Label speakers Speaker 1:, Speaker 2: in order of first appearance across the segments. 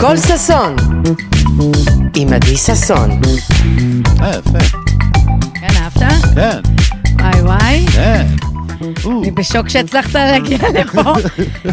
Speaker 1: כל ששון, עם עדי ששון.
Speaker 2: אה, יפה.
Speaker 3: כן, אהבת?
Speaker 2: כן,
Speaker 3: וואי וואי.
Speaker 2: כן. או,
Speaker 3: אני בשוק שהצלחת להגיע לפה.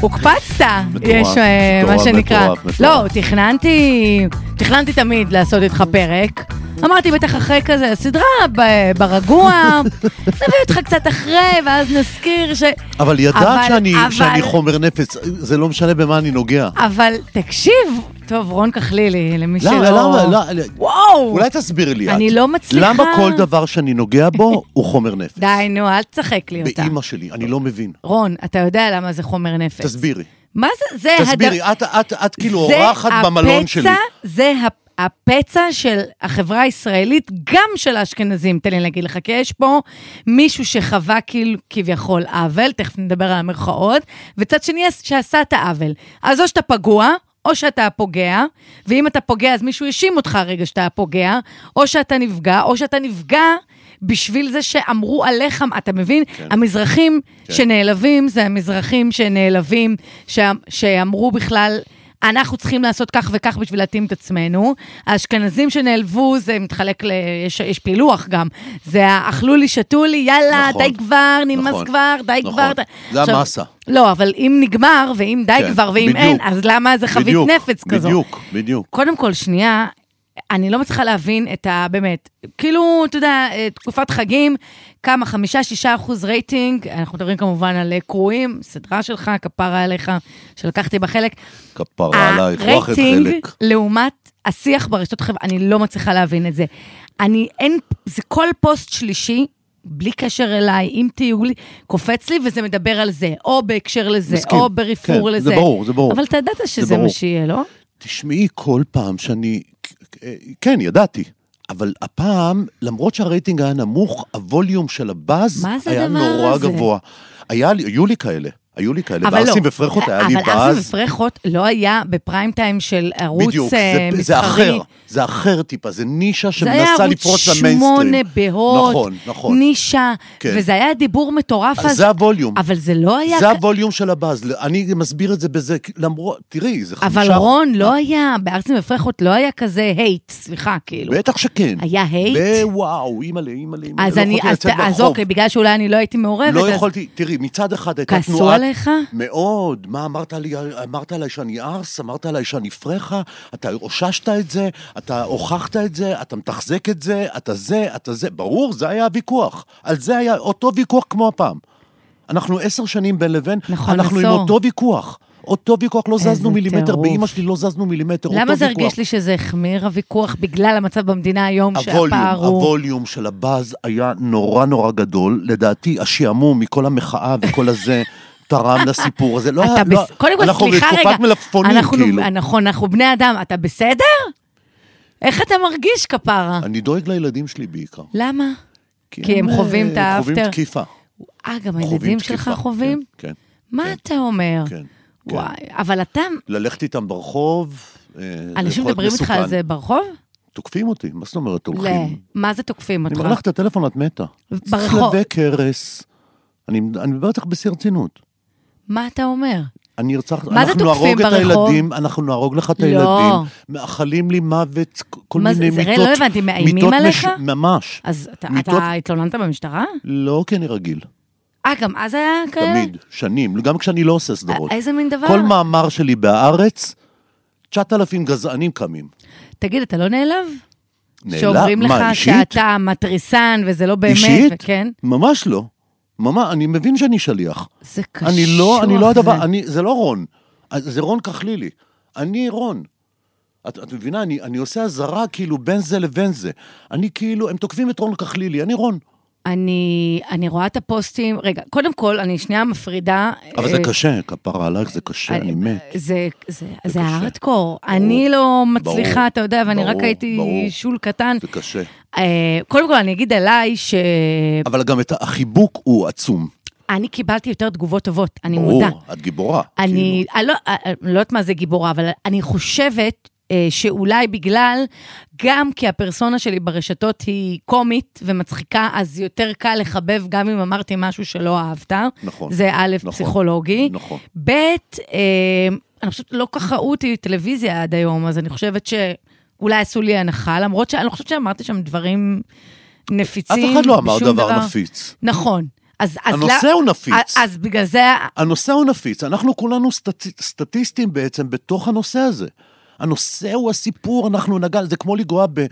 Speaker 3: הוקפצת,
Speaker 2: מטורף,
Speaker 3: יש אה, מה
Speaker 2: מטורף,
Speaker 3: שנקרא.
Speaker 2: מטורף, מטורף.
Speaker 3: לא, תכננתי, תכננתי תמיד לעשות איתך פרק. אמרתי בטח אחרי כזה, סדרה ב- ברגוע, נביא אותך קצת אחרי, ואז נזכיר ש...
Speaker 2: אבל ידעת
Speaker 3: אבל-
Speaker 2: שאני-
Speaker 3: אבל-
Speaker 2: שאני חומר נפץ, זה לא משנה במה אני נוגע.
Speaker 3: אבל תקשיב, טוב, רון כחלילי, למי שלא...
Speaker 2: למה, למה, לא,
Speaker 3: וואו!
Speaker 2: אולי תסבירי לי את.
Speaker 3: אני לא מצליחה.
Speaker 2: למה כל דבר שאני נוגע בו הוא חומר נפץ?
Speaker 3: די, נו, אל תשחק לי אותה.
Speaker 2: באימא שלי, אני לא מבין.
Speaker 3: רון, אתה יודע למה זה חומר נפץ.
Speaker 2: תסבירי.
Speaker 3: מה זה? זה
Speaker 2: תסבירי, את- את- את כאילו אורחת במלון שלי.
Speaker 3: זה הפ- הפצע של החברה הישראלית, גם של האשכנזים, תן לי להגיד לך, כי יש פה מישהו שחווה כאילו כביכול עוול, תכף נדבר על המרכאות, וצד שני שעשה את העוול. אז או שאתה פגוע, או שאתה הפוגע, ואם אתה פוגע אז מישהו האשים אותך הרגע שאתה הפוגע, או שאתה נפגע, או שאתה נפגע בשביל זה שאמרו עליך, אתה מבין? כן. המזרחים כן. שנעלבים זה המזרחים שנעלבים, ש... שאמרו בכלל... אנחנו צריכים לעשות כך וכך בשביל להתאים את עצמנו. האשכנזים שנעלבו, זה מתחלק ל... יש, יש פילוח גם. זה האכלו לי, שתו לי, יאללה,
Speaker 2: נכון,
Speaker 3: די כבר, נמאס
Speaker 2: נכון,
Speaker 3: כבר, די
Speaker 2: נכון.
Speaker 3: כבר.
Speaker 2: זה
Speaker 3: עכשיו-
Speaker 2: המאסה.
Speaker 3: לא, אבל אם נגמר, ואם די
Speaker 2: כן,
Speaker 3: כבר, ואם
Speaker 2: בדיוק.
Speaker 3: אין, אז למה זה חבית
Speaker 2: בדיוק,
Speaker 3: נפץ כזו?
Speaker 2: בדיוק, בדיוק.
Speaker 3: קודם כל, שנייה, אני לא מצליחה להבין את ה... באמת, כאילו, אתה יודע, אה, תקופת חגים, כמה, חמישה, שישה אחוז רייטינג, אנחנו מדברים כמובן על אה, קרואים, סדרה שלך, כפרה עליך, שלקחתי בה חלק.
Speaker 2: כפרה עלייך, וואחד
Speaker 3: הרייטינג
Speaker 2: לא, חלק.
Speaker 3: לעומת השיח ברשתות החברתיות, אני לא מצליחה להבין את זה. אני אין, זה כל פוסט שלישי. בלי קשר אליי, אם תהיו לי, קופץ לי וזה מדבר על זה, או בהקשר לזה,
Speaker 2: מסכים,
Speaker 3: או ברפרור
Speaker 2: כן,
Speaker 3: לזה.
Speaker 2: זה ברור, זה ברור.
Speaker 3: אבל אתה ידעת שזה
Speaker 2: ברור.
Speaker 3: מה שיהיה, לא?
Speaker 2: תשמעי, כל פעם שאני... כן, ידעתי. אבל הפעם, למרות שהרייטינג היה נמוך, הווליום של הבאז
Speaker 3: מה זה
Speaker 2: היה
Speaker 3: הדבר
Speaker 2: נורא
Speaker 3: הזה?
Speaker 2: גבוה. היה לי, היו לי כאלה, היו לי כאלה.
Speaker 3: אבל לא.
Speaker 2: באסים ופרחות היה לי
Speaker 3: אבל אסים
Speaker 2: באז.
Speaker 3: ופרחות לא היה בפריים טיים של ערוץ
Speaker 2: בדיוק,
Speaker 3: אה,
Speaker 2: זה,
Speaker 3: מסחרי.
Speaker 2: זה אחר, זה אחר טיפה, זה נישה
Speaker 3: זה היה
Speaker 2: שמנסה לפרוץ
Speaker 3: ערוץ
Speaker 2: למיינסטרים.
Speaker 3: שמונה בהוט,
Speaker 2: נכון, נכון.
Speaker 3: נישה,
Speaker 2: כן.
Speaker 3: וזה היה דיבור מטורף.
Speaker 2: אז
Speaker 3: אז-
Speaker 2: זה הווליום.
Speaker 3: אבל זה לא היה...
Speaker 2: זה
Speaker 3: כ-
Speaker 2: הווליום של הבאז, אני מסביר את זה בזה, כי- למרות, תראי, זה חמישה...
Speaker 3: אבל רון, לא היה, בארצים ופרחות לא היה כזה הייט, סליחה, כאילו.
Speaker 2: בטח שכן.
Speaker 3: היה הייט?
Speaker 2: וואו, אימא'לה, אימא'לה, אימא'לה.
Speaker 3: אז
Speaker 2: לא
Speaker 3: אני,
Speaker 2: יכולתי
Speaker 3: אז-
Speaker 2: לצאת
Speaker 3: אז
Speaker 2: לרחוב.
Speaker 3: אוקיי, בגלל שאולי אני לא הייתי מעורבת,
Speaker 2: לא
Speaker 3: אז-
Speaker 2: יכולתי, תראי, מצד אחד הייתה
Speaker 3: כעסו
Speaker 2: תנועה...
Speaker 3: עליך?
Speaker 2: מאוד. מה אמרת לי? אמרת עליי שאני ארס, אמרת עליי שאני פרחה, אתה אוששת את זה, אתה הוכחת את זה, אתה מתחזק את זה, אתה זה, אתה זה. ברור, זה היה הוויכוח. על זה היה אותו ויכוח כמו הפעם. אנחנו עשר שנים בין לבין,
Speaker 3: נכון,
Speaker 2: אנחנו עם
Speaker 3: עשור.
Speaker 2: אותו ויכוח. אותו ויכוח, לא
Speaker 3: איזה
Speaker 2: זזנו מילימטר,
Speaker 3: טירוף.
Speaker 2: באימא שלי לא זזנו מילימטר, אותו
Speaker 3: למה זה
Speaker 2: ויכוח.
Speaker 3: הרגיש לי שזה החמיר הוויכוח בגלל המצב במדינה היום,
Speaker 2: הווליום,
Speaker 3: שהפער הוא...
Speaker 2: הווליום של הבאז היה נורא נורא גדול. לדעתי, השעמום מכל המחאה וכל הזה תרם לסיפור הזה. לא היה,
Speaker 3: אתה
Speaker 2: לא,
Speaker 3: בס... קודם כל,
Speaker 2: אנחנו
Speaker 3: סליחה רגע.
Speaker 2: בתקופת מלפפונים,
Speaker 3: אנחנו,
Speaker 2: כאילו.
Speaker 3: נכון, אנחנו בני אדם. אתה בסדר? איך אתה מרגיש, כפרה?
Speaker 2: אני דואג לילדים שלי בעיקר.
Speaker 3: למה? כי הם
Speaker 2: אה,
Speaker 3: חווים את
Speaker 2: הם חווים
Speaker 3: האפטר.
Speaker 2: תקיפה.
Speaker 3: אה, גם
Speaker 2: חווים
Speaker 3: הילדים
Speaker 2: תקיפה,
Speaker 3: שלך חווים?
Speaker 2: כן, כן.
Speaker 3: מה אתה אומר?
Speaker 2: כן, כן.
Speaker 3: וואי, אבל אתה...
Speaker 2: ללכת איתם ברחוב, אה, זה יכול
Speaker 3: אנשים
Speaker 2: להיות
Speaker 3: מדברים איתך
Speaker 2: מסוכן.
Speaker 3: על זה ברחוב?
Speaker 2: תוקפים אותי, מה זאת אומרת
Speaker 3: ל...
Speaker 2: הולכים?
Speaker 3: מה זה תוקפים
Speaker 2: אני
Speaker 3: אותך?
Speaker 2: מראה לך את הטלפון, את מתה.
Speaker 3: ברחוב.
Speaker 2: צלבי קרס. אני אני מדבר איתך בשיא הרצינות.
Speaker 3: מה אתה אומר?
Speaker 2: אני ארצח,
Speaker 3: מה זה
Speaker 2: אנחנו
Speaker 3: תוקפים
Speaker 2: נהרוג את
Speaker 3: ברחוב?
Speaker 2: הילדים, אנחנו נהרוג לך את
Speaker 3: לא.
Speaker 2: הילדים, מאחלים לי מוות, כל
Speaker 3: מה זה-
Speaker 2: מיני
Speaker 3: זה-
Speaker 2: מיטות.
Speaker 3: לא הבנתי, מאיימים
Speaker 2: מיטות
Speaker 3: עליך?
Speaker 2: ממש.
Speaker 3: אז אתה,
Speaker 2: מיטות-
Speaker 3: אתה התלוננת במשטרה?
Speaker 2: לא, כי אני רגיל,
Speaker 3: אה, גם אז היה כאלה?
Speaker 2: תמיד, שנים, גם כשאני לא עושה סדרות.
Speaker 3: אה, איזה מין דבר?
Speaker 2: כל מאמר שלי בהארץ, 9,000 גזענים קמים.
Speaker 3: תגיד, אתה לא נעלב?
Speaker 2: נעלב?
Speaker 3: שאומרים
Speaker 2: מה,
Speaker 3: לך
Speaker 2: אישית?
Speaker 3: שאתה מתריסן וזה לא באמת,
Speaker 2: אישית?
Speaker 3: וכן?
Speaker 2: ממש לא. ממש, אני מבין שאני שליח.
Speaker 3: זה קשוח.
Speaker 2: אני לא, אני לא הדבר,
Speaker 3: זה.
Speaker 2: אני, זה לא רון, זה רון כחלילי, אני רון. את, את מבינה, אני, אני עושה אזהרה כאילו בין זה לבין זה. אני כאילו, הם תוקפים את רון כחלילי, אני רון.
Speaker 3: אני, אני רואה את הפוסטים, רגע, קודם כל, אני שנייה מפרידה.
Speaker 2: אבל זה
Speaker 3: אה,
Speaker 2: קשה, כפרה עלייך, זה קשה, אני מת.
Speaker 3: זה, זה, זה
Speaker 2: קשה.
Speaker 3: הארדקור. אני לא מצליחה,
Speaker 2: ברור,
Speaker 3: אתה יודע, ואני רק
Speaker 2: ברור,
Speaker 3: הייתי
Speaker 2: ברור.
Speaker 3: שול קטן.
Speaker 2: זה קשה.
Speaker 3: אה, קודם כל, אני אגיד עליי ש...
Speaker 2: אבל גם את החיבוק הוא עצום.
Speaker 3: אני קיבלתי יותר תגובות טובות, אני
Speaker 2: ברור,
Speaker 3: מודה.
Speaker 2: את גיבורה. כאילו.
Speaker 3: אה, אני, אני לא, אני לא יודעת מה זה גיבורה, אבל אני חושבת אה, שאולי בגלל, גם כי הפרסונה שלי ברשתות היא קומית ומצחיקה, אז יותר קל לחבב גם אם אמרתי משהו שלא אהבת.
Speaker 2: נכון.
Speaker 3: זה א',
Speaker 2: נכון.
Speaker 3: פסיכולוגי.
Speaker 2: נכון.
Speaker 3: ב', אה, אני פשוט לא כל כך ראו אותי טלוויזיה עד היום, אז אני חושבת שאולי עשו לי הנחה, למרות שאני לא חושבת שאמרתי שם דברים
Speaker 2: אף
Speaker 3: נפיצים.
Speaker 2: אחד לא אמר
Speaker 3: בשום
Speaker 2: דבר נפיץ.
Speaker 3: נכון. אז, אז
Speaker 2: הנושא
Speaker 3: לא-
Speaker 2: הוא נפיץ.
Speaker 3: אז בגלל זה,
Speaker 2: הנושא הוא נפיץ, אנחנו כולנו סטט... סטטיסטים בעצם בתוך הנושא הזה. הנושא הוא הסיפור, אנחנו נגע, זה כמו לנגוע ב...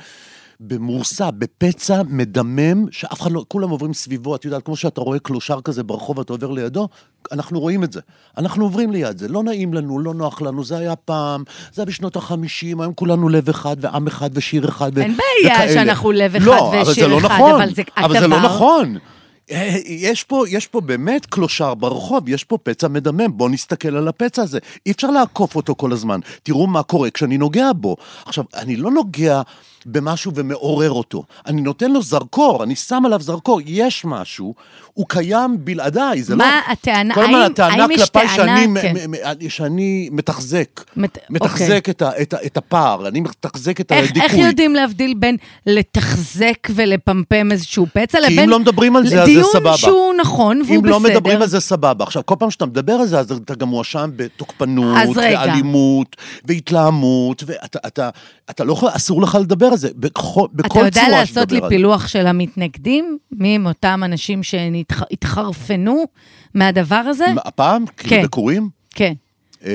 Speaker 2: במורסה, בפצע מדמם, שאף אחד לא, כולם עוברים סביבו, את יודעת, כמו שאתה רואה קלושר כזה ברחוב ואתה עובר לידו, אנחנו רואים את זה. אנחנו עוברים ליד זה, לא נעים לנו, לא נוח לנו, זה היה פעם, זה היה בשנות החמישים, היום כולנו לב אחד ועם אחד ושיר אחד ו-
Speaker 3: אין בעיה
Speaker 2: וכאלה.
Speaker 3: שאנחנו לב אחד
Speaker 2: לא, אבל
Speaker 3: ושיר
Speaker 2: זה לא
Speaker 3: אחד,
Speaker 2: נכון,
Speaker 3: אבל זה
Speaker 2: אבל זה לא
Speaker 3: הדבר-
Speaker 2: נכון. נכון. אה, יש פה, יש פה באמת קלושר ברחוב, יש פה פצע מדמם, בואו נסתכל על הפצע הזה. אי אפשר לעקוף אותו כל הזמן. תראו מה קורה כשאני נוגע בו. עכשיו, אני לא נוגע במשהו ומעורר אותו. אני נותן לו זרקור, אני שם עליו זרקור, יש משהו, הוא קיים בלעדיי, זה לא...
Speaker 3: מה הטענה-
Speaker 2: כל הזמן
Speaker 3: האם-
Speaker 2: הטענה
Speaker 3: האם יש
Speaker 2: כלפיי
Speaker 3: טענה-
Speaker 2: שאני, מ-
Speaker 3: כן.
Speaker 2: מ- מ- שאני מתחזק.
Speaker 3: מת- אוקיי.
Speaker 2: מתחזק את ה- את ה- את הפער, אני מתחזק את
Speaker 3: איך, איך
Speaker 2: הדיכוי.
Speaker 3: יודעים להבדיל בין לתחזק ולפמפם איזשהו פצע
Speaker 2: כי
Speaker 3: לבין...
Speaker 2: אם לא מדברים על זה, אז זה
Speaker 3: דיון
Speaker 2: סבבה.
Speaker 3: שהוא נכון והוא
Speaker 2: אם
Speaker 3: בסדר.
Speaker 2: לא מדברים על זה, סבבה. עכשיו, כל פעם שאתה מדבר על זה, אז אתה גם מואשם בתוקפנות,
Speaker 3: אז רגע.
Speaker 2: ואלימות, והתלהמות, ואתה אתה, אתה לא יכול, אסור לך לדבר על זה, בכו- בכל
Speaker 3: אתה
Speaker 2: צורה
Speaker 3: יודע לעשות
Speaker 2: שתדבר
Speaker 3: לי
Speaker 2: על זה.
Speaker 3: פילוח של המתנגדים? מי הם אותם אנשים שהתחרפנו מהדבר הזה?
Speaker 2: מה, הפעם?
Speaker 3: כן.
Speaker 2: כן. בקורים?
Speaker 3: כן.
Speaker 2: אה,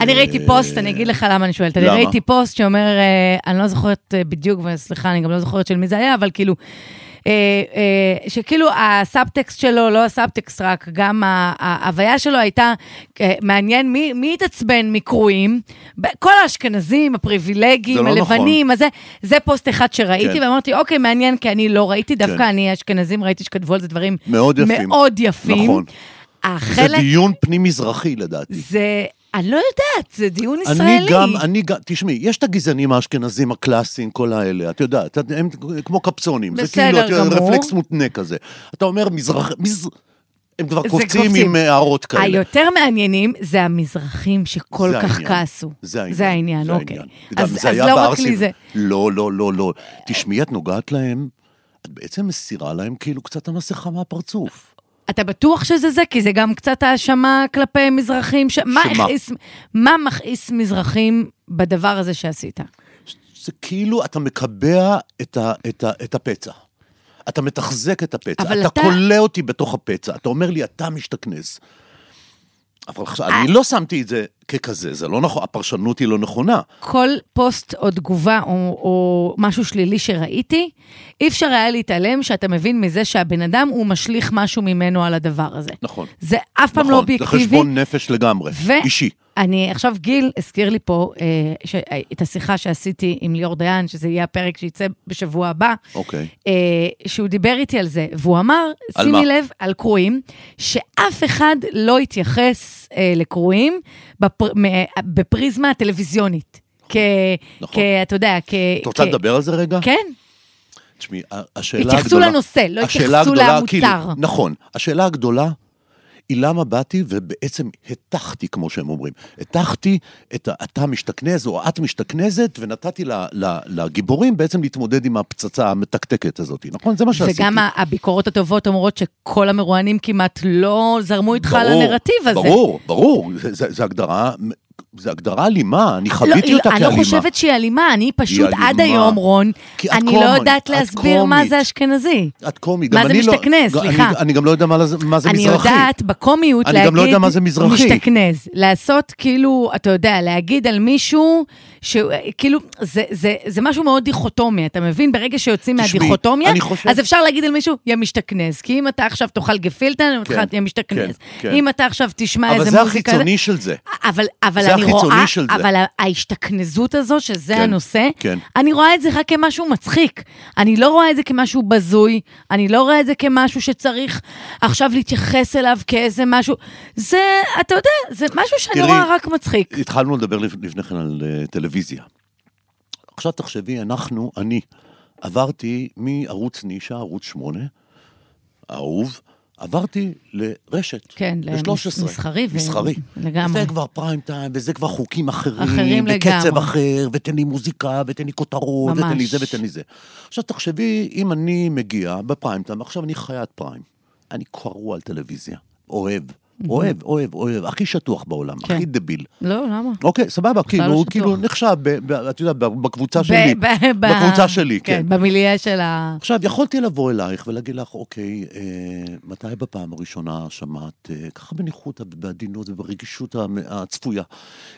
Speaker 3: אני ראיתי פוסט, אני אגיד לך למה אני שואלת. אני
Speaker 2: למה?
Speaker 3: ראיתי פוסט שאומר, אה, אני לא זוכרת אה, בדיוק, וסליחה, אני גם לא זוכרת של מי זה היה, אבל כאילו, אה, אה, שכאילו הסאבטקסט שלו, לא הסאבטקסט רק, גם ה- ההוויה שלו הייתה, אה, מעניין מי מי התעצבן מקרואים, ב- כל האשכנזים,
Speaker 2: זה
Speaker 3: הפריבילגים,
Speaker 2: לא נכון.
Speaker 3: הלבנים, הזה, זה פוסט אחד שראיתי,
Speaker 2: כן.
Speaker 3: ואמרתי, אוקיי, מעניין, כי אני לא ראיתי,
Speaker 2: כן.
Speaker 3: דווקא אני, האשכנזים, ראיתי שכתבו על זה דברים
Speaker 2: מאוד יפים.
Speaker 3: מאוד יפים.
Speaker 2: נכון. זה
Speaker 3: החלק
Speaker 2: דיון פנים-מזרחי, לדעתי.
Speaker 3: זה, אני לא יודעת, זה דיון ישראלי.
Speaker 2: אני גם, אני גם, תשמעי, יש את הגזענים האשכנזים הקלאסיים, כל האלה, את יודעת, את- הם כמו קפצונים. זה
Speaker 3: בסדר
Speaker 2: כאילו, את יודעת,
Speaker 3: גמור.
Speaker 2: רפלקס מותנה כזה. אתה אומר מזרח... מז... הם כבר
Speaker 3: זה
Speaker 2: קופצים
Speaker 3: קופצים.
Speaker 2: עם אה, הערות כאלה.
Speaker 3: היותר מעניינים זה המזרחים שכל
Speaker 2: זה
Speaker 3: כך
Speaker 2: העניין.
Speaker 3: כעסו.
Speaker 2: זה העניין.
Speaker 3: זה העניין, אוקיי.
Speaker 2: העניין.
Speaker 3: אז,
Speaker 2: גם זה
Speaker 3: אז
Speaker 2: היה
Speaker 3: לא רק
Speaker 2: בערסים.
Speaker 3: לי זה.
Speaker 2: לא, לא, לא, לא. תשמעי, את נוגעת להם, את בעצם מסירה להם כאילו קצת המסכה מהפרצוף.
Speaker 3: אתה בטוח שזה זה? כי זה גם קצת האשמה כלפי מזרחים. ש... מה,
Speaker 2: שמה?
Speaker 3: הכעיס, מה מכעיס מזרחים בדבר הזה שעשית?
Speaker 2: זה כאילו אתה מקבע את, ה, את, ה, את הפצע. אתה מתחזק את הפצע,
Speaker 3: אבל
Speaker 2: אתה,
Speaker 3: אתה-
Speaker 2: כולא אותי בתוך הפצע, אתה אומר לי, אתה משתכנז. אבל עכשיו,
Speaker 3: אה-
Speaker 2: אני לא שמתי את זה ככזה, זה לא נכון, הפרשנות היא לא נכונה.
Speaker 3: כל פוסט או תגובה או, או משהו שלילי שראיתי, אי אפשר היה להתעלם שאתה מבין מזה שהבן אדם הוא משליך משהו ממנו על הדבר הזה.
Speaker 2: נכון.
Speaker 3: זה אף פעם לא
Speaker 2: נכון,
Speaker 3: אובייקטיבי.
Speaker 2: זה חשבון נפש לגמרי,
Speaker 3: ו-
Speaker 2: אישי.
Speaker 3: אני עכשיו, גיל הזכיר לי פה אה, ש... אה, את השיחה שעשיתי עם ליאור דיין, שזה יהיה הפרק שיצא בשבוע הבא.
Speaker 2: אוקיי.
Speaker 3: אה, שהוא דיבר איתי על זה, והוא אמר,
Speaker 2: על
Speaker 3: שימי
Speaker 2: מה?
Speaker 3: לב, על קרואים, שאף אחד לא התייחס אה, לקרואים בפר... מ- בפריזמה הטלוויזיונית. כ...
Speaker 2: נכון.
Speaker 3: כ... אתה יודע, כ...
Speaker 2: את רוצה
Speaker 3: כ-
Speaker 2: לדבר על זה רגע?
Speaker 3: כן.
Speaker 2: תשמעי, ה- השאלה הגדולה...
Speaker 3: התייחסו לנושא, לא
Speaker 2: השאלה
Speaker 3: התייחסו
Speaker 2: הגדולה,
Speaker 3: למוצר.
Speaker 2: כאילו, נכון. השאלה הגדולה היא למה באתי ובעצם הטחתי, כמו שהם אומרים. הטחתי את ה- אתה משתכנז או את משתכנזת, ונתתי ל- ל- לגיבורים בעצם להתמודד עם הפצצה המתקתקת הזאת, נכון? זה מה שעשיתי.
Speaker 3: וגם ה- הביקורות הטובות אומרות שכל המרואיינים כמעט לא זרמו איתך על
Speaker 2: ברור,
Speaker 3: הנרטיב הזה.
Speaker 2: ברור, ברור. זה- זה זה הגדרה... זה הגדרה אלימה, אני
Speaker 3: לא,
Speaker 2: חוויתי
Speaker 3: היא-
Speaker 2: אותה כאלימה.
Speaker 3: אני לא חושבת שהיא אלימה, אני פשוט
Speaker 2: אלימה.
Speaker 3: עד היום, רון,
Speaker 2: כי את
Speaker 3: אני לא
Speaker 2: קומית,
Speaker 3: יודעת
Speaker 2: את
Speaker 3: להסביר מה
Speaker 2: קומית.
Speaker 3: זה אשכנזי.
Speaker 2: את קומי,
Speaker 3: מה
Speaker 2: גם
Speaker 3: זה
Speaker 2: אני לא...
Speaker 3: משתכנז?
Speaker 2: אני-
Speaker 3: סליחה.
Speaker 2: אני גם לא יודע מה זה מה זה
Speaker 3: אני
Speaker 2: מזרחי.
Speaker 3: יודעת בקומיות
Speaker 2: אני
Speaker 3: להגיד...
Speaker 2: גם לא יודע מה זה מזרחי.
Speaker 3: משתכנז. לעשות כאילו, אתה יודע, להגיד על מישהו, שכאילו, זה, זה, זה משהו מאוד דיכוטומי, אתה מבין? ברגע שיוצאים
Speaker 2: תשמעי,
Speaker 3: מהדיכוטומיה,
Speaker 2: אני חושב-
Speaker 3: אז אפשר להגיד על מישהו, יא משתכנז. כי אם אתה עכשיו תאכל גפילטה, אני אומרת לך,
Speaker 2: כן,
Speaker 3: יא משתכנז.
Speaker 2: כן, כן.
Speaker 3: אם אתה עכשיו תשמע
Speaker 2: אבל
Speaker 3: איזה
Speaker 2: זה
Speaker 3: מוזיקה...
Speaker 2: החיצוני של זה.
Speaker 3: אבל, אבל
Speaker 2: זה
Speaker 3: אני
Speaker 2: החיצוני
Speaker 3: רואה,
Speaker 2: של זה.
Speaker 3: אבל ה- ההשתכנזות הזו, שזה
Speaker 2: כן,
Speaker 3: הנושא,
Speaker 2: כן.
Speaker 3: אני רואה את זה רק כמשהו מצחיק. אני לא רואה את זה כמשהו בזוי, אני לא רואה את זה כמשהו שצריך עכשיו להתייחס אליו כאיזה משהו. זה, אתה יודע, זה משהו שאני
Speaker 2: תראי,
Speaker 3: רואה רק מצחיק.
Speaker 2: התחלנו לדבר לפ- לפני כן על אה, טלוויזיה. עכשיו תחשבי, אנחנו, אני, עברתי מערוץ נישה, ערוץ 8, אהוב, עברתי לרשת.
Speaker 3: כן,
Speaker 2: ל-13.
Speaker 3: למסחרי ו-
Speaker 2: מסחרי.
Speaker 3: לגמרי.
Speaker 2: זה כבר פריים טיים, וזה כבר חוקים אחרים.
Speaker 3: אחרים
Speaker 2: וקצב
Speaker 3: לגמרי.
Speaker 2: אחר, ותן לי מוזיקה, ותן לי כותרות,
Speaker 3: ממש.
Speaker 2: ותן לי זה ותן לי זה. עכשיו תחשבי, אם אני מגיע בפריים טיים, עכשיו אני חיית פריים. אני קרוע על טלוויזיה. אוהב. אוהב, אוהב, אוהב. הכי שטוח בעולם,
Speaker 3: כן.
Speaker 2: הכי דביל.
Speaker 3: לא, למה?
Speaker 2: אוקיי, סבבה, כאילו,
Speaker 3: לא שטוח.
Speaker 2: כאילו נחשב, ב- ב- את יודעת, ב- בקבוצה שלי.
Speaker 3: ב- ב- ב-
Speaker 2: בקבוצה שלי, כן.
Speaker 3: במיליה של ה...
Speaker 2: עכשיו, יכולתי לבוא אלייך ולהגיד לך, אוקיי, אה, מתי בפעם הראשונה שמעת, אה, ככה בניחותא ובעדינות וברגישות המ- הצפויה,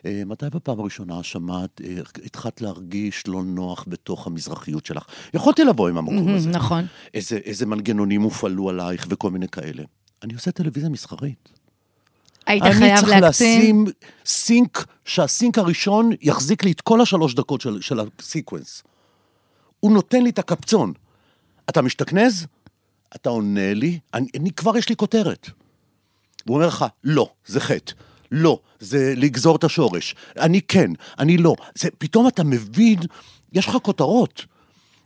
Speaker 2: אה, מתי בפעם הראשונה שמעת, אה, התחלת להרגיש לא נוח בתוך המזרחיות שלך? יכולתי לבוא עם המקום הזה.
Speaker 3: נכון.
Speaker 2: איזה, איזה מנגנונים הופעלו עלייך וכל מיני כאלה. אני עושה טלוויזיה מסחרית.
Speaker 3: היית
Speaker 2: אני
Speaker 3: חייב
Speaker 2: צריך
Speaker 3: להקצין.
Speaker 2: לשים סינק, שהסינק הראשון יחזיק לי את כל השלוש דקות של, של הסיקוונס. הוא נותן לי את הקפצון. אתה משתכנז? אתה עונה לי, אני, אני כבר יש לי כותרת. הוא אומר לך, לא, זה חטא. לא, זה לגזור את השורש. אני כן, אני לא. זה, פתאום אתה מבין, יש לך כותרות.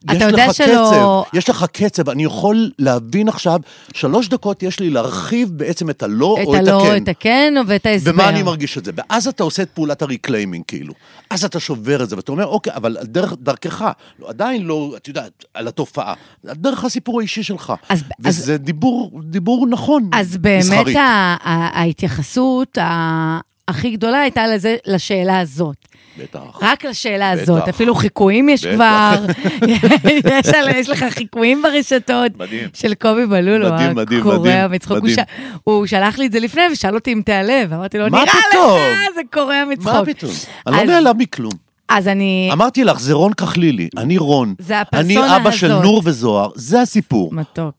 Speaker 3: אתה
Speaker 2: יש
Speaker 3: יודע
Speaker 2: לך
Speaker 3: שלא-
Speaker 2: קצב, יש לך קצב, אני יכול להבין עכשיו, שלוש דקות יש לי להרחיב בעצם את הלא
Speaker 3: את
Speaker 2: או את
Speaker 3: הלא,
Speaker 2: הכן.
Speaker 3: את הכן ואת ההסבר.
Speaker 2: ומה אני מרגיש את זה? ואז אתה עושה את פעולת הריקליימינג, כאילו. אז אתה שובר את זה, ואתה אומר, אוקיי, אבל דרך, דרכך, לא, עדיין לא, את יודעת, על התופעה. דרך הסיפור האישי שלך.
Speaker 3: אז-
Speaker 2: וזה דיבור, דיבור נכון,
Speaker 3: אז באמת
Speaker 2: מסחרי.
Speaker 3: ה- ה- ההתייחסות ה- הכי גדולה הייתה לזה, לשאלה הזאת.
Speaker 2: בטח.
Speaker 3: רק לשאלה
Speaker 2: בטח.
Speaker 3: הזאת, אפילו חיקויים יש
Speaker 2: בטח.
Speaker 3: כבר, יש, על- יש לך חיקויים ברשתות
Speaker 2: מדהים.
Speaker 3: של קובי בלולו,
Speaker 2: מדהים, מדהים,
Speaker 3: הקורע
Speaker 2: מדהים,
Speaker 3: מצחוק, הוא,
Speaker 2: מדהים.
Speaker 3: ש- הוא שלח לי את זה לפני ושאל אותי אם תיעלב, אמרתי לו,
Speaker 2: מה
Speaker 3: נראה
Speaker 2: פתאום?
Speaker 3: לך, זה קורע מצחוק.
Speaker 2: מה פתאום? אני לא
Speaker 3: אז-
Speaker 2: נעלב מכלום.
Speaker 3: אז אני,
Speaker 2: אמרתי לך, זה רון כחלילי, אני רון.
Speaker 3: זה
Speaker 2: אני
Speaker 3: הפרסונה
Speaker 2: אבא של
Speaker 3: הזאת.
Speaker 2: נור וזוהר, זה הסיפור.
Speaker 3: מתוק.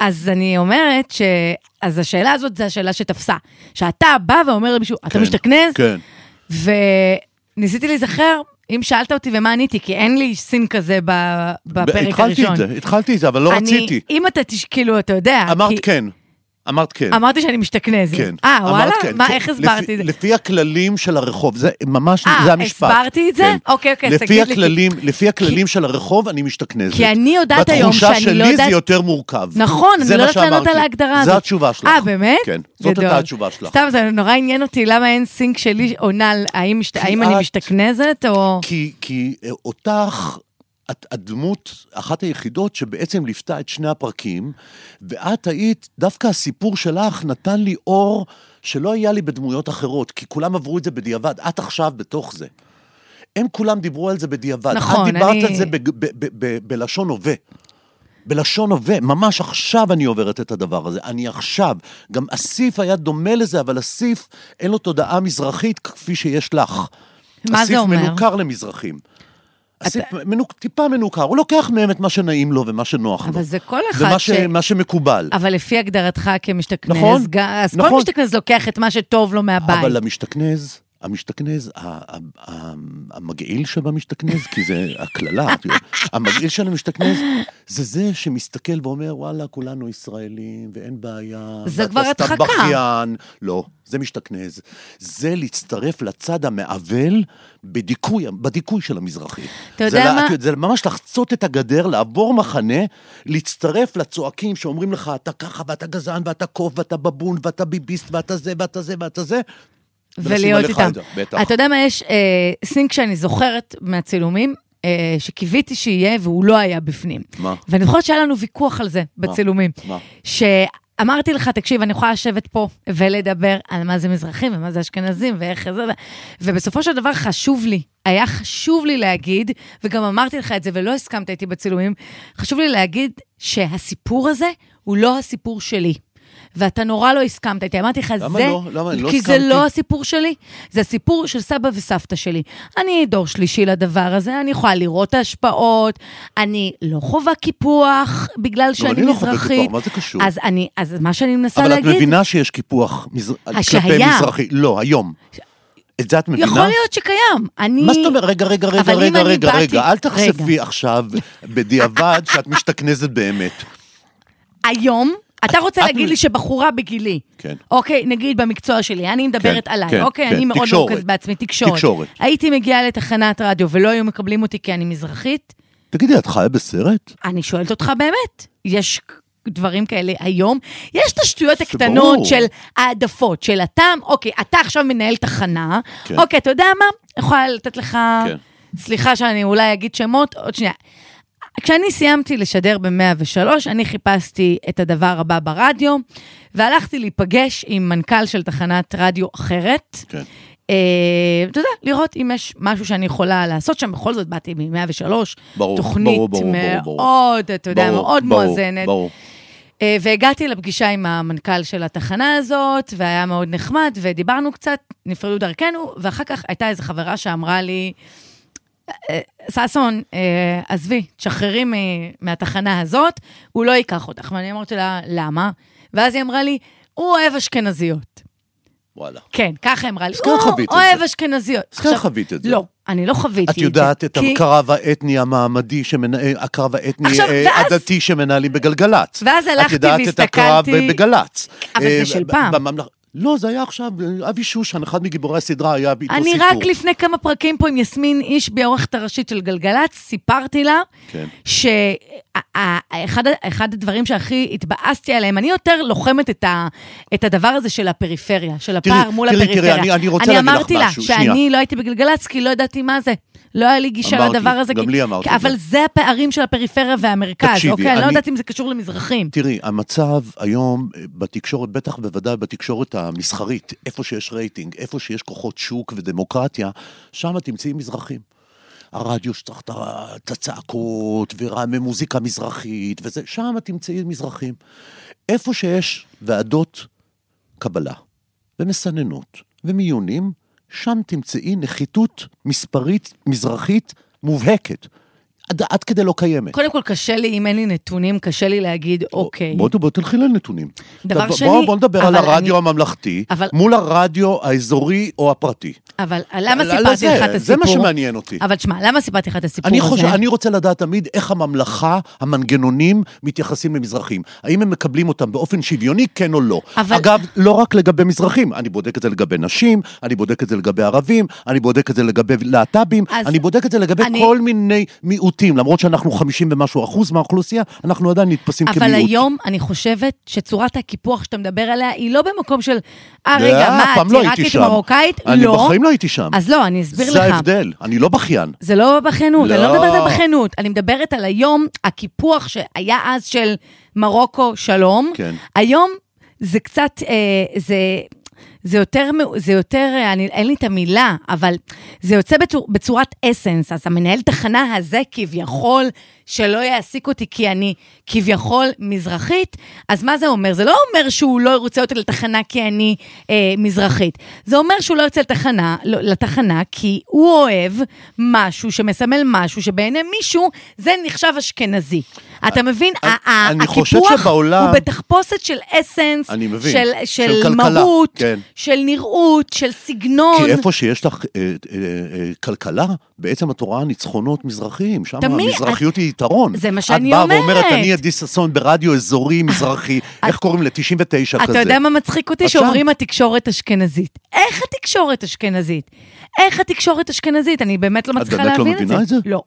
Speaker 3: אז אני אומרת ש... אז השאלה הזאת זו השאלה שתפסה. שאתה בא ואומר למישהו, אתה
Speaker 2: כן,
Speaker 3: משתכנז?
Speaker 2: כן.
Speaker 3: וניסיתי להיזכר, אם שאלת אותי ומה עניתי, כי אין לי סין כזה ב... בפרק הראשון.
Speaker 2: התחלתי את זה, התחלתי את זה, אבל לא
Speaker 3: אני-
Speaker 2: רציתי.
Speaker 3: אם אתה, תש- כאילו, אתה יודע.
Speaker 2: אמרת
Speaker 3: כי-
Speaker 2: כן. אמרת כן.
Speaker 3: אמרתי שאני משתכנזת.
Speaker 2: כן.
Speaker 3: אה,
Speaker 2: אמרת
Speaker 3: וואלה?
Speaker 2: כן.
Speaker 3: מה,
Speaker 2: כן.
Speaker 3: איך הסברתי
Speaker 2: לפי-
Speaker 3: את זה?
Speaker 2: לפי הכללים של הרחוב, זה ממש,
Speaker 3: אה,
Speaker 2: זה המשפט.
Speaker 3: הסברתי את זה?
Speaker 2: כן.
Speaker 3: אוקיי, אוקיי, אז
Speaker 2: לפי
Speaker 3: תגיד לי,
Speaker 2: הכללים, לפי הכללים של הרחוב, אני משתכנזת.
Speaker 3: כי אני יודעת היום שאני
Speaker 2: בתחושה
Speaker 3: לא
Speaker 2: שלי
Speaker 3: יודעת-
Speaker 2: זה יותר מורכב.
Speaker 3: נכון,
Speaker 2: זה
Speaker 3: אני לא
Speaker 2: מה
Speaker 3: יודעת לענות
Speaker 2: שאמרתי.
Speaker 3: על ההגדרה הזאת.
Speaker 2: זו התשובה שלך.
Speaker 3: אה, באמת?
Speaker 2: כן, זאת
Speaker 3: גדול.
Speaker 2: הייתה התשובה שלך.
Speaker 3: סתם, זה נורא עניין אותי למה אין סינק שלי עונה על האם משת- האם אני
Speaker 2: את-
Speaker 3: משתכנזת או...
Speaker 2: כי, כי אה, אותך, את הדמות, אחת היחידות שבעצם ליוותה את שני הפרקים, ואת היית, דווקא הסיפור שלך נתן לי אור שלא היה לי בדמויות אחרות, כי כולם עברו את זה בדיעבד, את עכשיו בתוך זה. הם כולם דיברו על זה בדיעבד.
Speaker 3: נכון,
Speaker 2: את דיברת
Speaker 3: אני-
Speaker 2: על זה בג- ב- ב- ב- בלשון הווה. בלשון הווה, ממש עכשיו אני עוברת את הדבר הזה, אני עכשיו. גם אסיף היה דומה לזה, אבל אסיף אין לו תודעה מזרחית כפי שיש לך.
Speaker 3: מה זה אומר?
Speaker 2: אסיף מנוכר למזרחים. אסיף מנוק, טיפה מנוכר, הוא לוקח מהם את מה שנעים לו ומה שנוח לו.
Speaker 3: אבל זה כל אחד
Speaker 2: ומה
Speaker 3: ש-
Speaker 2: ש... מה שמקובל.
Speaker 3: אבל לפי הגדרתך כמשתכנז,
Speaker 2: נכון,
Speaker 3: ג- אז כל
Speaker 2: נכון.
Speaker 3: משתכנז לוקח את מה שטוב לו מהבית.
Speaker 2: אבל המשתכנז, המשתכנז, ה- ה- ה- המגעיל שבמשתכנז, כי זה הקללה, את יודעת, המגעיל של המשתכנז, זה זה שמסתכל ואומר, וואלה, כולנו ישראלים, ואין בעיה.
Speaker 3: זה
Speaker 2: ואתה
Speaker 3: כבר
Speaker 2: סתם
Speaker 3: הדחקה.
Speaker 2: בכיין. לא, זה משתכנז. זה להצטרף לצד המעוול בדיכוי, בדיכוי של המזרחי.
Speaker 3: אתה
Speaker 2: זה
Speaker 3: יודע
Speaker 2: לה-
Speaker 3: מה?
Speaker 2: את יודעת, זה ממש לחצות את הגדר, לעבור מחנה, להצטרף לצועקים שאומרים לך, אתה ככה, ואתה גזען, ואתה קוף, ואתה בבון, ואתה ביביסט, ואתה זה, ואתה זה, ואתה זה. ולשים
Speaker 3: ולהיות
Speaker 2: עליך
Speaker 3: איתם.
Speaker 2: את זה, בטח.
Speaker 3: אתה יודע מה, יש אה, סינק שאני זוכרת מהצילומים, אה, שקיוויתי שיהיה והוא לא היה בפנים.
Speaker 2: מה?
Speaker 3: ואני זוכרת שהיה לנו ויכוח על זה בצילומים.
Speaker 2: מה?
Speaker 3: שאמרתי לך, תקשיב, אני יכולה לשבת פה ולדבר על מה זה מזרחים ומה זה אשכנזים ואיך זה, ובסופו של דבר חשוב לי, היה חשוב לי להגיד, וגם אמרתי לך את זה ולא הסכמת איתי בצילומים, חשוב לי להגיד שהסיפור הזה הוא לא הסיפור שלי. ואתה נורא לא הסכמת איתי, אמרתי לך,
Speaker 2: למה
Speaker 3: זה,
Speaker 2: לא? למה? אני לא
Speaker 3: כי זה
Speaker 2: הסכמתי.
Speaker 3: לא הסיפור שלי, זה הסיפור של סבא וסבתא שלי. אני דור שלישי לדבר הזה, אני יכולה לראות את ההשפעות, אני לא חווה קיפוח בגלל שאני
Speaker 2: אני לא חווה
Speaker 3: מזרחית.
Speaker 2: קיפוח, מה זה קשור?
Speaker 3: אז אני, אז מה שאני מנסה
Speaker 2: אבל
Speaker 3: להגיד,
Speaker 2: את מבינה שיש קיפוח מזר...
Speaker 3: השהיה.
Speaker 2: כלפי מזרחי. לא, היום. את זה את מבינה?
Speaker 3: יכול להיות שקיים. אני...
Speaker 2: מה זאת אומרת? רגע, רגע, רגע,
Speaker 3: אבל אם
Speaker 2: רגע,
Speaker 3: אני
Speaker 2: רגע,
Speaker 3: באתי-
Speaker 2: רגע, אל
Speaker 3: רגע.
Speaker 2: תחשפי עכשיו בדיעבד שאת משתכנזת באמת.
Speaker 3: היום, אתה רוצה
Speaker 2: את
Speaker 3: להגיד
Speaker 2: מ-
Speaker 3: לי שבחורה בגילי.
Speaker 2: כן.
Speaker 3: אוקיי, נגיד במקצוע שלי, אני מדברת
Speaker 2: כן,
Speaker 3: עליי,
Speaker 2: כן,
Speaker 3: אוקיי?
Speaker 2: כן,
Speaker 3: אני מאוד
Speaker 2: תקשורת.
Speaker 3: מורכזת בעצמי, תקשורת.
Speaker 2: תקשורת.
Speaker 3: הייתי מגיעה לתחנת רדיו ולא היו מקבלים אותי כי אני מזרחית,
Speaker 2: תגידי, את חיה בסרט?
Speaker 3: אני שואלת אותך באמת, יש דברים כאלה היום. יש את השטויות הקטנות
Speaker 2: ברור.
Speaker 3: של העדפות, של הטעם, אוקיי, אתה עכשיו מנהל תחנה,
Speaker 2: כן.
Speaker 3: אוקיי, אתה יודע מה? אני יכולה לתת לך...
Speaker 2: כן.
Speaker 3: סליחה שאני אולי אגיד שמות, עוד שנייה. כשאני סיימתי לשדר ב-103, אני חיפשתי את הדבר הבא ברדיו, והלכתי להיפגש עם מנכ"ל של תחנת רדיו אחרת.
Speaker 2: כן.
Speaker 3: אה, אתה יודע, לראות אם יש משהו שאני יכולה לעשות שם. בכל זאת באתי מ-103,
Speaker 2: ברור,
Speaker 3: תוכנית
Speaker 2: ברור, ברור, ברור, ברור.
Speaker 3: מאוד, אתה יודע,
Speaker 2: ברור,
Speaker 3: מאוד
Speaker 2: ברור,
Speaker 3: מואזנת.
Speaker 2: ברור.
Speaker 3: אה, והגעתי לפגישה עם המנכ"ל של התחנה הזאת, והיה מאוד נחמד, ודיברנו קצת, נפרדו דרכנו, ואחר כך הייתה איזו חברה שאמרה לי, "אה, ששון, אה, עזבי, תשחררי מ- מהתחנה הזאת, הוא לא ייקח אותך. ואני אמרתי לה, למה? ואז היא אמרה לי, הוא אוהב אשכנזיות.
Speaker 2: וואלה.
Speaker 3: כן, ככה היא אמרה לי,
Speaker 2: אז כן
Speaker 3: הוא
Speaker 2: חווית את זה.
Speaker 3: אוהב אשכנזיות.
Speaker 2: אז כן
Speaker 3: עכשיו,
Speaker 2: חווית את זה.
Speaker 3: לא, אני לא חוויתי את
Speaker 2: את
Speaker 3: זה.
Speaker 2: יודעת את
Speaker 3: כי-
Speaker 2: הקרב האתני המעמדי, שמנה- אה, הקרב האתני
Speaker 3: עכשיו,
Speaker 2: אה,
Speaker 3: ואז-
Speaker 2: הדתי שמנהלים בגלגלצ.
Speaker 3: ואז
Speaker 2: את
Speaker 3: הלכתי
Speaker 2: יודעת את הקרב
Speaker 3: והסתכלתי-
Speaker 2: בגל"צ.
Speaker 3: אבל זה
Speaker 2: אה,
Speaker 3: של
Speaker 2: ב-
Speaker 3: פעם.
Speaker 2: בממלכ- לא, זה היה עכשיו, אה, אבי שושן, אחד מגיבורי הסדרה, היה איתו
Speaker 3: אני
Speaker 2: סיפור.
Speaker 3: רק לפני כמה פרקים פה עם יסמין אישבי, העורכת הראשית של גלגלצ, סיפרתי לה
Speaker 2: כן.
Speaker 3: שאחד הדברים שהכי התבאסתי עליהם, אני יותר לוחמת את, ה, את הדבר הזה של הפריפריה, של
Speaker 2: תראי,
Speaker 3: הפער מול
Speaker 2: תראי, תראי,
Speaker 3: הפריפריה.
Speaker 2: אני- אני רוצה להגיד לך
Speaker 3: אמרתי לה
Speaker 2: משהו,
Speaker 3: שאני
Speaker 2: שנייה.
Speaker 3: לא הייתי בגלגלצ כי לא ידעתי מה זה. לא היה לי גישה
Speaker 2: אמרת לי,
Speaker 3: לדבר הזה.
Speaker 2: גם
Speaker 3: כי-
Speaker 2: לי אמרת
Speaker 3: כי-
Speaker 2: את זה.
Speaker 3: אבל זה הפערים של הפריפריה והמרכז,
Speaker 2: תקשיבי,
Speaker 3: אוקיי? אני לא
Speaker 2: אני-
Speaker 3: יודעת אם זה קשור למזרחים.
Speaker 2: תראי, המצב היום אה, בתקשורת, בטח בוודאי בתקשורת המסחרית, איפה שיש רייטינג, איפה שיש כוחות שוק ודמוקרטיה, שם תמצאי מזרחים. הרדיו שצריך את ה- את הצעקות, ורעמי מוזיקה מזרחית, וזה, שם תמצאי מזרחים. איפה שיש ועדות קבלה, ומסננות, ומיונים, שם תמצאי נחיתות מספרית מזרחית מובהקת. עד, עד כדי לא קיימת.
Speaker 3: קודם כל, קשה לי, אם אין לי נתונים, קשה לי להגיד, אוקיי.
Speaker 2: בוא, בוא תלכי לנתונים.
Speaker 3: דבר
Speaker 2: דבר שני,
Speaker 3: שני,
Speaker 2: בוא, בוא נדבר
Speaker 3: אבל
Speaker 2: על הרדיו
Speaker 3: אני-
Speaker 2: הממלכתי,
Speaker 3: אבל-
Speaker 2: מול הרדיו האזורי או הפרטי.
Speaker 3: אבל למה
Speaker 2: על- על
Speaker 3: סיפרתי
Speaker 2: זה,
Speaker 3: לך את הסיפור?
Speaker 2: זה מה שמעניין אותי.
Speaker 3: אבל תשמע, למה סיפרתי לך את הסיפור
Speaker 2: אני,
Speaker 3: הזה?
Speaker 2: חושב, אני רוצה לדעת תמיד איך הממלכה, המנגנונים, מתייחסים למזרחים. האם הם מקבלים אותם באופן שוויוני, כן או לא.
Speaker 3: אבל-
Speaker 2: אגב, לא רק לגבי מזרחים, אני בודק את זה לגבי נשים, אני בודק את זה לגבי ערבים, אני בודק את זה לגבי להט"בים,
Speaker 3: אז
Speaker 2: אני בודק את זה לגבי
Speaker 3: אני-
Speaker 2: כל מיני מיעוטים. למרות שאנחנו 50 ומשהו אחוז מהאוכלוסייה, אנחנו עדיין נתפסים
Speaker 3: אבל
Speaker 2: כמיעוט.
Speaker 3: היום אני חושבת שצורת הקיפוח שאתה מדבר עליה היא לא במקום של, אה
Speaker 2: לא,
Speaker 3: רגע, מה,
Speaker 2: פעם
Speaker 3: את
Speaker 2: לא הייתי
Speaker 3: עיראקית
Speaker 2: שם.
Speaker 3: מרוקאית? לא.
Speaker 2: אני בחיים לא הייתי שם.
Speaker 3: אז לא, אני אסביר לך.
Speaker 2: זה ההבדל, אני לא בכיין.
Speaker 3: זה לא בכיינות, אני לא
Speaker 2: לא.
Speaker 3: מדברת על בכיינות, אני מדברת על היום, הקיפוח שהיה אז של מרוקו שלום.
Speaker 2: כן.
Speaker 3: היום זה קצת, אה, זה... זה יותר, מ- זה יותר, אה, אני, אין לי את המילה, אבל זה יוצא בצור, בצורת אסנס. אז המנהל תחנה הזה כביכול, שלא יעסיק אותי כי אני כביכול מזרחית, אז מה זה אומר? זה לא אומר שהוא לא רוצה אותי לתחנה כי אני אה, מזרחית. זה אומר שהוא לא יוצא לתחנה, לא, לתחנה כי הוא אוהב משהו שמסמל משהו שבעיני מישהו זה נחשב אשכנזי. אתה מבין?
Speaker 2: אני-
Speaker 3: ה- ה-
Speaker 2: אני חושב
Speaker 3: הקיפוח
Speaker 2: שבעולם-
Speaker 3: הוא בתחפושת של אסנס,
Speaker 2: אני מבין.
Speaker 3: של, של,
Speaker 2: של כלכלה,
Speaker 3: מהות,
Speaker 2: כן.
Speaker 3: של נראות, של סגנון.
Speaker 2: כי איפה שיש לך אה, אה, אה, כלכלה, בעצם את רואה ניצחונות מזרחיים, שם
Speaker 3: תמיד,
Speaker 2: המזרחיות היא יתרון.
Speaker 3: זה מה שאני
Speaker 2: את באה ואומרת,
Speaker 3: אומרת. אה,
Speaker 2: אני עדי ששון ברדיו אזורי מזרחי, איך קוראים ל-99 כזה.
Speaker 3: אתה יודע מה מצחיק אותי?
Speaker 2: את
Speaker 3: שאומרים
Speaker 2: שם.
Speaker 3: התקשורת אשכנזית. איך התקשורת אשכנזית? איך התקשורת אשכנזית? אני באמת לא
Speaker 2: את
Speaker 3: מצליחה
Speaker 2: באמת לא
Speaker 3: להבין את זה.
Speaker 2: מבינה את זה?
Speaker 3: לא.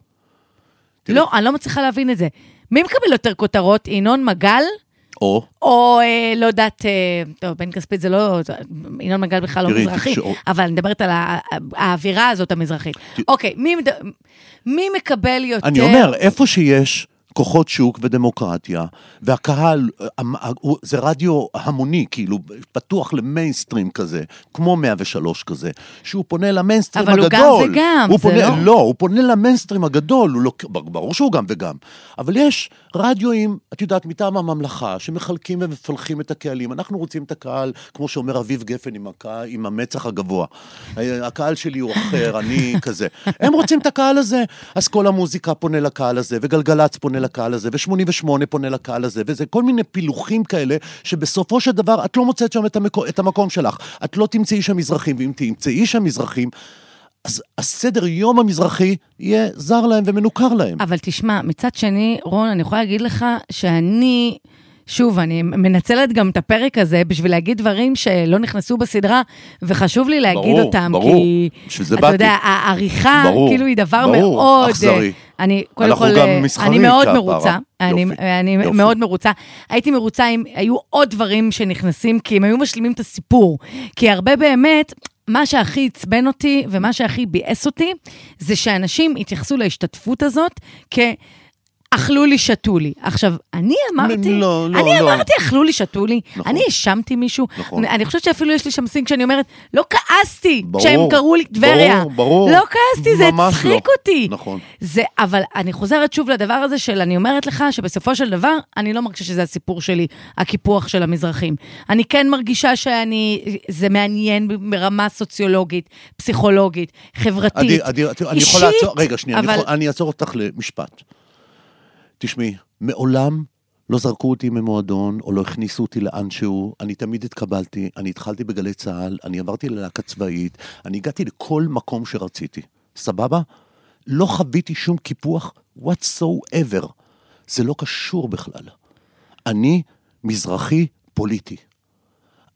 Speaker 2: תראי.
Speaker 3: לא, אני לא מצליחה להבין את זה. מי מקבל יותר כותרות, ינון מגל?
Speaker 2: או,
Speaker 3: או אה, לא יודעת, אה, טוב, בן כספית זה לא, ינון מגל בכלל לא
Speaker 2: תראי,
Speaker 3: מזרחי,
Speaker 2: תקשור-
Speaker 3: אבל אני מדברת על ה- האווירה הזאת המזרחית. אוקיי, מי מד- מי מקבל יותר...
Speaker 2: אני אומר, איפה שיש... כוחות שוק ודמוקרטיה, והקהל, אה, המ- אה, הוא- זה רדיו המוני, כאילו, פתוח למיינסטרים כזה, כמו 103 כזה, שהוא פונה למיינסטרים
Speaker 3: אבל
Speaker 2: הגדול.
Speaker 3: הוא גם וגם,
Speaker 2: הוא
Speaker 3: זה
Speaker 2: פונה,
Speaker 3: לא-
Speaker 2: לא, הוא פונה למיינסטרים הגדול, הוא לא, ברור שהוא גם וגם. אבל יש רדיואים, את יודעת, מטעם הממלכה, שמחלקים ומפלחים את הקהלים. אנחנו רוצים את הקהל, כמו שאומר אביב גפן עם, הק... עם המצח הגבוה. אה, הקהל שלי הוא אחר, אני כזה. הם רוצים את הקהל הזה. אז כל המוזיקה פונה לקהל הזה, וגלגלצ פונה לקהל הזה, ו-88 פונה לקהל הזה, וזה כל מיני פילוחים כאלה, שבסופו של דבר את לא מוצאת שם את, המקו... את המקום שלך. את לא תמצאי שם מזרחים, ואם תמצאי שם מזרחים, אז הסדר יום המזרחי יהיה זר להם ומנוכר להם.
Speaker 3: אבל תשמע, מצד שני, רון, אני יכולה להגיד לך שאני, שוב, אני מנצלת גם את הפרק הזה בשביל להגיד דברים שלא נכנסו בסדרה, וחשוב לי להגיד
Speaker 2: ברור,
Speaker 3: אותם,
Speaker 2: ברור.
Speaker 3: כי...
Speaker 2: בשביל זה
Speaker 3: אתה
Speaker 2: באתי.
Speaker 3: יודע, העריכה,
Speaker 2: ברור,
Speaker 3: כאילו, היא דבר
Speaker 2: ברור,
Speaker 3: מאוד...
Speaker 2: אכזרי.
Speaker 3: אני, קודם
Speaker 2: אנחנו
Speaker 3: כל,
Speaker 2: גם
Speaker 3: אה,
Speaker 2: מסחרי
Speaker 3: אני מאוד
Speaker 2: כפרה.
Speaker 3: מרוצה. אני,
Speaker 2: יופי,
Speaker 3: אני
Speaker 2: יופי.
Speaker 3: מאוד מרוצה. הייתי מרוצה אם היו עוד דברים שנכנסים, כי הם היו משלימים את הסיפור. כי הרבה באמת, מה שהכי עצבן אותי ומה שהכי ביאס אותי, זה שאנשים התייחסו להשתתפות הזאת כ... אכלו לי, שתו לי. עכשיו, אני אמרתי,
Speaker 2: לא, לא,
Speaker 3: אני
Speaker 2: לא.
Speaker 3: אמרתי, אכלו לי, שתו לי.
Speaker 2: נכון.
Speaker 3: אני האשמתי מישהו.
Speaker 2: נכון.
Speaker 3: אני חושבת שאפילו יש לי שם סינג שאני אומרת, לא כעסתי
Speaker 2: ברור,
Speaker 3: כשהם קראו לי טבריה.
Speaker 2: ברור, ברור.
Speaker 3: לא כעסתי, זה
Speaker 2: ממש
Speaker 3: הצחיק
Speaker 2: לא.
Speaker 3: אותי.
Speaker 2: נכון.
Speaker 3: זה, אבל אני חוזרת שוב לדבר הזה של אני אומרת לך שבסופו של דבר, אני לא מרגישה שזה הסיפור שלי, הקיפוח של המזרחים. אני כן מרגישה שאני, זה מעניין ברמה סוציולוגית, פסיכולוגית, חברתית,
Speaker 2: עדי, עדי, עדי, אני
Speaker 3: אישית,
Speaker 2: יכול לעצור, רגע, שנייה,
Speaker 3: אבל
Speaker 2: אני, יכול, אני אעצור אותך למשפט. תשמעי, מעולם לא זרקו אותי ממועדון, או לא הכניסו אותי לאן שהוא, אני תמיד התקבלתי, אני התחלתי בגלי צה"ל, אני עברתי ללהקה צבאית, אני הגעתי לכל מקום שרציתי, סבבה? לא חוויתי שום קיפוח whatsoever. זה לא קשור בכלל. אני מזרחי פוליטי.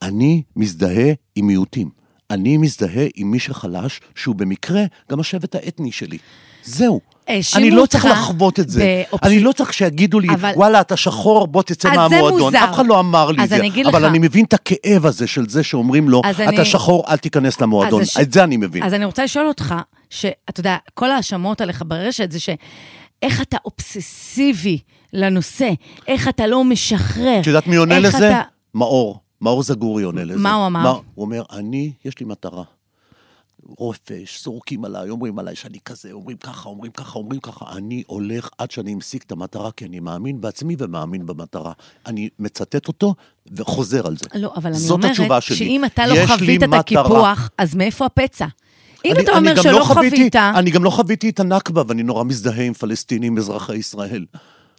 Speaker 2: אני מזדהה עם מיעוטים. אני מזדהה עם מי שחלש, שהוא במקרה גם השבט האתני שלי. זהו.
Speaker 3: האשימו
Speaker 2: אני לא צריך
Speaker 3: אה, אותך
Speaker 2: לחוות את זה.
Speaker 3: באופס-
Speaker 2: אני לא צריך שיגידו לי,
Speaker 3: אבל-
Speaker 2: וואלה, אתה שחור, בוא תצא
Speaker 3: אז זה
Speaker 2: מהמועדון.
Speaker 3: מוזר.
Speaker 2: אף אחד לא אמר לי
Speaker 3: אז
Speaker 2: את זה.
Speaker 3: אני אגיד
Speaker 2: אבל
Speaker 3: לך.
Speaker 2: אני מבין את הכאב הזה של זה שאומרים לו,
Speaker 3: אז
Speaker 2: אתה
Speaker 3: אני-
Speaker 2: שחור, אל תיכנס
Speaker 3: אז
Speaker 2: למועדון.
Speaker 3: הש-
Speaker 2: לא, את זה אני מבין.
Speaker 3: אז אני רוצה לשאול אותך, שאתה יודע, כל ההאשמות עליך ברשת זה ש... איך אתה אובססיבי לנושא, איך אתה לא משחרר.
Speaker 2: את יודעת מי עונה
Speaker 3: איך
Speaker 2: לזה?
Speaker 3: אתה...
Speaker 2: מאור. מאור זגורי עונה לזה.
Speaker 3: מה הוא אמר?
Speaker 2: הוא אומר, אני, יש לי מטרה. רופש, זורקים עליי, אומרים עליי שאני כזה, אומרים ככה, אומרים ככה, אומרים ככה. אני הולך עד שאני אמשיג את המטרה, כי אני מאמין בעצמי ומאמין במטרה. אני מצטט אותו וחוזר על זה.
Speaker 3: לא, אבל אני
Speaker 2: זאת התשובה
Speaker 3: אומרת
Speaker 2: שלי.
Speaker 3: שאם אתה לא
Speaker 2: יש לי
Speaker 3: חווית את
Speaker 2: מטרה.
Speaker 3: הקיפוח, אז מאיפה הפצע? אם
Speaker 2: אני-
Speaker 3: אתה
Speaker 2: אני
Speaker 3: אומר
Speaker 2: גם
Speaker 3: שלא
Speaker 2: לא חוויתי-
Speaker 3: חווית,
Speaker 2: אני גם לא חוויתי את הנכבה, ואני נורא מזדהה עם פלסטינים, אזרחי ישראל.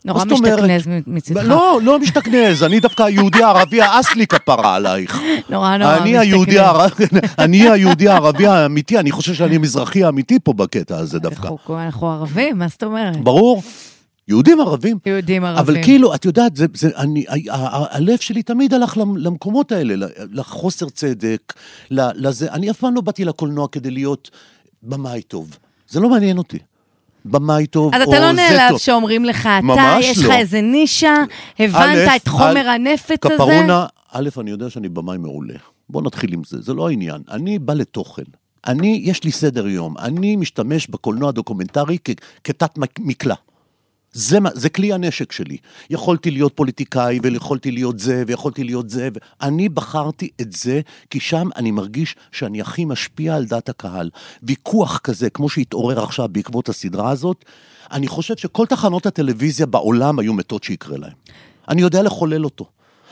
Speaker 3: נורא
Speaker 2: מה זאת אומרת?
Speaker 3: משתכנז מ- מצדך.
Speaker 2: לא, לא משתכנז, אני דווקא היהודי הערבי האסלי כפרה עלייך.
Speaker 3: נורא נורא
Speaker 2: אני היהודי הערבי- אני היהודי הערבי האמיתי, אני חושב שאני המזרחי האמיתי פה בקטע הזה דווקא.
Speaker 3: אנחנו- אנחנו ערבים, מה זאת אומרת?
Speaker 2: ברור, יהודים ערבים.
Speaker 3: יהודים ערבים.
Speaker 2: אבל כאילו, את יודעת, זה, זה, אני, ה- ה- ה- הלב שלי תמיד הלך למ- למקומות האלה, ל- לחוסר צדק, ל- לזה. אני אף פעם לא באתי לקולנוע כדי להיות במאי טוב. זה לא מעניין אותי. במאי טוב,
Speaker 3: אז
Speaker 2: או
Speaker 3: אתה לא
Speaker 2: זה
Speaker 3: נעלב
Speaker 2: טוב.
Speaker 3: שאומרים לך, אתה,
Speaker 2: ממש
Speaker 3: יש
Speaker 2: לא.
Speaker 3: לך איזה נישה, הבנת
Speaker 2: א',
Speaker 3: את חומר
Speaker 2: א',
Speaker 3: הנפץ הזה?
Speaker 2: קפרונה, א', אני יודע שאני במאי מעולה. בוא נתחיל עם זה, זה לא העניין. אני בא לתוכן. אני, יש לי סדר יום. אני משתמש בקולנוע הדוקומנטרי כ- כתת מק- מקלע. זה, מה- זה כלי הנשק שלי. יכולתי להיות פוליטיקאי, ויכולתי להיות זה, ויכולתי להיות זה. ו... אני בחרתי את זה, כי שם אני מרגיש שאני הכי משפיע על דעת הקהל. ויכוח כזה, כמו שהתעורר עכשיו בעקבות הסדרה הזאת, אני חושב שכל תחנות הטלוויזיה בעולם היו מתות שיקרה להם. אני יודע לחולל אותו.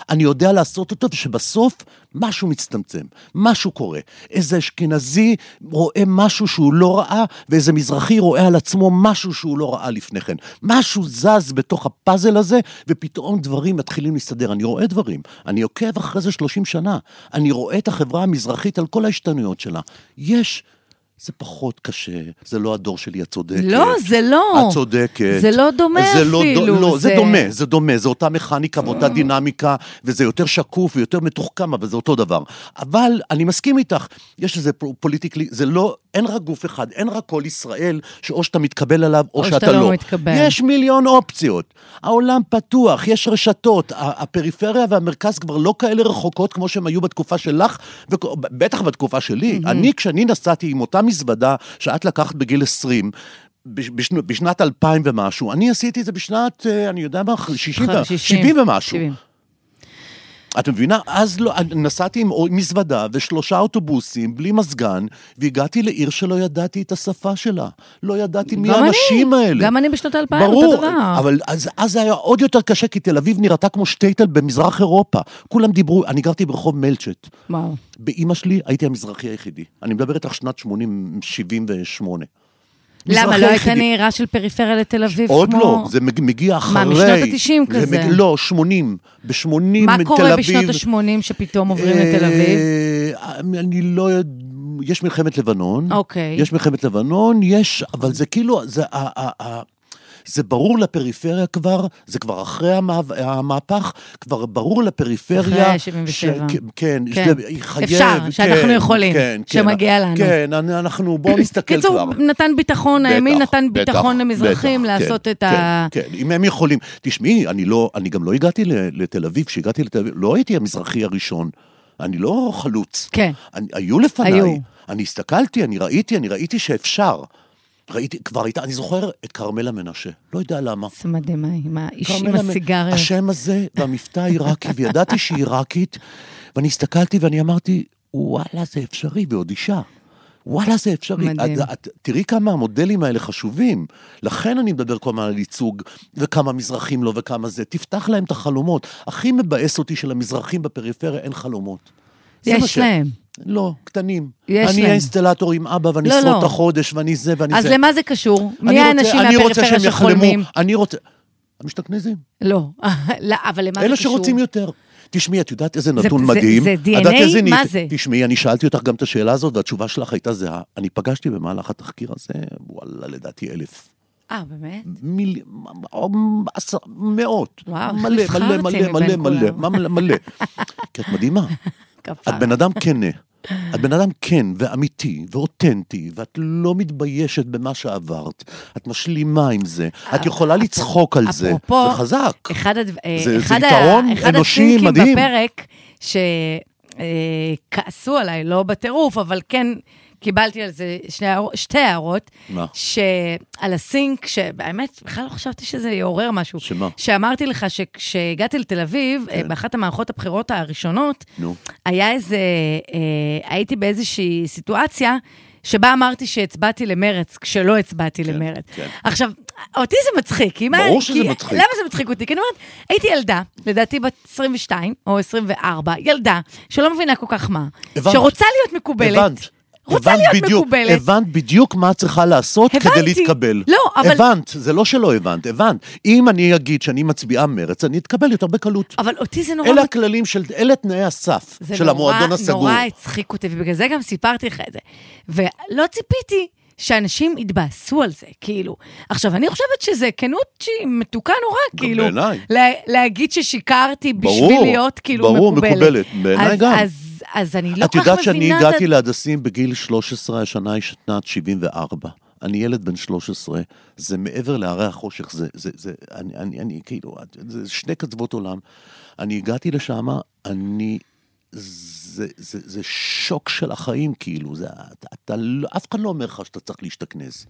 Speaker 2: אני יודע לעשות אותו, ושבסוף משהו מצטמצם, משהו קורה. איזה אשכנזי רואה משהו שהוא לא ראה, ואיזה מזרחי רואה על עצמו משהו שהוא לא ראה לפני כן. משהו זז בתוך הפאזל הזה, ופתאום דברים מתחילים להסתדר. אני רואה דברים, אני עוקב אחרי זה 30 שנה, אני רואה את החברה המזרחית על כל ההשתנויות שלה. יש... זה פחות קשה, זה לא הדור שלי, את צודקת.
Speaker 3: לא, זה לא.
Speaker 2: את צודקת.
Speaker 3: זה לא דומה
Speaker 2: זה לא
Speaker 3: אפילו,
Speaker 2: דו, לא, זה...
Speaker 3: זה-
Speaker 2: זה דומה, זה דומה, זה אותה מכניקה ואותה דינמיקה, וזה יותר שקוף ויותר מתוחכם, אבל זה אותו דבר. אבל אני מסכים איתך, יש איזה פו- פוליטיקלי, זה לא, אין רק גוף אחד, אין רק כל ישראל, שאו שאתה מתקבל עליו או,
Speaker 3: או שאתה
Speaker 2: שאתה,
Speaker 3: לא
Speaker 2: לא.
Speaker 3: מתקבל.
Speaker 2: יש מיליון אופציות. העולם פתוח, יש רשתות, ה- הפריפריה והמרכז כבר לא כאלה רחוקות כמו שהם היו בתקופה שלך, ובטח בתקופה שלי. אני, כשאני נסעתי עם אותה מזוודה שאת לקחת בגיל 20, בש- בשנו- בשנת 2000 ומשהו, אני עשיתי את זה בשנת, אה, אני יודע מה, 60,
Speaker 3: נכון,
Speaker 2: ו- 70 כן. ומשהו.
Speaker 3: 70.
Speaker 2: את מבינה? אז לא, אני נסעתי עם אור- מזוודה ושלושה אוטובוסים, בלי מזגן, והגעתי לעיר שלא ידעתי את השפה שלה. לא ידעתי מי
Speaker 3: גם אני,
Speaker 2: האנשים האלה.
Speaker 3: גם אני בשנות האלפיים, אותו
Speaker 2: ברור,
Speaker 3: דבר.
Speaker 2: אבל אז, אז זה היה עוד יותר קשה, כי תל אביב נראתה כמו שטייטל במזרח אירופה. כולם דיברו, אני גרתי ברחוב מלצ'ט.
Speaker 3: וואו.
Speaker 2: באימא שלי הייתי המזרחי היחידי. אני מדבר איתך שנת 80, 78.
Speaker 3: למה,
Speaker 2: מזרחי
Speaker 3: לא הייתה
Speaker 2: היחידי.
Speaker 3: נהירה של פריפריה לתל אביב כמו...
Speaker 2: עוד לא, זה מג- מגיע אחרי.
Speaker 3: משנות ה-תשעים
Speaker 2: זה
Speaker 3: כזה?
Speaker 2: מג- לא, 80. ב-80 תל אביב.
Speaker 3: מה קורה בשנות ה-80 שפתאום עוברים לתל אביב?
Speaker 2: אה, אני לא יודע, יש מלחמת לבנון.
Speaker 3: אוקיי.
Speaker 2: יש מלחמת לבנון, יש, אבל זה כאילו, זה ה... ה- ה- זה ברור לפריפריה כבר, זה כבר אחרי המהפ- המהפך, כבר ברור לפריפריה...
Speaker 3: אחרי 77.
Speaker 2: ש- כן,
Speaker 3: כן.
Speaker 2: שזה- היא חייב,
Speaker 3: אפשר,
Speaker 2: כן,
Speaker 3: שאנחנו יכולים,
Speaker 2: כן, כן.
Speaker 3: שמגיע לנו.
Speaker 2: כן, אני- אנחנו, בואו נסתכל
Speaker 3: קיצור,
Speaker 2: כן, כבר.
Speaker 3: נתן ביטחון,
Speaker 2: בטח,
Speaker 3: הימין נתן
Speaker 2: בטח,
Speaker 3: ביטחון למזרחים
Speaker 2: בטח,
Speaker 3: לעשות
Speaker 2: כן,
Speaker 3: את ה...
Speaker 2: כן, כן, אם הם יכולים. תשמעי, אני לא, אני גם לא הגעתי ל- לתל אביב, כשהגעתי לתל אביב, לא הייתי המזרחי הראשון. אני לא חלוץ.
Speaker 3: כן.
Speaker 2: אני, היו לפניי.
Speaker 3: היו.
Speaker 2: אני הסתכלתי, אני ראיתי, אני ראיתי שאפשר. ראיתי, כבר הייתה, אני זוכר את כרמלה מנשה, לא יודע למה.
Speaker 3: זה מדהים, עם האיש עם
Speaker 2: כרמלה מ-
Speaker 3: הסיגריה.
Speaker 2: השם הזה והמבטא העיראקי, וידעתי שהיא עיראקית, ואני הסתכלתי ואני אמרתי, וואלה, זה אפשרי, ועוד אישה. וואלה, זה אפשרי.
Speaker 3: מדהים.
Speaker 2: את, את, תראי כמה המודלים האלה חשובים. לכן אני מדבר כל הזמן על ייצוג, וכמה מזרחים לא וכמה זה. תפתח להם את החלומות. הכי מבאס אותי שלמזרחים בפריפריה אין חלומות. זה מה
Speaker 3: יש
Speaker 2: ש-
Speaker 3: להם.
Speaker 2: לא, קטנים.
Speaker 3: יש
Speaker 2: אני
Speaker 3: להם.
Speaker 2: האינסטלטור עם אבא, ואני
Speaker 3: לא,
Speaker 2: אשרוד
Speaker 3: לא.
Speaker 2: את החודש, ואני זה, ואני
Speaker 3: אז
Speaker 2: זה.
Speaker 3: למה זה קשור?
Speaker 2: אני
Speaker 3: מי
Speaker 2: רוצה-
Speaker 3: האנשים
Speaker 2: אני רוצה
Speaker 3: מהפריפריה
Speaker 2: שהם יחלמו.
Speaker 3: שחולמים?
Speaker 2: אני רוצה... המשתכנזים.
Speaker 3: לא, לא, אבל למה זה קשור?
Speaker 2: אלה שרוצים יותר. תשמעי, את יודעת איזה
Speaker 3: זה-
Speaker 2: נתון
Speaker 3: זה-
Speaker 2: מדהים?
Speaker 3: זה
Speaker 2: את
Speaker 3: DNA?
Speaker 2: יודעת איזה
Speaker 3: מה
Speaker 2: נית-
Speaker 3: זה?
Speaker 2: תשמעי, אני שאלתי אותך גם את השאלה הזאת, והתשובה שלך הייתה זהה. אני פגשתי במהלך התחקיר הזה, וואלה, לדעתי אלף.
Speaker 3: אה, באמת?
Speaker 2: מיל... או עשר- מאות.
Speaker 3: וואו, איך
Speaker 2: מלא,
Speaker 3: נבחרתי
Speaker 2: מלא, מלא,
Speaker 3: מבין
Speaker 2: מלא, מלא,
Speaker 3: כולם. אה.
Speaker 2: מלא, מלא. כי את מדהימה.
Speaker 3: כפרה.
Speaker 2: את בן אדם כנה. את בן אדם כן ואמיתי ואותנטי, ואת לא מתביישת במה שעברת. את משלימה עם זה. את יכולה לצחוק על זה.
Speaker 3: אה, אפרופו,
Speaker 2: זה חזק.
Speaker 3: אחד, הד...
Speaker 2: זה-
Speaker 3: אחד,
Speaker 2: זה
Speaker 3: ה-
Speaker 2: יתרון
Speaker 3: אחד
Speaker 2: אנושי
Speaker 3: הסינקים
Speaker 2: מדהים.
Speaker 3: בפרק, שכעסו עליי, לא בטירוף, אבל כן קיבלתי על זה שני, הער- שתי הערות.
Speaker 2: מה?
Speaker 3: שעל הסינק, שבאמת, בכלל לא חשבתי שזה יעורר משהו.
Speaker 2: שמה?
Speaker 3: שאמרתי לך שכשהגעתי לתל אביב, אה,
Speaker 2: כן.
Speaker 3: באחת המערכות הבחירות הראשונות,
Speaker 2: נו.
Speaker 3: היה איזה, אה, הייתי באיזושהי סיטואציה שבה אמרתי שהצבעתי למרץ, כשלא הצבעתי
Speaker 2: כן,
Speaker 3: למרץ.
Speaker 2: כן.
Speaker 3: עכשיו, אותי זה מצחיק. כי מה-
Speaker 2: ברור
Speaker 3: כי-
Speaker 2: שזה מצחיק.
Speaker 3: למה זה מצחיק אותי? כי אני אומרת, הייתי ילדה, לדעתי בת 22 או 24, ילדה שלא מבינה כל כך מה,
Speaker 2: הבנת.
Speaker 3: שרוצה להיות מקובלת.
Speaker 2: הבנת.
Speaker 3: רוצה
Speaker 2: הבנת
Speaker 3: להיות
Speaker 2: בדיוק,
Speaker 3: מקובלת.
Speaker 2: הבנת בדיוק מה את צריכה לעשות
Speaker 3: הבנתי.
Speaker 2: כדי להתקבל.
Speaker 3: לא, אבל-
Speaker 2: הבנת, זה לא שלא הבנת, הבנת. אם אני אגיד שאני מצביעה מרץ, אני אתקבל יותר בקלות.
Speaker 3: אבל אותי זה נורא
Speaker 2: אלה הכללים של, אלה תנאי הסף
Speaker 3: זה
Speaker 2: של
Speaker 3: נורא-
Speaker 2: המועדון הסגור.
Speaker 3: נורא הצחיק אותי, ובגלל זה גם סיפרתי לך את זה. ולא ציפיתי שאנשים יתבאסו על זה, כאילו. עכשיו, אני חושבת שזה כנות שהיא מתוקה נורא,
Speaker 2: גם
Speaker 3: כאילו.
Speaker 2: בעיניי.
Speaker 3: לה, להגיד ששיקרתי בשביל
Speaker 2: ברור,
Speaker 3: להיות כאילו
Speaker 2: ברור,
Speaker 3: מקובלת.
Speaker 2: מקובלת, בעיניי
Speaker 3: אז-
Speaker 2: גם.
Speaker 3: אז, אז אני לא
Speaker 2: את
Speaker 3: כל כך מבינה
Speaker 2: יודעת שאני הגעתי להדסים בגיל 13, השנה היא שנת 74. אני ילד בן 13, זה מעבר להרי החושך, זה, זה, זה, אני, אני, אני כאילו, את- זה שני קצוות עולם. אני הגעתי לשם, אני, זה, זה, זה שוק של החיים, כאילו, זה, אתה, אתה, לא- אף אחד לא אומר לך שאתה צריך להשתכנז.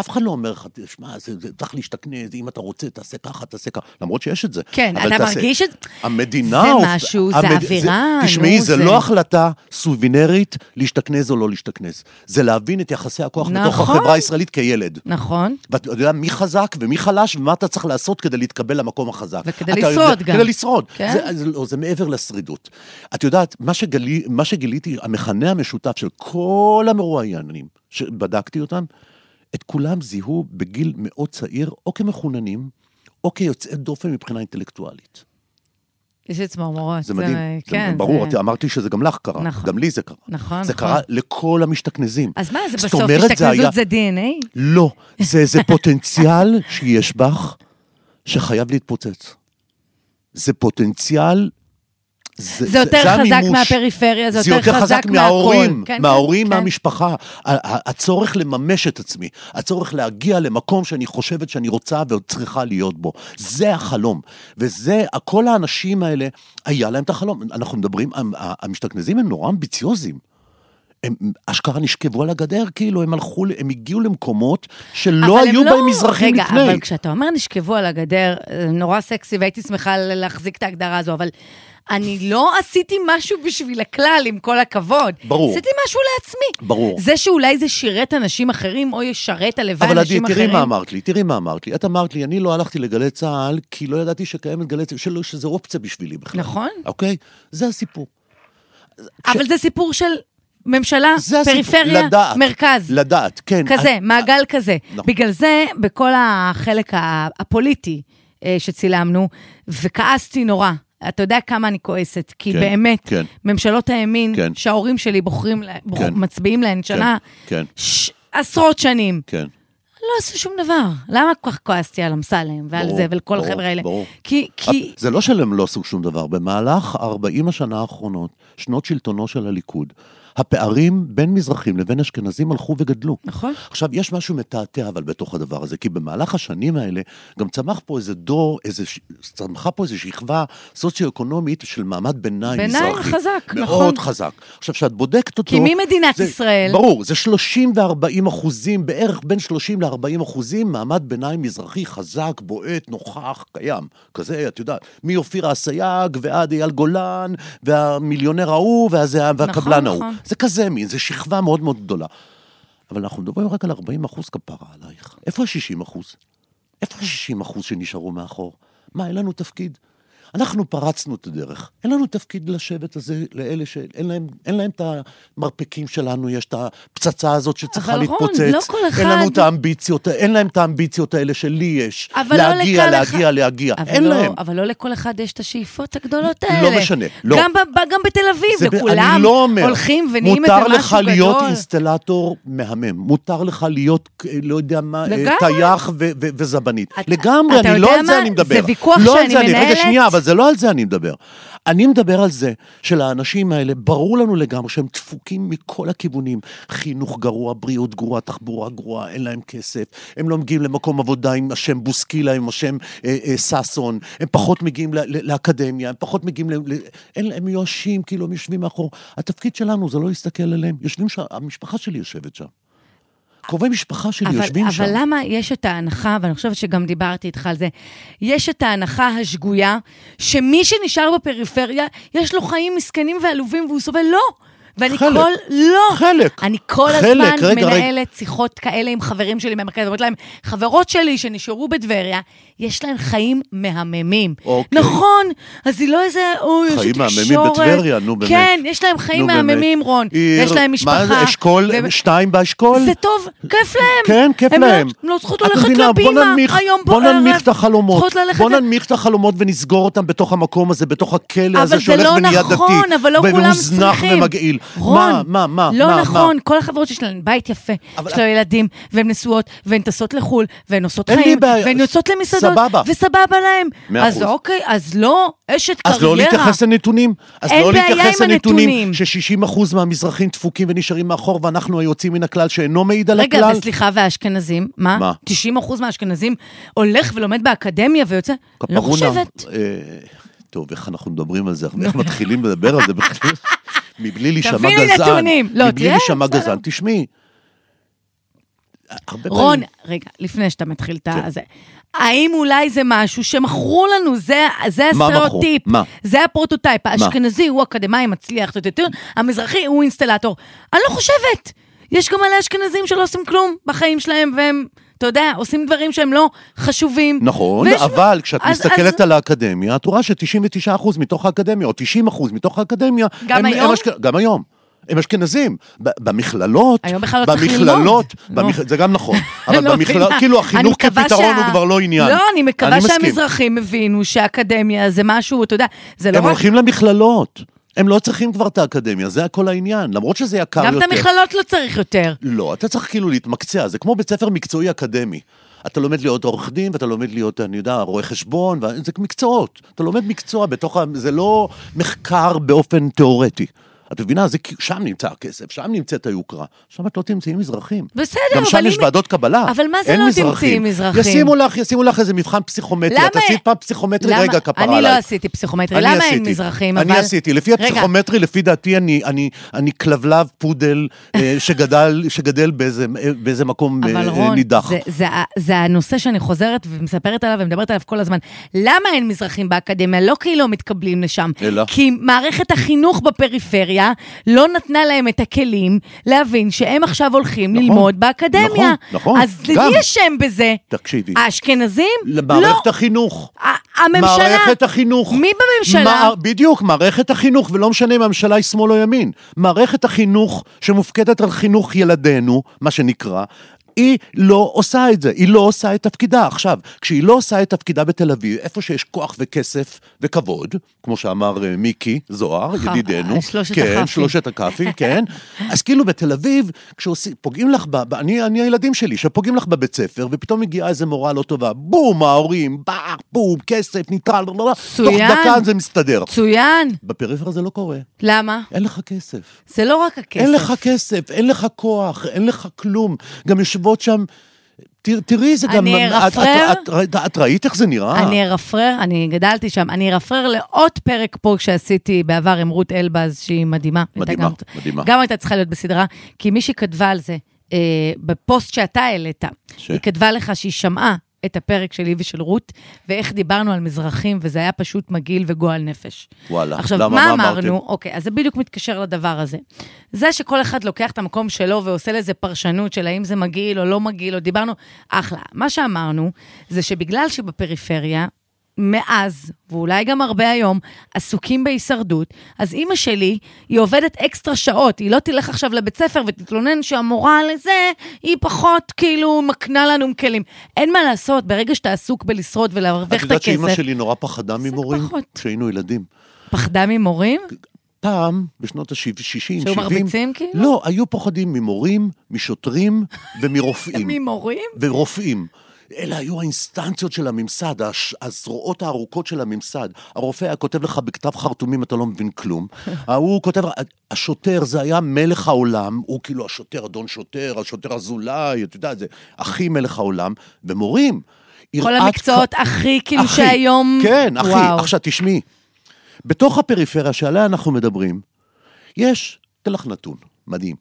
Speaker 2: אף אחד לא אומר לך, תשמע, זה, זה צריך להשתכנז, אם אתה רוצה, תעשה ככה, תעשה ככה, למרות שיש את זה.
Speaker 3: כן,
Speaker 2: אבל
Speaker 3: אתה
Speaker 2: תעשה-
Speaker 3: מרגיש את-
Speaker 2: המדינה...
Speaker 3: זה
Speaker 2: עובד-
Speaker 3: משהו, זה אווירה,
Speaker 2: זה, תשמעי,
Speaker 3: נו,
Speaker 2: זה
Speaker 3: זה-
Speaker 2: לא החלטה סוברנרית להשתכנז או לא להשתכנז. זה להבין את יחסי הכוח נכון. בתוך
Speaker 3: נכון.
Speaker 2: החברה הישראלית כילד.
Speaker 3: נכון.
Speaker 2: ואתה יודע מי חזק ומי חלש ומה אתה צריך לעשות כדי להתקבל למקום החזק.
Speaker 3: וכדי
Speaker 2: אתה
Speaker 3: לשרוד
Speaker 2: יודע,
Speaker 3: גם.
Speaker 2: כדי לשרוד.
Speaker 3: כן.
Speaker 2: זה, זה, לא, זה מעבר לשרידות. את יודעת, מה, שגלי, מה שגיליתי, המכנה המשותף של כל המרואיינים, שבדקתי אותם, את כולם זיהו בגיל מאוד צעיר, או כמחוננים, או כיוצאי דופן מבחינה אינטלקטואלית.
Speaker 3: יש לי צמרמורות.
Speaker 2: זה מדהים. זה
Speaker 3: כן,
Speaker 2: ברור,
Speaker 3: זה...
Speaker 2: את אמרתי שזה גם לך קרה.
Speaker 3: נכון.
Speaker 2: גם לי זה קרה.
Speaker 3: נכון,
Speaker 2: זה
Speaker 3: נכון.
Speaker 2: קרה לכל המשתכנזים.
Speaker 3: אז מה, זה
Speaker 2: זאת
Speaker 3: בסוף
Speaker 2: אומרת, זה היה-
Speaker 3: השתכנזות זה DNA?
Speaker 2: לא, זה איזה פוטנציאל שיש בך, שחייב להתפוצץ. זה פוטנציאל...
Speaker 3: זה יותר חזק
Speaker 2: המימוש.
Speaker 3: מהפריפריה, כן, זה יותר חזק
Speaker 2: מההורים,
Speaker 3: מהכל. כן, כן,
Speaker 2: מההורים,
Speaker 3: כן.
Speaker 2: מהמשפחה. ה- ה- הצורך לממש את עצמי, הצורך להגיע למקום שאני חושבת שאני רוצה וצריכה להיות בו. זה החלום. וזה, כל האנשים האלה, היה להם את החלום. אנחנו מדברים, המ- ה- המשתכנזים הם נורא אמביציוזים. הם אשכרה נשכבו על הגדר, כאילו, הם הלכו, ל- הם הגיעו למקומות שלא
Speaker 3: אבל הם
Speaker 2: לא
Speaker 3: לא-
Speaker 2: היו בהם מזרחים
Speaker 3: רגע,
Speaker 2: לפני.
Speaker 3: אבל כשאתה אומר נשכבו על הגדר, זה נורא סקסי, והייתי שמחה ל- להחזיק את ההגדרה הזו, אבל אני לא עשיתי משהו בשביל הכלל, עם כל הכבוד.
Speaker 2: ברור.
Speaker 3: עשיתי משהו לעצמי.
Speaker 2: ברור.
Speaker 3: זה שאולי זה שירת אנשים אחרים, או ישרת הלוואי
Speaker 2: אבל
Speaker 3: אנשים
Speaker 2: עדי, תראי
Speaker 3: אחרים.
Speaker 2: מה אמרת לי, תראי מה אמרת לי. את אמרת לי, אני לא הלכתי לגלי צה"ל, כי לא ידעתי שקיימת גלי צה"ל, שלא- שזה אופציה בשבילי בכלל.
Speaker 3: נכון.
Speaker 2: אוקיי? זה הסיפור.
Speaker 3: אבל זה סיפור של ממשלה,
Speaker 2: זה הסיפור.
Speaker 3: פריפריה,
Speaker 2: לדעת,
Speaker 3: מרכז.
Speaker 2: לדעת, כן.
Speaker 3: כזה,
Speaker 2: אני-
Speaker 3: מעגל כזה.
Speaker 2: נכון.
Speaker 3: בגלל זה, בכל החלק ה- הפוליטי אה, שצילמנו, וכעסתי נורא. אתה יודע כמה אני כועסת, כי
Speaker 2: כן,
Speaker 3: באמת,
Speaker 2: כן.
Speaker 3: ממשלות הימין,
Speaker 2: כן.
Speaker 3: שההורים שלי בוחרים, לה- בוח-
Speaker 2: כן.
Speaker 3: מצביעים להן שנה,
Speaker 2: כן.
Speaker 3: ש- עשרות שנים.
Speaker 2: כן.
Speaker 3: לא עשו שום דבר. למה כל כך כועסתי על אמסלם ועל
Speaker 2: ברור,
Speaker 3: זה ועל כל
Speaker 2: ברור,
Speaker 3: החבר'ה האלה?
Speaker 2: ברור.
Speaker 3: כי, כי,
Speaker 2: זה לא שהם לא עשו שום דבר. במהלך 40 השנה האחרונות, שנות שלטונו של הליכוד, הפערים בין מזרחים לבין אשכנזים הלכו וגדלו.
Speaker 3: נכון.
Speaker 2: עכשיו, יש משהו מתעתע אבל בתוך הדבר הזה, כי במהלך השנים האלה גם צמח פה איזה דור, איזה, ש- צמחה פה איזו שכבה סוציו-אקונומית של מעמד ביניים,
Speaker 3: ביניים
Speaker 2: מזרחי.
Speaker 3: חזק,
Speaker 2: מאוד
Speaker 3: נכון.
Speaker 2: חזק. עכשיו, כשאת בודקת אותו...
Speaker 3: כי מי מדינת
Speaker 2: זה,
Speaker 3: ישראל?
Speaker 2: ברור, זה 30 ו-40 אחוזים, בערך בין 30 ל-40 אחוזים, מעמד ביניים מזרחי חזק, בועט, נוכח, קיים. כזה, את יודעת, מאופירה אסייג ועד אייל גולן, והמיליונר ההוא, והזה, והקבלן ההוא.
Speaker 3: נכון.
Speaker 2: זה כזה מין, זו שכבה מאוד מאוד גדולה. אבל אנחנו מדברים רק על 40 אחוז כפרה עלייך. איפה ה-60 אחוז? איפה ה-60 אחוז שנשארו מאחור? מה, אין לנו תפקיד? אנחנו פרצנו את הדרך. אין לנו תפקיד לשבט הזה, לאלה שאין להם, אין להם את המרפקים שלנו, יש את הפצצה הזאת שצריכה
Speaker 3: אבל רון,
Speaker 2: להתפוצץ.
Speaker 3: לא כל אחד-
Speaker 2: אין לנו את האמביציות, אין להם את האמביציות האלה שלי יש.
Speaker 3: אבל לא
Speaker 2: להגיע,
Speaker 3: לכל
Speaker 2: להגיע,
Speaker 3: אחד-
Speaker 2: להגיע.
Speaker 3: אבל
Speaker 2: אין
Speaker 3: לא,
Speaker 2: להם.
Speaker 3: אבל לא לכל אחד יש את השאיפות הגדולות
Speaker 2: לא
Speaker 3: האלה.
Speaker 2: משנה, לא.
Speaker 3: גם, ב, ב, גם בתל
Speaker 2: זה
Speaker 3: אביב,
Speaker 2: ב-
Speaker 3: וכולם
Speaker 2: אני לא אומר.
Speaker 3: הולכים ונהיים איזה משהו גדול.
Speaker 2: מותר לך להיות אינסטלטור מהמם. מותר לך להיות, אה, לא יודע מה, אה,
Speaker 3: לגמרי.
Speaker 2: טייח ו- ו- וזבנית.
Speaker 3: אתה-
Speaker 2: לגמרי,
Speaker 3: אתה
Speaker 2: אני לא
Speaker 3: יודע
Speaker 2: על זה
Speaker 3: מה?
Speaker 2: אני
Speaker 3: זה
Speaker 2: מדבר.
Speaker 3: ויכוח
Speaker 2: לא על
Speaker 3: שאני
Speaker 2: זה אני- רגע,
Speaker 3: מנהלת.
Speaker 2: שנייה, אבל זה לא על זה אני מדבר. אני מדבר על זה שלאנשים האלה, ברור לנו לגמרי שהם דפוקים מכל הכיוונים. חינוך גרוע, בריאות גרועה, תחבורה גרועה, אין להם כסף. הם לא מגיעים למקום עבודה עם השם בוסקילה, עם השם אה, אה, ששון. הם פחות מגיעים ל- ל- לאקדמיה, הם פחות מגיעים ל... ל- אין, הם מיואשים, כאילו, הם יושבים מאחור. התפקיד שלנו זה לא להסתכל עליהם. יושבים שם, המשפחה שלי יושבת שם. קרובי משפחה שלי
Speaker 3: אבל,
Speaker 2: יושבים
Speaker 3: אבל
Speaker 2: שם.
Speaker 3: אבל למה יש את ההנחה, ואני חושבת שגם דיברתי איתך על זה, יש את ההנחה השגויה, שמי שנשאר בפריפריה, יש לו חיים מסכנים ועלובים והוא סובל, לא. ואני
Speaker 2: חלק.
Speaker 3: כל... לא.
Speaker 2: חלק.
Speaker 3: אני כל
Speaker 2: חלק,
Speaker 3: הזמן
Speaker 2: רגע, רגע.
Speaker 3: מנהלת שיחות כאלה עם חברים שלי מהמרכז, אומרת להם, חברות שלי שנשארו בטבריה, יש להן חיים מהממים.
Speaker 2: אוקיי.
Speaker 3: נכון, אז היא לא איזה, אוי, יש לי
Speaker 2: חיים
Speaker 3: תקשורת.
Speaker 2: מהממים בטבריה, נו, באמת.
Speaker 3: כן, יש להם חיים
Speaker 2: נו, באמת.
Speaker 3: מהממים, רון.
Speaker 2: עיר-
Speaker 3: יש להם משפחה.
Speaker 2: מה זה, אשכול,
Speaker 3: ו-
Speaker 2: שתיים באשכול?
Speaker 3: זה טוב, כיף להם.
Speaker 2: כן, כיף
Speaker 3: הם
Speaker 2: להם.
Speaker 3: הם לא צריכות
Speaker 2: את
Speaker 3: ללכת
Speaker 2: מבינה, בוא
Speaker 3: לבימה
Speaker 2: ננמיך-
Speaker 3: היום
Speaker 2: בוא
Speaker 3: בערב.
Speaker 2: ננמיך את החלומות.
Speaker 3: צריכות ללכת...
Speaker 2: בוא
Speaker 3: ל-
Speaker 2: ננמיך את החלומות ונסגור אותם בתוך המקום הזה, בתוך הכלא
Speaker 3: אבל
Speaker 2: הזה
Speaker 3: זה
Speaker 2: שהולך
Speaker 3: לא
Speaker 2: ונהיה דתי.
Speaker 3: נכון, אבל לא כולם
Speaker 2: ומוזנח
Speaker 3: צריכים.
Speaker 2: ומגעיל.
Speaker 3: רון,
Speaker 2: מה, מה, מה,
Speaker 3: לא
Speaker 2: מה, מה?
Speaker 3: נכון, כל החברות שיש להן בית יפה,
Speaker 2: אבל-
Speaker 3: יש להן ילדים, והן נשואות, והן טסות לחו"ל, והן עושות
Speaker 2: אין לי
Speaker 3: חיים,
Speaker 2: בעיה,
Speaker 3: והן יוצאות
Speaker 2: ס-
Speaker 3: למסעדות,
Speaker 2: סבבה.
Speaker 3: וסבבה להן.
Speaker 2: מאה
Speaker 3: אז
Speaker 2: אחוז.
Speaker 3: אוקיי, אז לא אשת
Speaker 2: אז לא
Speaker 3: קריירה.
Speaker 2: להתייחס לנתונים. אז
Speaker 3: אין
Speaker 2: לא
Speaker 3: בעיה
Speaker 2: להתייחס
Speaker 3: עם
Speaker 2: לנתונים
Speaker 3: הנתונים.
Speaker 2: ש-60% מהמזרחים דפוקים ונשארים מאחור, ואנחנו היוצאים מן הכלל שאינו מעיד על
Speaker 3: רגע,
Speaker 2: הכלל.
Speaker 3: וסליחה, והאשכנזים? מה?
Speaker 2: מה?
Speaker 3: 90% מהאשכנזים הולך ולומד באקדמיה ויוצא? לא
Speaker 2: קפרונה,
Speaker 3: חושבת.
Speaker 2: אה, טוב, איך אנחנו מדברים על זה, איך מתחילים לדבר על זה בכלל? מבלי להישמע גזען.
Speaker 3: תביאי לי נתונים. לא,
Speaker 2: מבלי
Speaker 3: תראה,
Speaker 2: להישמע
Speaker 3: בסדר.
Speaker 2: גזען, תשמעי. הרבה
Speaker 3: רון,
Speaker 2: פעמים-
Speaker 3: רגע, לפני שאתה מתחיל את
Speaker 2: כן.
Speaker 3: הזה. האם אולי זה משהו שמכרו לנו, זה, זה
Speaker 2: מה מכרו?
Speaker 3: הסטריאוטיפ,
Speaker 2: מה?
Speaker 3: זה הפרוטוטייפ, האשכנזי הוא אקדמאי מצליח, טוטוטו, המזרחי הוא אינסטלטור. אני לא חושבת, יש גם מלא אשכנזים שלא עושים כלום בחיים שלהם, והם, אתה יודע, עושים דברים שהם לא חשובים.
Speaker 2: נכון,
Speaker 3: ויש-
Speaker 2: אבל כשאת
Speaker 3: אז-
Speaker 2: מסתכלת
Speaker 3: אז-
Speaker 2: על האקדמיה, את רואה ש-99% מתוך האקדמיה, או 90% מתוך האקדמיה,
Speaker 3: גם
Speaker 2: הם- הם
Speaker 3: היום?
Speaker 2: אשכ- גם היום. הם אשכנזים, ב- במכללות,
Speaker 3: היום בכלל לא צריך
Speaker 2: במכללות,
Speaker 3: ללמוד.
Speaker 2: במכ-
Speaker 3: לא.
Speaker 2: זה גם נכון,
Speaker 3: אני
Speaker 2: אבל
Speaker 3: לא
Speaker 2: במכללות,
Speaker 3: מבינה.
Speaker 2: כאילו
Speaker 3: אני
Speaker 2: החינוך
Speaker 3: מקווה
Speaker 2: כפתרון
Speaker 3: שה-
Speaker 2: הוא כבר לא עניין.
Speaker 3: לא, אני מקווה
Speaker 2: מסכים.
Speaker 3: שהמזרחים הבינו שהאקדמיה זה משהו, אתה יודע, זה לא
Speaker 2: הם
Speaker 3: רק...
Speaker 2: הולכים למכללות. הם לא צריכים כבר את האקדמיה, זה כל העניין. למרות שזה יקר
Speaker 3: גם
Speaker 2: יותר.
Speaker 3: את המכללות לא צריך יותר.
Speaker 2: לא, אתה צריך כאילו להתמקצע, זה כמו בית ספר מקצועי אקדמי. אתה לומד להיות עורך דין, ואתה לומד להיות, אני יודע, רואה חשבון, ו- זה מקצועות. אתה לומד מקצוע בתוך ה... זה לא מחקר באופן תיאורטי. את מבינה? זה כאילו, שם נמצא הכסף, שם נמצאת היוקרה. שם את לא תמצאי מזרחים.
Speaker 3: בסדר,
Speaker 2: גם שם
Speaker 3: אבל
Speaker 2: יש
Speaker 3: אם-
Speaker 2: ועדות קבלה.
Speaker 3: אבל מה זה
Speaker 2: אין
Speaker 3: לא תמצאי מזרחים?
Speaker 2: ישימו לך, ישימו לך איזה מבחן פסיכומטרי.
Speaker 3: למה-
Speaker 2: את עשית פעם פסיכומטרי,
Speaker 3: למה-
Speaker 2: רגע, כפרה עליי.
Speaker 3: אני לא עשיתי פסיכומטרי,
Speaker 2: אני
Speaker 3: למה
Speaker 2: עשיתי.
Speaker 3: אין מזרחים?
Speaker 2: אני
Speaker 3: אבל-
Speaker 2: עשיתי, לפי
Speaker 3: רגע,
Speaker 2: הפסיכומטרי, לפי דעתי, אני, אני, אני כלבלב פודל אה, שגדל, שגדל באיזה, אה, באיזה מקום
Speaker 3: אבל
Speaker 2: אה,
Speaker 3: רון,
Speaker 2: נידח.
Speaker 3: זה, זה, ה- זה הנושא שאני חוזרת ומספרת עליו ומדברת עליו כל הזמן. למה אין מזרחים באקדמיה? לא כי לא מתקבלים לשם.
Speaker 2: אלא?
Speaker 3: כי מערכת החינוך בפריפריה לא נתנה להם את הכלים להבין שהם עכשיו הולכים
Speaker 2: נכון,
Speaker 3: ללמוד באקדמיה.
Speaker 2: נכון, נכון,
Speaker 3: אז
Speaker 2: גם.
Speaker 3: למי אשם בזה?
Speaker 2: תקשיבי.
Speaker 3: האשכנזים?
Speaker 2: למערכת
Speaker 3: אה, לא.
Speaker 2: החינוך.
Speaker 3: ה- הממשלה.
Speaker 2: מערכת החינוך.
Speaker 3: מי בממשלה?
Speaker 2: מה- בדיוק, מערכת החינוך, ולא משנה אם הממשלה היא שמאל או ימין. מערכת החינוך שמופקדת על חינוך ילדינו, מה שנקרא, היא לא עושה את זה, היא לא עושה את תפקידה. עכשיו, כשהיא לא עושה את תפקידה בתל אביב, איפה שיש כוח וכסף וכבוד, כמו שאמר אה, מיקי זוהר,
Speaker 3: ח-
Speaker 2: ידידנו,
Speaker 3: אה, שלושת
Speaker 2: כן,
Speaker 3: הכ"פים.
Speaker 2: שלושת הכאפים, כן, אז כאילו בתל אביב, כשפוגעים לך, ב, ב- אני, אני הילדים שלי, שפוגעים לך בבית ספר, ופתאום מגיעה איזה מורה לא טובה, בום, ההורים, באח, בום, כסף, ניטרל, תוך
Speaker 3: מצוין.
Speaker 2: דקה זה מסתדר.
Speaker 3: מצוין.
Speaker 2: בפריפריה זה לא קורה,
Speaker 3: למה?
Speaker 2: אין לך כסף.
Speaker 3: זה לא רק הכסף.
Speaker 2: אין לך כסף, אין לך כוח, אין לך כלום. גם יושבות שם... ת- תראי, זה
Speaker 3: אני
Speaker 2: גם... את-
Speaker 3: ארפרר?
Speaker 2: את- את- את ראית איך זה נראה?
Speaker 3: אני ארפרר, אני גדלתי שם, אני ארפרר לעוד פרק פה שעשיתי בעבר עם רות אלבז, שהיא מדהימה.
Speaker 2: מדהימה,
Speaker 3: הייתה גם-
Speaker 2: מדהימה.
Speaker 3: גם הייתה צריכה להיות בסדרה, כי מישהי כתבה על זה, אה, בפוסט שאתה העלית,
Speaker 2: ש-
Speaker 3: היא כתבה לך שהיא שמעה את הפרק שלי ושל רות, ואיך דיברנו על מזרחים, וזה היה פשוט מגעיל וגועל נפש.
Speaker 2: וואלה,
Speaker 3: עכשיו,
Speaker 2: למה?
Speaker 3: מה
Speaker 2: מה
Speaker 3: אמרנו?
Speaker 2: אמרתם?
Speaker 3: אוקיי, אז זה בדיוק מתקשר לדבר הזה. זה שכל אחד לוקח את המקום שלו ועושה לזה פרשנות של האם זה מגעיל או לא מגעיל, או דיברנו, אחלה. מה שאמרנו, זה שבגלל שבפריפריה, מאז, ואולי גם הרבה היום, עסוקים בהישרדות, אז אימא שלי, היא עובדת אקסטרה שעות, היא לא תלך עכשיו לבית ספר ותתלונן שהמורה לזה, היא פחות כאילו מקנה לנו כלים. אין מה לעשות, ברגע שאתה עסוק בלשרוד
Speaker 2: את
Speaker 3: ולהרוויח את
Speaker 2: יודעת שאימא
Speaker 3: הכסף,
Speaker 2: שלי נורא פחדה ממורים?
Speaker 3: פחות.
Speaker 2: כשהיינו ילדים.
Speaker 3: פחדה ממורים?
Speaker 2: פעם, בשנות ה-60, 70...
Speaker 3: שהיו מרביצים, כאילו?
Speaker 2: לא, היו פוחדים ממורים, משוטרים ומרופאים.
Speaker 3: ממורים?
Speaker 2: ורופאים. אלה היו האינסטנציות של הממסד, הש- הזרועות הארוכות של הממסד. הרופא היה כותב לך בכתב חרטומים, אתה לא מבין כלום. ההוא כותב, השוטר זה היה מלך העולם, הוא כאילו השוטר, אדון שוטר, השוטר אזולאי, אתה יודע, זה הכי מלך העולם. ומורים,
Speaker 3: כל
Speaker 2: יראת
Speaker 3: המקצועות
Speaker 2: כ-
Speaker 3: הכי, כאילו
Speaker 2: אחי,
Speaker 3: שהיום...
Speaker 2: כן, אחי.
Speaker 3: וואו.
Speaker 2: עכשיו תשמעי, בתוך הפריפריה שעליה אנחנו מדברים, יש, אתן לך נתון, מדהים.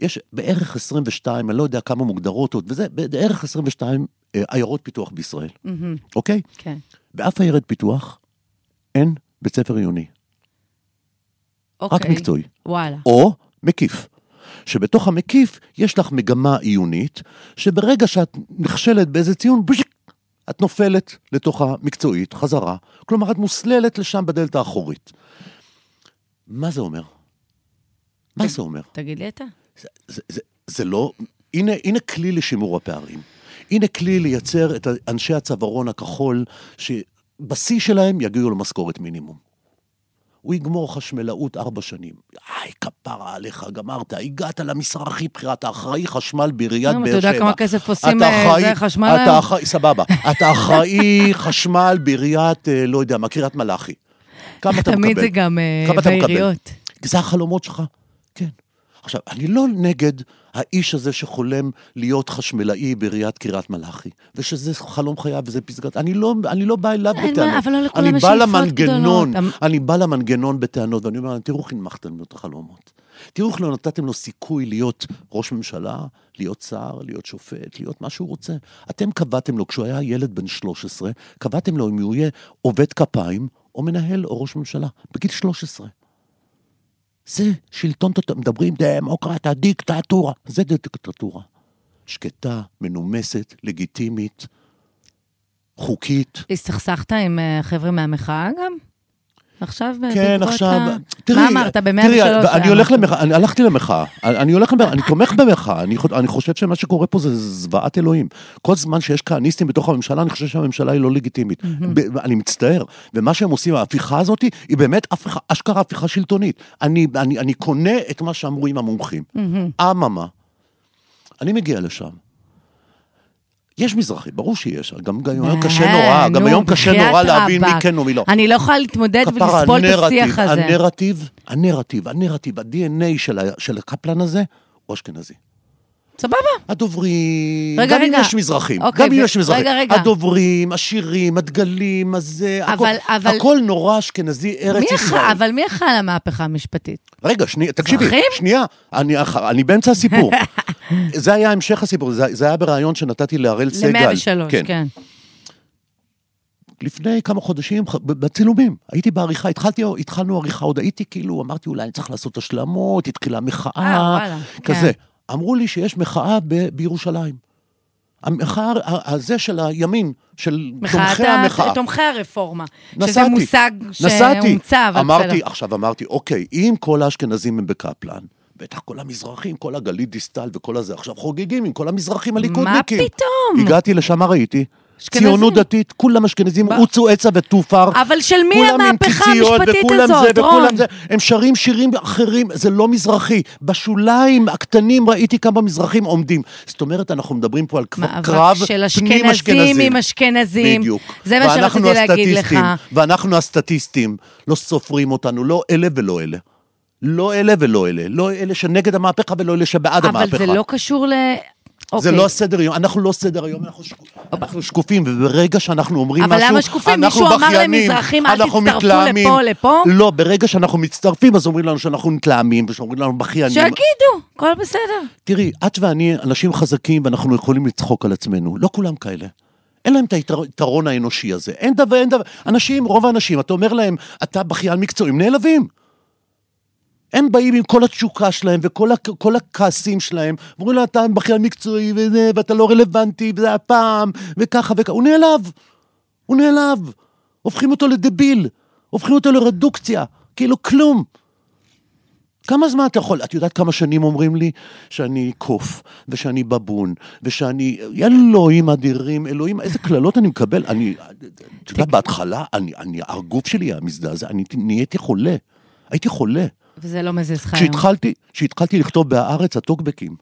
Speaker 2: יש בערך 22, אני לא יודע כמה מוגדרות עוד, וזה בערך 22 אה, עיירות פיתוח בישראל,
Speaker 3: מהמם,
Speaker 2: אוקיי?
Speaker 3: כן.
Speaker 2: באף עיירת פיתוח אין בית ספר עיוני,
Speaker 3: אוקיי.
Speaker 2: רק מקצועי.
Speaker 3: וואלה.
Speaker 2: או מקיף. שבתוך המקיף יש לך מגמה עיונית, שברגע שאת נכשלת באיזה ציון, בשיק, את נופלת לתוך המקצועית חזרה. כלומר, את מוסללת לשם בדלת האחורית. מה זה אומר? מה זה אומר?
Speaker 3: תגיד לי אתה.
Speaker 2: זה, זה, זה, זה לא... הנה, הנה כלי לשימור הפערים. הנה כלי לייצר את אנשי הצווארון הכחול, שבשיא שלהם יגיעו למשכורת מינימום. הוא יגמור חשמלאות ארבע שנים. איי, כפרה עליך, גמרת, הגעת למשרה הכי בכירה, אתה אחראי חשמל בעיריית
Speaker 3: אתה
Speaker 2: באר שבע.
Speaker 3: יודע כמה כסף עושים,
Speaker 2: אתה
Speaker 3: אה,
Speaker 2: אחראי-
Speaker 3: זה, חשמל היום?
Speaker 2: אתה אחראי, סבבה. אתה אחראי חשמל בעיריית, אה, לא יודע מה, קריית מלאכי. כמה אתה מקבל?
Speaker 3: תמיד זה גם אה,
Speaker 2: כמה אתה מקבל?
Speaker 3: בעיריות.
Speaker 2: זה החלומות שלך, כן. עכשיו, אני לא נגד האיש הזה שחולם להיות חשמלאי בעיריית קריית מלאכי, ושזה חלום חייו וזה פסגת... אני לא, אני לא בא אליו
Speaker 3: אין מה,
Speaker 2: בטענות.
Speaker 3: אבל לא לכולם
Speaker 2: אני
Speaker 3: יש
Speaker 2: בא
Speaker 3: שאיפות
Speaker 2: למנגנון,
Speaker 3: גדולות.
Speaker 2: אני בא למנגנון בטענות, ואני אומר, תראו איך הנמכתם לו את החלומות. תראו איך לא נתתם לו סיכוי להיות ראש ממשלה, להיות שר, להיות שופט, להיות מה שהוא רוצה. אתם קבעתם לו, כשהוא היה ילד בן 13, קבעתם לו אם הוא יהיה עובד כפיים, או מנהל או ראש ממשלה, בגיל 13. זה שלטון, טוט- מדברים דמוקרטיה, דיקטטורה. זה דיקטטורה. שקטה, מנומסת, לגיטימית, חוקית.
Speaker 3: הסתכסכת עם אה, חבר'ה מהמחאה גם? עכשיו, אה,
Speaker 2: כן,
Speaker 3: בעקבות
Speaker 2: עכשיו...
Speaker 3: ה-
Speaker 2: תראי,
Speaker 3: מה אמרת? ב-103?
Speaker 2: תראי, אני הולך למחאה, אני הלכתי למחאה, אני אני הולך למחאה, אני תומך במחאה, אני חו- אני חושב שמה שקורה פה זה זוועת אלוהים. כל זמן שיש כהניסטים בתוך הממשלה, אני חושב שהממשלה היא לא לגיטימית. ב- אני מצטער. ומה שהם עושים, ההפיכה הזאת, היא באמת הפיכה- אשכרה הפיכה שלטונית. אני- אני אני קונה את מה שאמרו עם המומחים. אממה, אני מגיע לשם. יש מזרחי, ברור שיש, גם גם היום קשה נורא,
Speaker 3: אה,
Speaker 2: גם
Speaker 3: נו,
Speaker 2: היום קשה
Speaker 3: בחייאת
Speaker 2: נורא להבין מי
Speaker 3: רבאק.
Speaker 2: כן ומי לא.
Speaker 3: אני לא יכולה להתמודד
Speaker 2: כפרה,
Speaker 3: ולסבול את השיח הזה.
Speaker 2: הנרטיב, הנרטיב, הנרטיב, ה-DNA של, ה- של הקפלן הזה, הוא אשכנזי.
Speaker 3: סבבה.
Speaker 2: הדוברים,
Speaker 3: רגע,
Speaker 2: גם
Speaker 3: רגע.
Speaker 2: אם יש מזרחים,
Speaker 3: אוקיי,
Speaker 2: גם אם
Speaker 3: ו-
Speaker 2: יש מזרחים,
Speaker 3: רגע, רגע.
Speaker 2: הדוברים, השירים, הדגלים, הזה,
Speaker 3: אבל-
Speaker 2: הכל,
Speaker 3: אבל-
Speaker 2: הכל נורא אשכנזי, ארץ
Speaker 3: מי
Speaker 2: ישראל.
Speaker 3: אחראי? אבל מי אחראי למהפכה המשפטית?
Speaker 2: רגע, שנייה, תקשיבי,
Speaker 3: מזרחים?
Speaker 2: שנייה, אני, אח- אני באמצע הסיפור. זה היה המשך הסיפור, זה, זה היה בריאיון שנתתי להראל סגל.
Speaker 3: ל-103, כן.
Speaker 2: לפני כמה חודשים, ח- ב- בצילומים, הייתי בעריכה, התחלתי, התחלנו עריכה, עוד הייתי כאילו, אמרתי, אולי אני צריך לעשות השלמות, התחילה
Speaker 3: אה,
Speaker 2: מחאה,
Speaker 3: וואלה, כן.
Speaker 2: כזה. אמרו לי שיש מחאה ב- בירושלים. המחאה ה- הזה של הימין, של
Speaker 3: מחאת
Speaker 2: תומכי
Speaker 3: ה-
Speaker 2: המחאה.
Speaker 3: תומכי הרפורמה. שזה
Speaker 2: נסעתי.
Speaker 3: מושג
Speaker 2: נסעתי.
Speaker 3: שהומצא, אבל לא-
Speaker 2: אמרתי,
Speaker 3: בסדר.
Speaker 2: עכשיו אמרתי, אוקיי, אם כל האשכנזים הם בקפלן, בטח כל המזרחים, כל הגלית דיסטל וכל הזה, עכשיו חוגגים עם כל המזרחים
Speaker 3: מה
Speaker 2: הליכודניקים.
Speaker 3: פתאום?
Speaker 2: הגעתי לשם, מה ראיתי?
Speaker 3: אשכנזים.
Speaker 2: ציונות דתית, כולם אשכנזים,
Speaker 3: ב-
Speaker 2: רוצו עצה ותופר.
Speaker 3: אבל של מי
Speaker 2: כולם עם
Speaker 3: המהפכה
Speaker 2: ציציות,
Speaker 3: המשפטית
Speaker 2: וכולם
Speaker 3: הזאת,
Speaker 2: זה,
Speaker 3: רון?
Speaker 2: וכולם זה, הם שרים שירים אחרים, זה לא מזרחי. בשוליים הקטנים ראיתי כמה מזרחים עומדים. זאת אומרת, אנחנו מדברים פה על קרב
Speaker 3: מאבק של
Speaker 2: פנים
Speaker 3: אשכנזים עם אשכנזים.
Speaker 2: בדיוק.
Speaker 3: זה מה
Speaker 2: ואנחנו
Speaker 3: שרציתי להגיד לך.
Speaker 2: הסטטיסטים, ואנחנו הסטטיסטים, לא סופרים אותנו, לא אלה ולא אלה. לא אלה ולא אלה. לא אלה שנגד המהפכה ולא אלה שבעד
Speaker 3: אבל
Speaker 2: המהפכה.
Speaker 3: זה לא קשור ל...
Speaker 2: זה
Speaker 3: אוקיי.
Speaker 2: לא סדר יום, אנחנו לא סדר יום, אנחנו, שקופ... אנחנו שקופים, וברגע שאנחנו אומרים
Speaker 3: אבל
Speaker 2: משהו,
Speaker 3: למה שקופים?
Speaker 2: אנחנו
Speaker 3: מישהו אמר
Speaker 2: בכיינים,
Speaker 3: למזרחים, "אל
Speaker 2: אנחנו
Speaker 3: תצטרפו
Speaker 2: מתלהמים."
Speaker 3: לפה, לפה?
Speaker 2: לא, ברגע שאנחנו מצטרפים, אז אומרים לנו שאנחנו מתלהמים, ושאומרים לנו בכיינים.
Speaker 3: שיגידו, הכל בסדר.
Speaker 2: תראי, את ואני אנשים חזקים, ואנחנו יכולים לצחוק על עצמנו, לא כולם כאלה. אין להם את היתרון האנושי הזה, אין דבר, אין דבר. אנשים, רוב האנשים, אתה אומר להם, אתה בכיין מקצועי, הם נעלבים. הם באים עם כל התשוקה שלהם וכל הכ- כל הכעסים שלהם, ואומרים לו, אתה בכיין מקצועי, וזה, ואתה לא רלוונטי, וזה הפעם, וככה וככה. הוא נעלב, הוא נעלב. הופכים אותו לדביל, הופכים אותו לרדוקציה, כאילו כלום. כמה זמן אתה יכול? את יודעת כמה שנים אומרים לי שאני קוף, ושאני בבון, ושאני... אלוהים אדירים, אלוהים, איזה קללות אני מקבל. אני... את יודעת, בהתחלה, אני, אני, הגוף שלי היה מזדעזע, אני נהייתי חולה. הייתי חולה.
Speaker 3: וזה לא מזיז לך היום.
Speaker 2: כשהתחלתי, כשהתחלתי לכתוב בהארץ, הטוקבקים.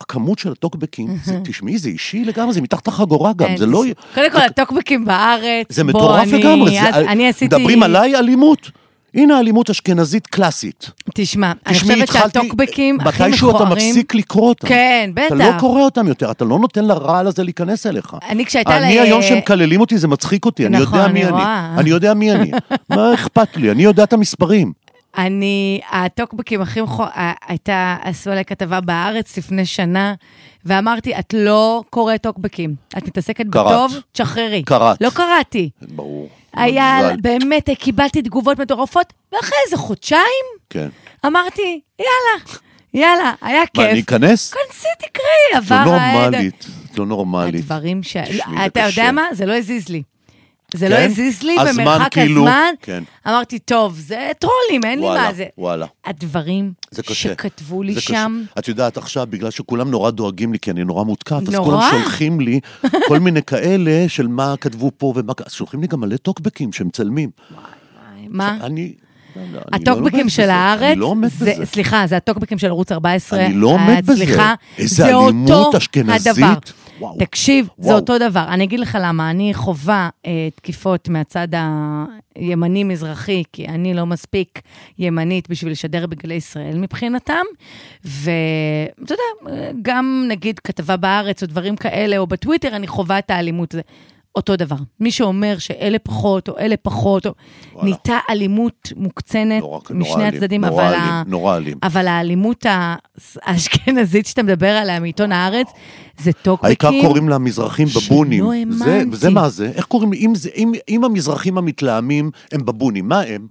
Speaker 2: הכמות של הטוקבקים, זה, תשמעי, זה אישי לגמרי, זה מתחת לחגורה גם,
Speaker 3: אין,
Speaker 2: זה לא...
Speaker 3: כן. קודם כל, הטוקבקים בארץ,
Speaker 2: זה
Speaker 3: בוא,
Speaker 2: מטורף
Speaker 3: אני-
Speaker 2: לגמרי. זה-
Speaker 3: אז אני עשיתי...
Speaker 2: מדברים עליי אלימות. הנה אלימות אשכנזית קלאסית.
Speaker 3: תשמע, אני
Speaker 2: תשמעי,
Speaker 3: חושבת
Speaker 2: התחלתי-
Speaker 3: שהטוקבקים הכי מכוערים...
Speaker 2: מתישהו אתה מפסיק לקרוא אותם.
Speaker 3: כן, בטח.
Speaker 2: אתה לא קורא אותם יותר, אתה לא נותן לרעל הזה להיכנס אליך.
Speaker 3: אני כשהייתה
Speaker 2: אני
Speaker 3: לה-
Speaker 2: היום שמקללים אותי, זה מצחיק אותי, אני
Speaker 3: נכון,
Speaker 2: יודע
Speaker 3: אני
Speaker 2: מי אני.
Speaker 3: רואה.
Speaker 2: אני יודע מי אני. מה אכפת לי? אני יודע את המספרים.
Speaker 3: אני, הטוקבקים הכי מכו... ה- הייתה, עשו עליי כתבה בארץ לפני שנה, ואמרתי, את לא קוראת טוקבקים. את מתעסקת
Speaker 2: קראת.
Speaker 3: בטוב, תשחררי.
Speaker 2: קראת.
Speaker 3: לא קראתי.
Speaker 2: ברור.
Speaker 3: היה,
Speaker 2: מזל.
Speaker 3: באמת, קיבלתי תגובות מטורפות, ואחרי איזה חודשיים
Speaker 2: כן.
Speaker 3: אמרתי, יאללה, יאללה, היה
Speaker 2: מה, אני
Speaker 3: כיף.
Speaker 2: אכנס?
Speaker 3: כנסי, תקראי,
Speaker 2: את לא
Speaker 3: עבר העד.
Speaker 2: נורמלית. את לא נורמלית.
Speaker 3: הדברים ש...
Speaker 2: תשמעי,
Speaker 3: לא,
Speaker 2: זה
Speaker 3: אתה יודע
Speaker 2: קשה.
Speaker 3: מה? זה לא הזיז לי. זה לא
Speaker 2: כן?
Speaker 3: הזיז לי
Speaker 2: הזמן
Speaker 3: במרחק
Speaker 2: כאילו-
Speaker 3: הזמן.
Speaker 2: כן.
Speaker 3: אמרתי, טוב, זה טרולים, אין לי
Speaker 2: וואלה,
Speaker 3: מה זה.
Speaker 2: וואלה.
Speaker 3: הדברים
Speaker 2: זה קשה.
Speaker 3: שכתבו
Speaker 2: זה
Speaker 3: לי
Speaker 2: קשה.
Speaker 3: שם,
Speaker 2: את יודעת, עכשיו, בגלל שכולם נורא דואגים לי, כי אני נורא מותקף, אז
Speaker 3: נורא?
Speaker 2: כולם שולחים לי כל מיני כאלה של מה כתבו פה ומה... אז שולחים לי גם מלא טוקבקים שמצלמים.
Speaker 3: מה?
Speaker 2: אני... לא, לא, אני לא עומד
Speaker 3: אה? הטוקבקים
Speaker 2: בזה.
Speaker 3: של הארץ,
Speaker 2: אני לא עומד
Speaker 3: זה-
Speaker 2: בזה.
Speaker 3: סליחה, זה הטוקבקים של ערוץ 14,
Speaker 2: אני לא עומד
Speaker 3: אה,
Speaker 2: בזה.
Speaker 3: סליחה,
Speaker 2: איזה
Speaker 3: זה
Speaker 2: אלימות
Speaker 3: אותו
Speaker 2: אשכנזית.
Speaker 3: הדבר.
Speaker 2: וואו.
Speaker 3: תקשיב, זה
Speaker 2: וואו.
Speaker 3: אותו דבר. אני אגיד לך למה, אני חווה אה, תקיפות מהצד הימני-מזרחי, כי אני לא מספיק ימנית בשביל לשדר בגלי ישראל מבחינתם, ואתה יודע, אה, גם נגיד כתבה בארץ או דברים כאלה, או בטוויטר, אני חווה את האלימות הזאת. אותו דבר. מי שאומר שאלה פחות או אלה פחות, או...
Speaker 2: וואלה.
Speaker 3: נהייתה אלימות מוקצנת
Speaker 2: נורא- נורא
Speaker 3: משני
Speaker 2: אלים,
Speaker 3: הצדדים,
Speaker 2: נורא
Speaker 3: אבל
Speaker 2: אלים,
Speaker 3: ה-
Speaker 2: נורא אלים.
Speaker 3: אבל האלימות ה- האשכנזית שאתה מדבר עליה מעיתון הארץ, זה
Speaker 2: העיקר
Speaker 3: טוקבקים.
Speaker 2: קוראים למזרחים
Speaker 3: שלא
Speaker 2: בבונים. זה,
Speaker 3: האמנתי.
Speaker 2: זה מה זה? איך קוראים? אם, זה, אם, אם המזרחים המתלהמים הם בבונים, מה הם?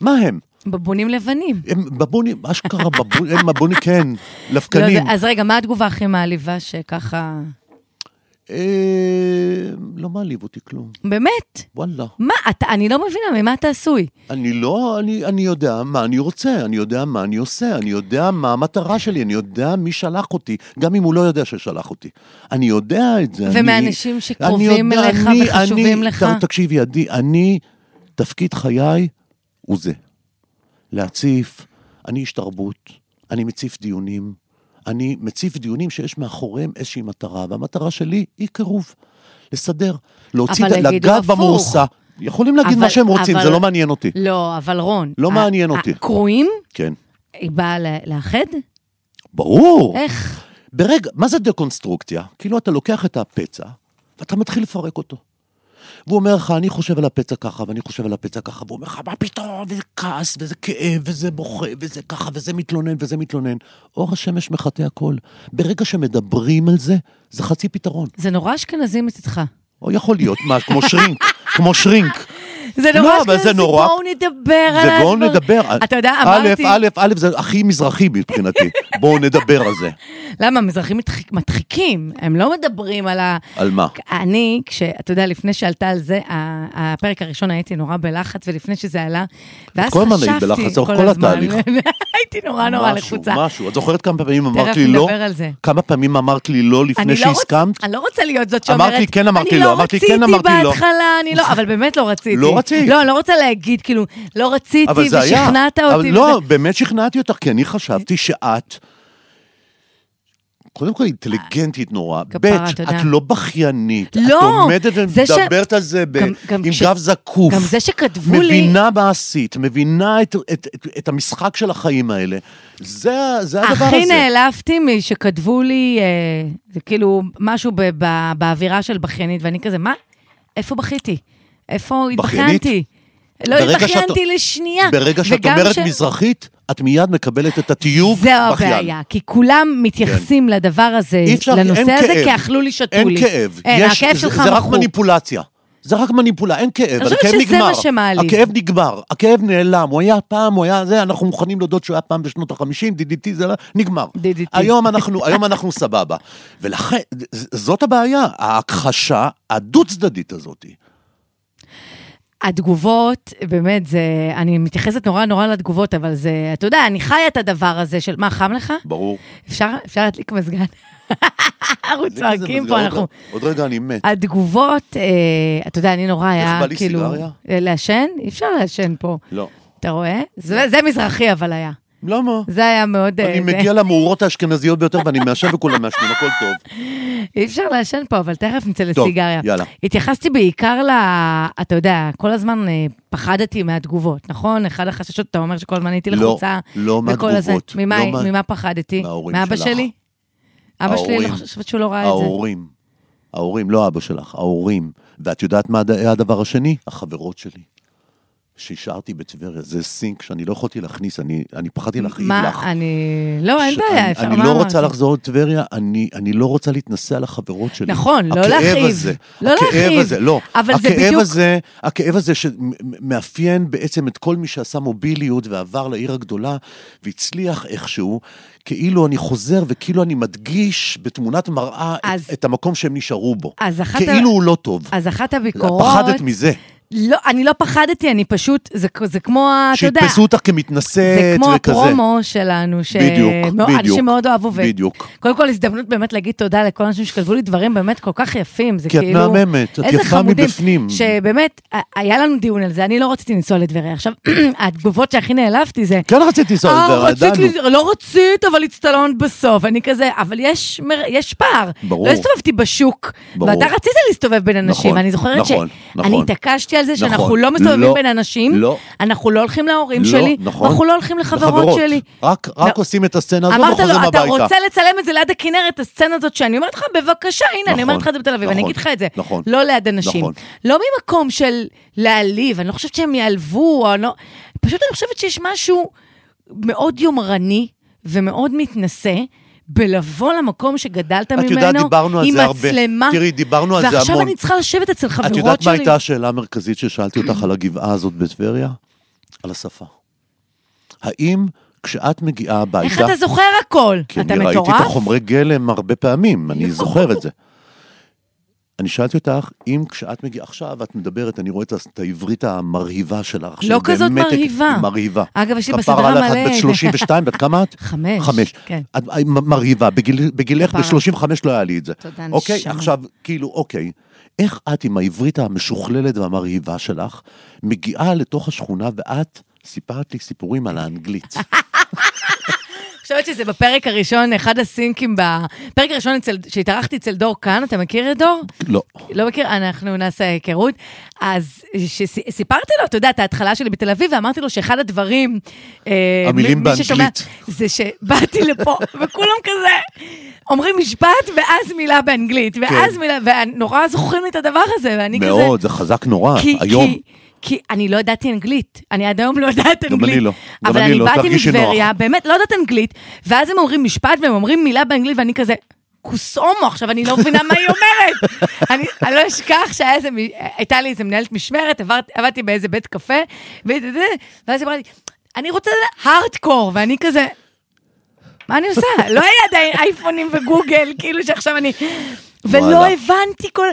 Speaker 2: מה הם?
Speaker 3: בבונים לבנים.
Speaker 2: הם בבונים, אשכרה בבונים, הם בבונים, כן,
Speaker 3: לא,
Speaker 2: לפקנים.
Speaker 3: זה- אז רגע, מה התגובה הכי מעליבה שככה...
Speaker 2: אה, לא מעליב אותי כלום,
Speaker 3: באמת?
Speaker 2: וואלה.
Speaker 3: מה, אתה, אני לא מבינה, ממה אתה עשוי?
Speaker 2: אני לא, אני, אני יודע מה אני רוצה, אני יודע מה אני עושה, אני יודע מה המטרה שלי, אני יודע מי שלח אותי, גם אם הוא לא יודע ששלח אותי. אני יודע את זה. אני-
Speaker 3: ומאנשים שקרובים
Speaker 2: אני יודע,
Speaker 3: אליך
Speaker 2: אני-
Speaker 3: וחשובים
Speaker 2: אני-
Speaker 3: לך?
Speaker 2: ת- תקשיבי, עדי, אני, תפקיד חיי הוא זה. להציף, אני איש תרבות, אני מציף דיונים, אני מציף דיונים שיש מאחוריהם איזושהי מטרה, והמטרה שלי היא קירוב. לסדר, להוציא,
Speaker 3: אבל
Speaker 2: את ה-
Speaker 3: יגידו
Speaker 2: לגעת
Speaker 3: הפוך.
Speaker 2: במורסה. יכולים להגיד
Speaker 3: אבל-
Speaker 2: מה שהם רוצים,
Speaker 3: אבל-
Speaker 2: זה לא מעניין אותי.
Speaker 3: לא, אבל רון.
Speaker 2: לא
Speaker 3: ה-
Speaker 2: מעניין
Speaker 3: ה-
Speaker 2: אותי.
Speaker 3: קרואים,
Speaker 2: כן.
Speaker 3: היא באה ל- לאחד?
Speaker 2: ברור.
Speaker 3: איך?
Speaker 2: ברגע, מה זה דקונסטרוקציה? כאילו אתה לוקח את הפצע, ואתה מתחיל לפרק אותו. והוא אומר לך, אני חושב על הפצע ככה, ואני חושב על הפצע ככה, והוא אומר לך, מה פתאום, וזה כעס, וזה כאב, וזה בוכה, וזה ככה, וזה מתלונן, וזה מתלונן. אור השמש מחטא הכל. ברגע שמדברים על זה, זה חצי פתרון.
Speaker 3: זה נורא אשכנזי מצדך.
Speaker 2: או יכול להיות, מה, כמו שרינק, כמו שרינק.
Speaker 3: זה נורא
Speaker 2: לא,
Speaker 3: אשכנזי,
Speaker 2: אבל זה נורא-
Speaker 3: בואו נדבר על
Speaker 2: זה בואו
Speaker 3: הדבר.
Speaker 2: נדבר.
Speaker 3: אתה יודע,
Speaker 2: א',
Speaker 3: אמרתי...
Speaker 2: א', א', זה הכי מזרחי מבחינתי. בואו נדבר על זה.
Speaker 3: למה, מזרחים מדחיק- מדחיקים, הם לא מדברים על ה...
Speaker 2: על מה?
Speaker 3: אוקיי. אני, כשאתה יודע, לפני שעלתה על זה, ה- הפרק הראשון הייתי נורא בלחץ, ולפני שזה עלה, ואז
Speaker 2: כל הזמן
Speaker 3: חשבתי
Speaker 2: היית בלחץ, לאורך כל התהליך.
Speaker 3: הייתי נורא נורא לחוצה.
Speaker 2: משהו, משהו. את זוכרת כמה פעמים אמרת
Speaker 3: תכף
Speaker 2: לי לא?
Speaker 3: נדבר על זה.
Speaker 2: כמה פעמים אמרת לי לא לפני
Speaker 3: אני לא
Speaker 2: שהסכמת?
Speaker 3: רוצ... אני לא רוצה להיות זאת שאומרת,
Speaker 2: אמרתי כן, אמרתי
Speaker 3: אני
Speaker 2: לא, אמרתי כן, אמרתי
Speaker 3: אני
Speaker 2: לא."
Speaker 3: לא רציתי בהתחלה, אני לא, אבל באמת לא רציתי.
Speaker 2: לא רצית.
Speaker 3: לא, אני לא רוצה להגיד, כאילו, לא רציתי
Speaker 2: אבל זה היה.
Speaker 3: ושכנעת
Speaker 2: אבל
Speaker 3: אותי.
Speaker 2: לא,
Speaker 3: וזה-
Speaker 2: באמת שכנעתי אותך, כי אני חשבתי שאת... קודם כל, אינטליגנטית נורא. ב',
Speaker 3: כפרה, תודה.
Speaker 2: את לא בכיינית. את
Speaker 3: לא,
Speaker 2: עומדת
Speaker 3: זה ש-
Speaker 2: ומדברת על זה ב-
Speaker 3: גם- גם
Speaker 2: עם
Speaker 3: כש-
Speaker 2: גב זקוף.
Speaker 3: גם זה שכתבו לי-
Speaker 2: מבינה מה עשית, מבינה את- את- את- את המשחק של החיים האלה. זה ה- זה הדבר
Speaker 3: הכי
Speaker 2: הזה.
Speaker 3: נעלבתי משכתבו לי, אה, זה כאילו, משהו ב- ב- באווירה של בכיינית, ואני כזה, מה? איפה בכיתי? איפה
Speaker 2: בכיינית?
Speaker 3: התבכיינתי? לא
Speaker 2: ברגע שאת-
Speaker 3: התבכיינתי לשנייה.
Speaker 2: ברגע שאת
Speaker 3: וגם
Speaker 2: אומרת
Speaker 3: ש-
Speaker 2: מזרחית, את מיד מקבלת את התיוג
Speaker 3: זהו
Speaker 2: בכיין. כן.
Speaker 3: הבעיה, כי כולם מתייחסים לדבר הזה,
Speaker 2: אי אפשר,
Speaker 3: לנושא
Speaker 2: אין
Speaker 3: הזה,
Speaker 2: כאב.
Speaker 3: כי אכלו לי, שתו
Speaker 2: אין
Speaker 3: לי.
Speaker 2: כאב.
Speaker 3: אין,
Speaker 2: יש-
Speaker 3: הכאב
Speaker 2: זה-
Speaker 3: שלך
Speaker 2: זה רק
Speaker 3: מכור.
Speaker 2: מניפולציה. זה רק מניפולה, אין כאב,
Speaker 3: חושבת
Speaker 2: הכאב
Speaker 3: שזה
Speaker 2: נגמר.
Speaker 3: מה שמעליב.
Speaker 2: הכאב נגמר, הכאב נעלם, הוא היה פעם, הוא היה זה, אנחנו מוכנים להודות שהוא היה פעם בשנות החמישים, DDT זה לא, נגמר.
Speaker 3: DDT.
Speaker 2: היום אנחנו, היום אנחנו סבבה. ולכן, ז- זאת הבעיה, ההכחשה הדו-צדדית הזאת.
Speaker 3: התגובות, באמת, זה, אני מתייחסת נורא נורא לתגובות, אבל זה, אתה יודע, אני חיה את הדבר הזה של, מה, חם לך?
Speaker 2: ברור.
Speaker 3: אפשר, אפשר להדליק מזגן? אנחנו
Speaker 2: זה כזה
Speaker 3: צועקים
Speaker 2: מזגן,
Speaker 3: פה,
Speaker 2: עוד
Speaker 3: אנחנו...
Speaker 2: רגע- עוד רגע אני מת.
Speaker 3: התגובות, אה, אתה יודע, אני נורא היה,
Speaker 2: בא לי
Speaker 3: כאילו...
Speaker 2: סיגריה?
Speaker 3: אה, לעשן? אי אפשר לעשן פה.
Speaker 2: לא.
Speaker 3: אתה רואה? זה, זה מזרחי אבל היה.
Speaker 2: למה?
Speaker 3: זה היה מאוד... אה,
Speaker 2: אני
Speaker 3: זה-
Speaker 2: מגיע למאורות האשכנזיות ביותר ואני מעשן וכולם מעשנים, הכל טוב.
Speaker 3: אי אפשר לעשן פה, אבל תכף נצא
Speaker 2: טוב,
Speaker 3: לסיגריה.
Speaker 2: יאללה.
Speaker 3: התייחסתי בעיקר ל... אתה יודע, כל הזמן אה, פחדתי מהתגובות, נכון? אחד החששות, אתה אומר שכל הזמן הייתי
Speaker 2: לא,
Speaker 3: לחוצה.
Speaker 2: לא
Speaker 3: וכל הזה.
Speaker 2: מהתגובות,
Speaker 3: ממה,
Speaker 2: לא מה-
Speaker 3: ממה פחדתי?
Speaker 2: מההורים
Speaker 3: מאבא
Speaker 2: שלך.
Speaker 3: שלי? אבא שלי, אני
Speaker 2: ההורים.
Speaker 3: חושבת שהוא לא ראה את זה.
Speaker 2: ההורים. ההורים, לא אבא שלך, ההורים. ואת יודעת מה הד- הדבר השני? החברות שלי. שהשארתי בטבריה, זה סינק שאני לא יכולתי להכניס, אני, אני פחדתי להכאיב לך.
Speaker 3: מה, אני... לא, אין
Speaker 2: ש-
Speaker 3: בעיה,
Speaker 2: אני-
Speaker 3: אפשר...
Speaker 2: אני
Speaker 3: מה
Speaker 2: לא
Speaker 3: אמרת?
Speaker 2: רוצה לחזור לטבריה, אני, אני לא רוצה להתנסה על החברות שלי.
Speaker 3: נכון, לא
Speaker 2: הכאב
Speaker 3: להכאיב.
Speaker 2: הזה,
Speaker 3: לא
Speaker 2: הכאב
Speaker 3: להכאיב.
Speaker 2: הזה, לא.
Speaker 3: אבל זה
Speaker 2: הכאב
Speaker 3: בדיוק-
Speaker 2: הזה, הכאב הזה שמאפיין בעצם את כל מי שעשה מוביליות ועבר לעיר הגדולה והצליח איכשהו, כאילו אני חוזר וכאילו אני מדגיש בתמונת מראה
Speaker 3: אז-
Speaker 2: את, את המקום שהם נשארו בו.
Speaker 3: אז אחת ה-
Speaker 2: כאילו הוא לא טוב.
Speaker 3: אז אחת הביקורות...
Speaker 2: פחדת מזה,
Speaker 3: לא, אני לא פחדתי, אני פשוט... זה, זה כמו, ה- אתה יודע...
Speaker 2: שיתפסו אותך כמתנשאת
Speaker 3: זה כמו
Speaker 2: וכזה.
Speaker 3: הפרומו שלנו, ש...
Speaker 2: בדיוק,
Speaker 3: מאוד-
Speaker 2: בדיוק,
Speaker 3: אנשים מאוד אוהבו. ו-
Speaker 2: בדיוק.
Speaker 3: קודם כל, הזדמנות באמת להגיד תודה לכל האנשים שכתבו לי דברים באמת כל כך יפים. זה
Speaker 2: כי את
Speaker 3: כאילו...
Speaker 2: מהממת, את
Speaker 3: איזה
Speaker 2: יפה
Speaker 3: חמודים.
Speaker 2: מבפנים.
Speaker 3: שבאמת, ה- היה לנו דיון על זה, אני לא רציתי לנסוע לטבריה. עכשיו, התגובות שהכי נעלבתי זה...
Speaker 2: כן רציתי לנסוע
Speaker 3: אה,
Speaker 2: לדבר,
Speaker 3: רצית,
Speaker 2: ידענו.
Speaker 3: לי- לא רצית, אבל הצטלמת בסוף. אני כזה, אבל יש, מר- יש פער.
Speaker 2: ברור.
Speaker 3: לא הסתובבתי בשוק.
Speaker 2: ברור.
Speaker 3: ואתה רצית להסתובב בין אנשים.
Speaker 2: נכון,
Speaker 3: אני זוכרת
Speaker 2: נכון,
Speaker 3: שאני
Speaker 2: נכון.
Speaker 3: התעקשתי על זה שאנחנו
Speaker 2: נכון,
Speaker 3: לא מסתובבים
Speaker 2: לא,
Speaker 3: בין אנשים.
Speaker 2: לא.
Speaker 3: אנחנו לא הולכים להורים
Speaker 2: לא,
Speaker 3: שלי.
Speaker 2: נכון.
Speaker 3: אנחנו לא הולכים לחברות שלי.
Speaker 2: רק, רק
Speaker 3: לא.
Speaker 2: עושים את הסצנה הזאת
Speaker 3: אמרת
Speaker 2: וחוזרים
Speaker 3: לו,
Speaker 2: הביתה.
Speaker 3: אתה רוצה לצלם את זה ליד הכנרת, הסצנה הזאת שאני אומרת לך, בבקשה, הנה,
Speaker 2: נכון,
Speaker 3: אני אומרת לך את זה בתל אביב, אני
Speaker 2: נכון,
Speaker 3: אגיד לך את זה.
Speaker 2: נכון,
Speaker 3: לא ליד אנשים.
Speaker 2: נכון.
Speaker 3: לא ממקום של להעליב, אני לא חושבת שהם יעלבו, או לא... פשוט אני חושבת שיש משהו מאוד יומרני ומאוד מתנשא. בלבוא למקום שגדלת ממנו,
Speaker 2: יודעת, דיברנו על
Speaker 3: עם
Speaker 2: זה הרבה.
Speaker 3: מצלמה.
Speaker 2: תראי, דיברנו על זה
Speaker 3: ועכשיו
Speaker 2: המון.
Speaker 3: אני צריכה לשבת אצל חברות
Speaker 2: את
Speaker 3: שלי.
Speaker 2: יודעת מה הייתה השאלה המרכזית ששאלתי אותך על הגבעה הזאת בטבריה? על השפה. האם כשאת מגיעה הביתה...
Speaker 3: איך אתה זוכר הכל?
Speaker 2: כי
Speaker 3: אתה
Speaker 2: כן, אני ראיתי את
Speaker 3: מטורף?
Speaker 2: החומרי גלם הרבה פעמים, אני זוכר את זה. אני שאלתי אותך, אם כשאת מגיעה עכשיו, את מדברת, אני רואה את ה- את העברית המרהיבה שלך. שהיא
Speaker 3: לא כזאת
Speaker 2: באמת-
Speaker 3: מרהיבה.
Speaker 2: היא מרהיבה.
Speaker 3: אגב, יש לי
Speaker 2: כפרה
Speaker 3: בסדרה
Speaker 2: עלייך,
Speaker 3: מלא-
Speaker 2: את בת 32, בת כמה את?
Speaker 3: חמש,
Speaker 2: חמש.
Speaker 3: כן.
Speaker 2: את אה, מ- מרהיבה, בגיל- בגילך
Speaker 3: כפרה.
Speaker 2: ב-35 לא היה לי את זה.
Speaker 3: תודה,
Speaker 2: אוקיי,
Speaker 3: נשמה.
Speaker 2: עכשיו, כאילו, אוקיי. איך את עם העברית המשוכללת והמרהיבה שלך, מגיעה לתוך השכונה ואת סיפרת לי סיפורים על האנגלית.
Speaker 3: חושבת שזה בפרק הראשון, אחד הסינקים, בפרק הראשון אצל- שהתארחתי אצל דור כאן, אתה מכיר את דור?
Speaker 2: לא.
Speaker 3: לא מכיר, אנחנו נעשה היכרות. אז שס- סיפרתי לו, אתה יודע, את ההתחלה שלי בתל אביב, ואמרתי לו שאחד הדברים... אה,
Speaker 2: המילים
Speaker 3: מ- מי ששומע-
Speaker 2: באנגלית.
Speaker 3: זה שבאתי לפה, וכולם כזה אומרים משפט, ואז מילה באנגלית, ואז
Speaker 2: כן.
Speaker 3: מילה, ונורא זוכרים לי את הדבר הזה, ואני כזה...
Speaker 2: מאוד, זה חזק נורא,
Speaker 3: כי,
Speaker 2: היום.
Speaker 3: כי, כי אני לא ידעתי אנגלית, אני עד היום לא יודעת אנגלית.
Speaker 2: אני לא. גם
Speaker 3: אבל
Speaker 2: אני
Speaker 3: אני
Speaker 2: לא,
Speaker 3: באתי
Speaker 2: תרגישי
Speaker 3: מטבריה,
Speaker 2: נוח.
Speaker 3: באמת לא יודעת אנגלית, ואז הם אומרים משפט והם אומרים מילה באנגלית, ואני כזה, כוס הומו, עכשיו אני לא מבינה מה היא אומרת. אני, אני לא אשכח שהייתה לי איזה מנהלת משמרת, עברתי- עבדתי באיזה בית קפה, ו- ואז היא אמרה לי, אני רוצה הארדקור, ואני כזה... מה אני עושה? לא היה עדיין אייפונים וגוגל, כאילו שעכשיו אני... ולא
Speaker 2: וואלה.
Speaker 3: הבנתי כל...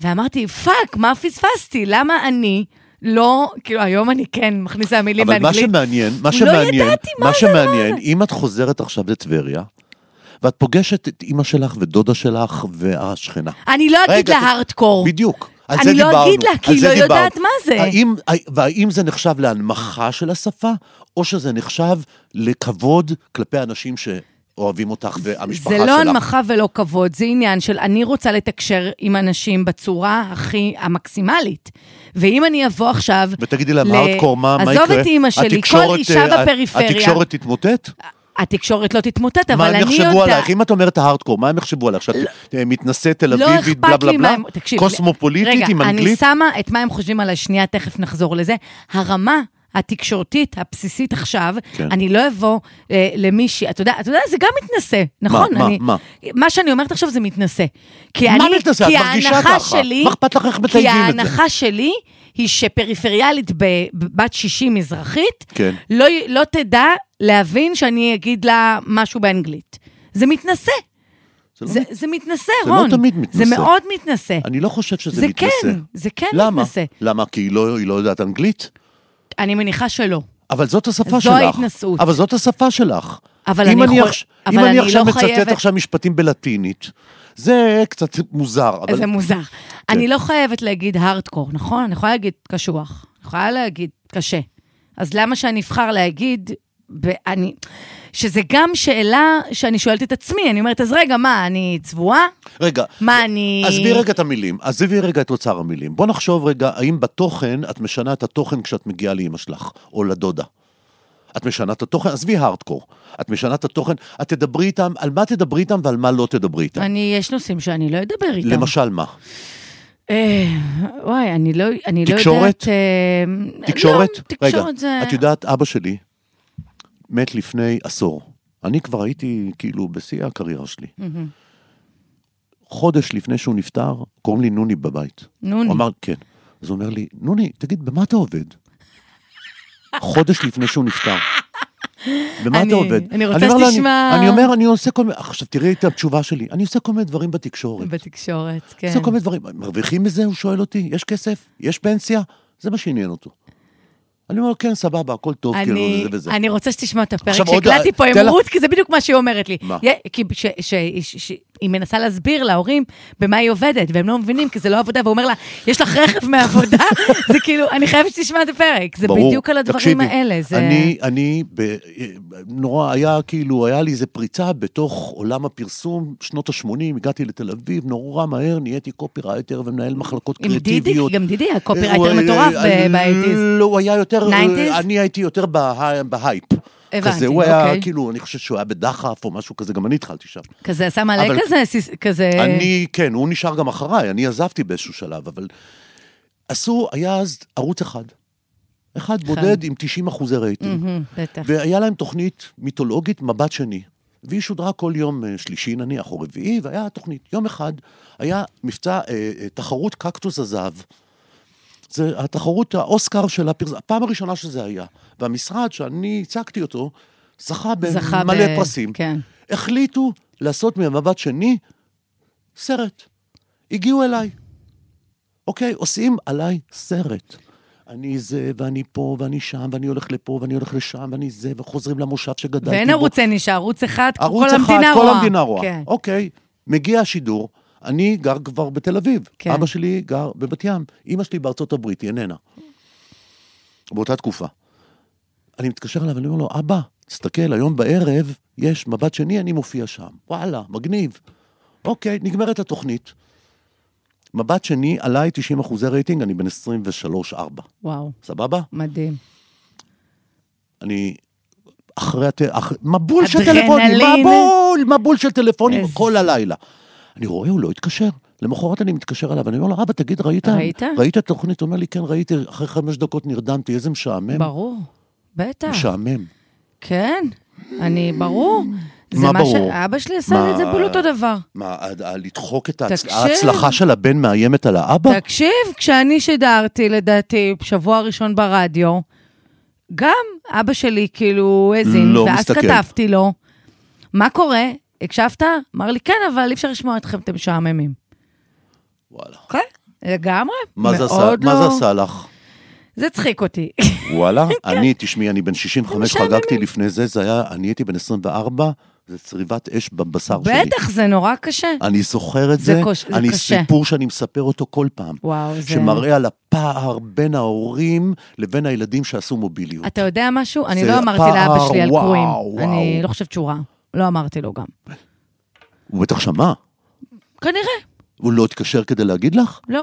Speaker 3: ואמרתי, פאק, מה פספסתי? למה אני לא, כאילו, היום אני כן מכניסה מילים
Speaker 2: אבל מה
Speaker 3: באנגלית.
Speaker 2: שמעניין, מה
Speaker 3: לא
Speaker 2: שמעניין,
Speaker 3: ידעתי מה
Speaker 2: מה
Speaker 3: זה
Speaker 2: שמעניין, אם את חוזרת עכשיו לטבריה, ואת פוגשת את אימא שלך ודודה שלך והשכנה.
Speaker 3: אני לא אגיד
Speaker 2: רגע,
Speaker 3: לה הארדקור.
Speaker 2: בדיוק. על
Speaker 3: אני
Speaker 2: זה
Speaker 3: לא
Speaker 2: דיברנו,
Speaker 3: אגיד לה, כי
Speaker 2: על
Speaker 3: היא
Speaker 2: זה
Speaker 3: לא
Speaker 2: דיברנו.
Speaker 3: יודעת מה זה.
Speaker 2: האם, והאם זה נחשב להנמכה של השפה, או שזה נחשב לכבוד כלפי האנשים שאוהבים אותך והמשפחה
Speaker 3: זה
Speaker 2: שלך?
Speaker 3: לא הנמכה ולא כבוד, זה עניין של אני רוצה לתקשר עם אנשים בצורה הכי המקסימלית. ואם אני אבוא עכשיו...
Speaker 2: ותגידי להם,
Speaker 3: ל-
Speaker 2: הארדקור, מה, מה יקרה?
Speaker 3: עזוב את אימא שלי, כל
Speaker 2: התקשורת,
Speaker 3: אישה
Speaker 2: אה,
Speaker 3: בפריפריה.
Speaker 2: התקשורת תתמוטט?
Speaker 3: התקשורת לא תתמוטט,
Speaker 2: מה הם
Speaker 3: אבל אני
Speaker 2: יחשבו
Speaker 3: יודעת... לא-
Speaker 2: עלייך? אם את אומרת ההארדקור, מה הם יחשבו עלייך? שאת אה, מתנשאת תל אביבית, בלה בלה בלה?
Speaker 3: תקשיב,
Speaker 2: קוסמופוליטית עם
Speaker 3: רגע, אני
Speaker 2: אנגלית?
Speaker 3: שמה את מה הם חושבים על השנייה, תכף נחזור לזה. הרמה... התקשורתית הבסיסית עכשיו, כן.
Speaker 2: כן.
Speaker 3: אני לא אבוא אה, למישהי, אתה יודע, אתה יודע, זה גם מתנשא, נכון?
Speaker 2: מה,
Speaker 3: אני,
Speaker 2: מה?
Speaker 3: מה שאני אומרת עכשיו זה מתנשא. כי
Speaker 2: מה
Speaker 3: אני,
Speaker 2: מתנשא? את
Speaker 3: כי
Speaker 2: מרגישה
Speaker 3: ההנחה
Speaker 2: ככה.
Speaker 3: שלי,
Speaker 2: מה אכפת לך איך
Speaker 3: כי
Speaker 2: מתייגים את זה?
Speaker 3: ההנחה שלי היא שפריפריאלית בבת 60 מזרחית,
Speaker 2: כן.
Speaker 3: לא, י- לא תדע להבין שאני אגיד לה משהו באנגלית. זה מתנשא,
Speaker 2: זה לא
Speaker 3: זה, זה מתנשא,
Speaker 2: זה לא
Speaker 3: רון.
Speaker 2: תמיד מתנשא.
Speaker 3: זה מאוד מתנשא.
Speaker 2: אני לא חושב שזה
Speaker 3: זה
Speaker 2: מתנשא.
Speaker 3: כן, זה כן
Speaker 2: למה?
Speaker 3: מתנשא.
Speaker 2: למה? כי היא לא, היא לא יודעת אנגלית?
Speaker 3: אני מניחה שלא.
Speaker 2: אבל זאת השפה
Speaker 3: זו
Speaker 2: שלך.
Speaker 3: ההתנשאות.
Speaker 2: אבל זאת השפה שלך.
Speaker 3: אבל
Speaker 2: אם
Speaker 3: אני יכול-
Speaker 2: עכש-
Speaker 3: אבל
Speaker 2: אם
Speaker 3: אני
Speaker 2: אני
Speaker 3: לא
Speaker 2: עכשיו מצטט
Speaker 3: חייבת-
Speaker 2: עכשיו משפטים בלטינית, זה קצת מוזר. אבל... כן.
Speaker 3: זה מוזר. אני לא חייבת להגיד הארדקור, נכון? אני יכולה להגיד קשוח. אני יכולה להגיד קשה. אז למה שאני אבחר להגיד... ואני, שזה גם שאלה שאני שואלת את עצמי, אני אומרת, אז רגע, מה, אני צבועה?
Speaker 2: רגע.
Speaker 3: מה, אני...
Speaker 2: עזבי רגע את המילים, עזבי רגע את אוצר המילים. בוא נחשוב רגע, האם בתוכן את משנה את התוכן כשאת מגיעה לאימא שלך, או לדודה. את משנה את התוכן, עזבי הארדקור. את משנה את התוכן, את תדברי איתם, על מה תדברי איתם ועל מה לא תדברי איתם.
Speaker 3: אני, יש נושאים שאני לא אדבר איתם.
Speaker 2: למשל מה?
Speaker 3: אה, וואי, אני לא, אני לא
Speaker 2: תקשורת?
Speaker 3: יודעת... אה,
Speaker 2: תקשורת?
Speaker 3: לא, תקשורת
Speaker 2: רגע,
Speaker 3: זה...
Speaker 2: את יודעת, אבא שלי מת לפני עשור. אני כבר הייתי כאילו בשיא הקריירה שלי. חודש לפני שהוא נפטר, קוראים לי נוני בבית.
Speaker 3: נוני.
Speaker 2: הוא אמר, כן. אז הוא אומר לי, נוני, תגיד, במה אתה עובד? חודש לפני שהוא נפטר. במה
Speaker 3: אני-
Speaker 2: אתה עובד?
Speaker 3: אני רוצה
Speaker 2: אומר לו,
Speaker 3: שתשמע-
Speaker 2: אני אומר, אני עושה כל מיני... עכשיו, תראי את התשובה שלי. אני עושה כל מיני דברים בתקשורת.
Speaker 3: בתקשורת, כן.
Speaker 2: עושה כל מיני דברים. מרוויחים מזה? הוא שואל אותי, יש כסף? יש פנסיה? זה מה שעניין אותו. אני אומר, כן, סבבה, הכל טוב, כאילו,
Speaker 3: אני,
Speaker 2: זה וזה.
Speaker 3: אני רוצה שתשמע את הפרק
Speaker 2: עכשיו עוד-
Speaker 3: שהקלטתי פה עם
Speaker 2: תן לה-
Speaker 3: רות, כי זה בדיוק מה שהיא אומרת לי.
Speaker 2: מה?
Speaker 3: יה- כי ש- ש- ש- ש- היא מנסה להסביר להורים במה היא עובדת, והם לא מבינים, כי זה לא עבודה, והוא אומר לה, יש לך רכב מהעבודה? זה כאילו, אני חייבת שתשמע את הפרק. זה
Speaker 2: ברור.
Speaker 3: בדיוק על הדברים
Speaker 2: תקשיבי,
Speaker 3: האלה. זה...
Speaker 2: אני, אני, ב... נורא היה כאילו, היה לי איזה פריצה בתוך עולם הפרסום, שנות ה-80, הגעתי לתל אביב, נורא מהר נהייתי קופירייטר ומנהל מחלקות
Speaker 3: עם דידי,
Speaker 2: קריאטיביות.
Speaker 3: גם דידי היה
Speaker 2: הוא-
Speaker 3: קופירייטר מטורף
Speaker 2: אה,
Speaker 3: באייטיז.
Speaker 2: לא, הוא היה יותר,
Speaker 3: 90s?
Speaker 2: אני הייתי יותר בה- בהייפ.
Speaker 3: הבנתי,
Speaker 2: כזה, הוא היה
Speaker 3: אוקיי.
Speaker 2: כאילו, אני חושב שהוא היה בדחף או משהו כזה, גם אני התחלתי שם.
Speaker 3: כזה, עשה מלא
Speaker 2: אבל-
Speaker 3: כזה, סיס- כזה...
Speaker 2: אני, כן, הוא נשאר גם אחריי, אני עזבתי באיזשהו שלב, אבל עשו, היה אז ערוץ אחד. אחד בודד עם 90 אחוזי רייטינג.
Speaker 3: מהמם, Mhm, בטח.
Speaker 2: והיה להם תוכנית מיתולוגית, מבט שני. והיא שודרה כל יום אה, שלישי נניח, או רביעי, והיה תוכנית. יום אחד היה מבצע, אה, אה, תחרות קקטוס הזהב. זה התחרות, האוסקר של הפרסום, הפעם הראשונה שזה היה. והמשרד שאני הצגתי אותו, זכה
Speaker 3: זכה ב-
Speaker 2: במלא פרסים.
Speaker 3: כן.
Speaker 2: החליטו לעשות ממבט שני סרט. הגיעו אליי. אוקיי, עושים עליי סרט. אני זה, ואני פה, ואני שם, ואני הולך לפה, ואני הולך לשם, ואני זה, וחוזרים למושב שגדלתי
Speaker 3: ואין ערוץ אין אישה, ערוץ אחד,
Speaker 2: ערוץ
Speaker 3: כל
Speaker 2: אחד,
Speaker 3: המדינה
Speaker 2: כל
Speaker 3: רואה.
Speaker 2: המדינה רואה.
Speaker 3: כן.
Speaker 2: אוקיי, מגיע השידור, אני גר כבר בתל אביב.
Speaker 3: כן.
Speaker 2: אבא שלי גר בבת ים, אימא שלי בארצות הברית, היא איננה. באותה תקופה. אני מתקשר אליו, אני אומר לו, אבא, תסתכל, היום בערב יש מבט שני, אני מופיע שם. וואלה, מגניב. אוקיי, נגמרת התוכנית. מבט שני, עליי 90 אחוזי רייטינג, אני בן 23-4.
Speaker 3: וואו,
Speaker 2: סבבה?
Speaker 3: מדהים.
Speaker 2: אני... אחרי הט... אח... מבול של טלפונים,
Speaker 3: אדרנלין.
Speaker 2: מבול, מבול של טלפונים
Speaker 3: איזה-
Speaker 2: כל הלילה. אני רואה, הוא לא התקשר. למחרת אני מתקשר אליו, אני אומר לו, אבא, תגיד, ראית?
Speaker 3: ראית?
Speaker 2: ראית את התוכנית? הוא אומר לי, כן, ראיתי, אחרי חמש דקות נרדמתי, איזה משעמם.
Speaker 3: ברור, בטח.
Speaker 2: משעמם.
Speaker 3: כן, אני, ברור. זה
Speaker 2: מה
Speaker 3: ש-
Speaker 2: ברור?
Speaker 3: אבא שלי עשה לי
Speaker 2: מה-
Speaker 3: את זה בול אותו דבר.
Speaker 2: מה, ה- ה- לדחוק את ההצ...
Speaker 3: תקשיב.
Speaker 2: ההצלחה של הבן מאיימת על האבא?
Speaker 3: תקשיב, כשאני שידרתי, לדעתי, בשבוע הראשון ברדיו, גם אבא שלי כאילו האזין,
Speaker 2: לא
Speaker 3: ואז
Speaker 2: מסתכל.
Speaker 3: כתבתי לו, מה קורה? הקשבת? אמר לי, כן, אבל אי אפשר לשמוע אתכם, אתם משעממים.
Speaker 2: וואלה.
Speaker 3: כן, לגמרי.
Speaker 2: מה זה עשה-
Speaker 3: מאוד
Speaker 2: מה
Speaker 3: לא-
Speaker 2: זה עשה לך?
Speaker 3: זה צחיק אותי.
Speaker 2: וואלה, אני, תשמעי, אני בן 65,
Speaker 3: משעמם.
Speaker 2: חגגתי לפני זה, זה היה, אני הייתי בן 24, זה צריבת אש בבשר שלי.
Speaker 3: בטח, זה נורא קשה.
Speaker 2: אני זוכר את
Speaker 3: זה
Speaker 2: זה,
Speaker 3: קוש- זה
Speaker 2: אני
Speaker 3: קשה.
Speaker 2: סיפור שאני מספר אותו כל פעם.
Speaker 3: וואו, זה...
Speaker 2: שמראה על הפער בין ההורים לבין הילדים שעשו מוביליות.
Speaker 3: אתה יודע משהו? אני
Speaker 2: זה
Speaker 3: לא אמרתי לאבא
Speaker 2: פער,
Speaker 3: שלי על
Speaker 2: וואו,
Speaker 3: קרואים.
Speaker 2: וואו.
Speaker 3: אני לא חושבת שהוא רע. לא אמרתי לו גם.
Speaker 2: הוא בטח שמע,
Speaker 3: כנראה,
Speaker 2: הוא לא התקשר כדי להגיד לך?
Speaker 3: לא.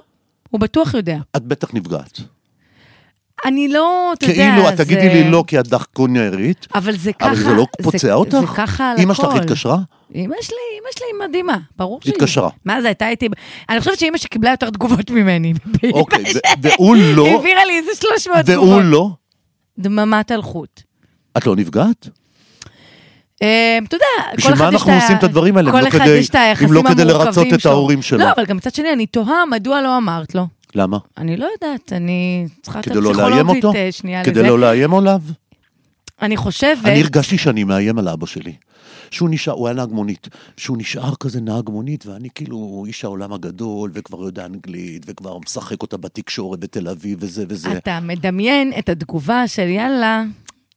Speaker 3: הוא בטוח יודע.
Speaker 2: את בטח נפגעת.
Speaker 3: אני לא, אתה יודע,
Speaker 2: כאילו, את
Speaker 3: זה-
Speaker 2: תגידי לי לא כי את דחקונרית,
Speaker 3: אבל זה ככה...
Speaker 2: אבל זה לא פוצע אותך?
Speaker 3: זה ככה על הכל.
Speaker 2: אמא שלך התקשרה?
Speaker 3: אמא שלי, אמא שלי היא מדהימה, ברור שהיא.
Speaker 2: התקשרה.
Speaker 3: מה זה, הייתה איתי... אני חושבת שאמא שלי קיבלה יותר תגובות ממני.
Speaker 2: אוקיי, ו- והוא
Speaker 3: היא
Speaker 2: לא,
Speaker 3: העבירה לי איזה 300 תגובות.
Speaker 2: והוא לא.
Speaker 3: דממת אלחוט.
Speaker 2: את לא נפגעת?
Speaker 3: אה, אתה יודע, כל אחד יש את ה...
Speaker 2: בשביל מה אנחנו עושים את הדברים האלה, אם
Speaker 3: כל
Speaker 2: לא
Speaker 3: אחד
Speaker 2: כדי-
Speaker 3: יש את היחסים
Speaker 2: אם לא כדי
Speaker 3: המורכבים
Speaker 2: לרצות את
Speaker 3: שלו.
Speaker 2: ההורים שלו.
Speaker 3: לא, אבל גם מצד שני, אני תוהה מדוע לא אמרת לו.
Speaker 2: למה?
Speaker 3: אני לא יודעת, אני צריכה את
Speaker 2: כדי לא לאיים
Speaker 3: הפסיכולוגית
Speaker 2: אותו?
Speaker 3: אה, שנייה
Speaker 2: כדי
Speaker 3: לזה.
Speaker 2: לא לאיים עליו?
Speaker 3: אני חושבת...
Speaker 2: אני הרגשתי שאני מאיים על אבא שלי. שהוא נשאר, הוא היה נהג מונית, שהוא נשאר כזה נהג מונית, ואני כאילו איש העולם הגדול, וכבר יודע אנגלית, וכבר משחק אותה בתקשורת בתל אביב, וזה וזה.
Speaker 3: אתה מדמיין את התגובה של יאללה,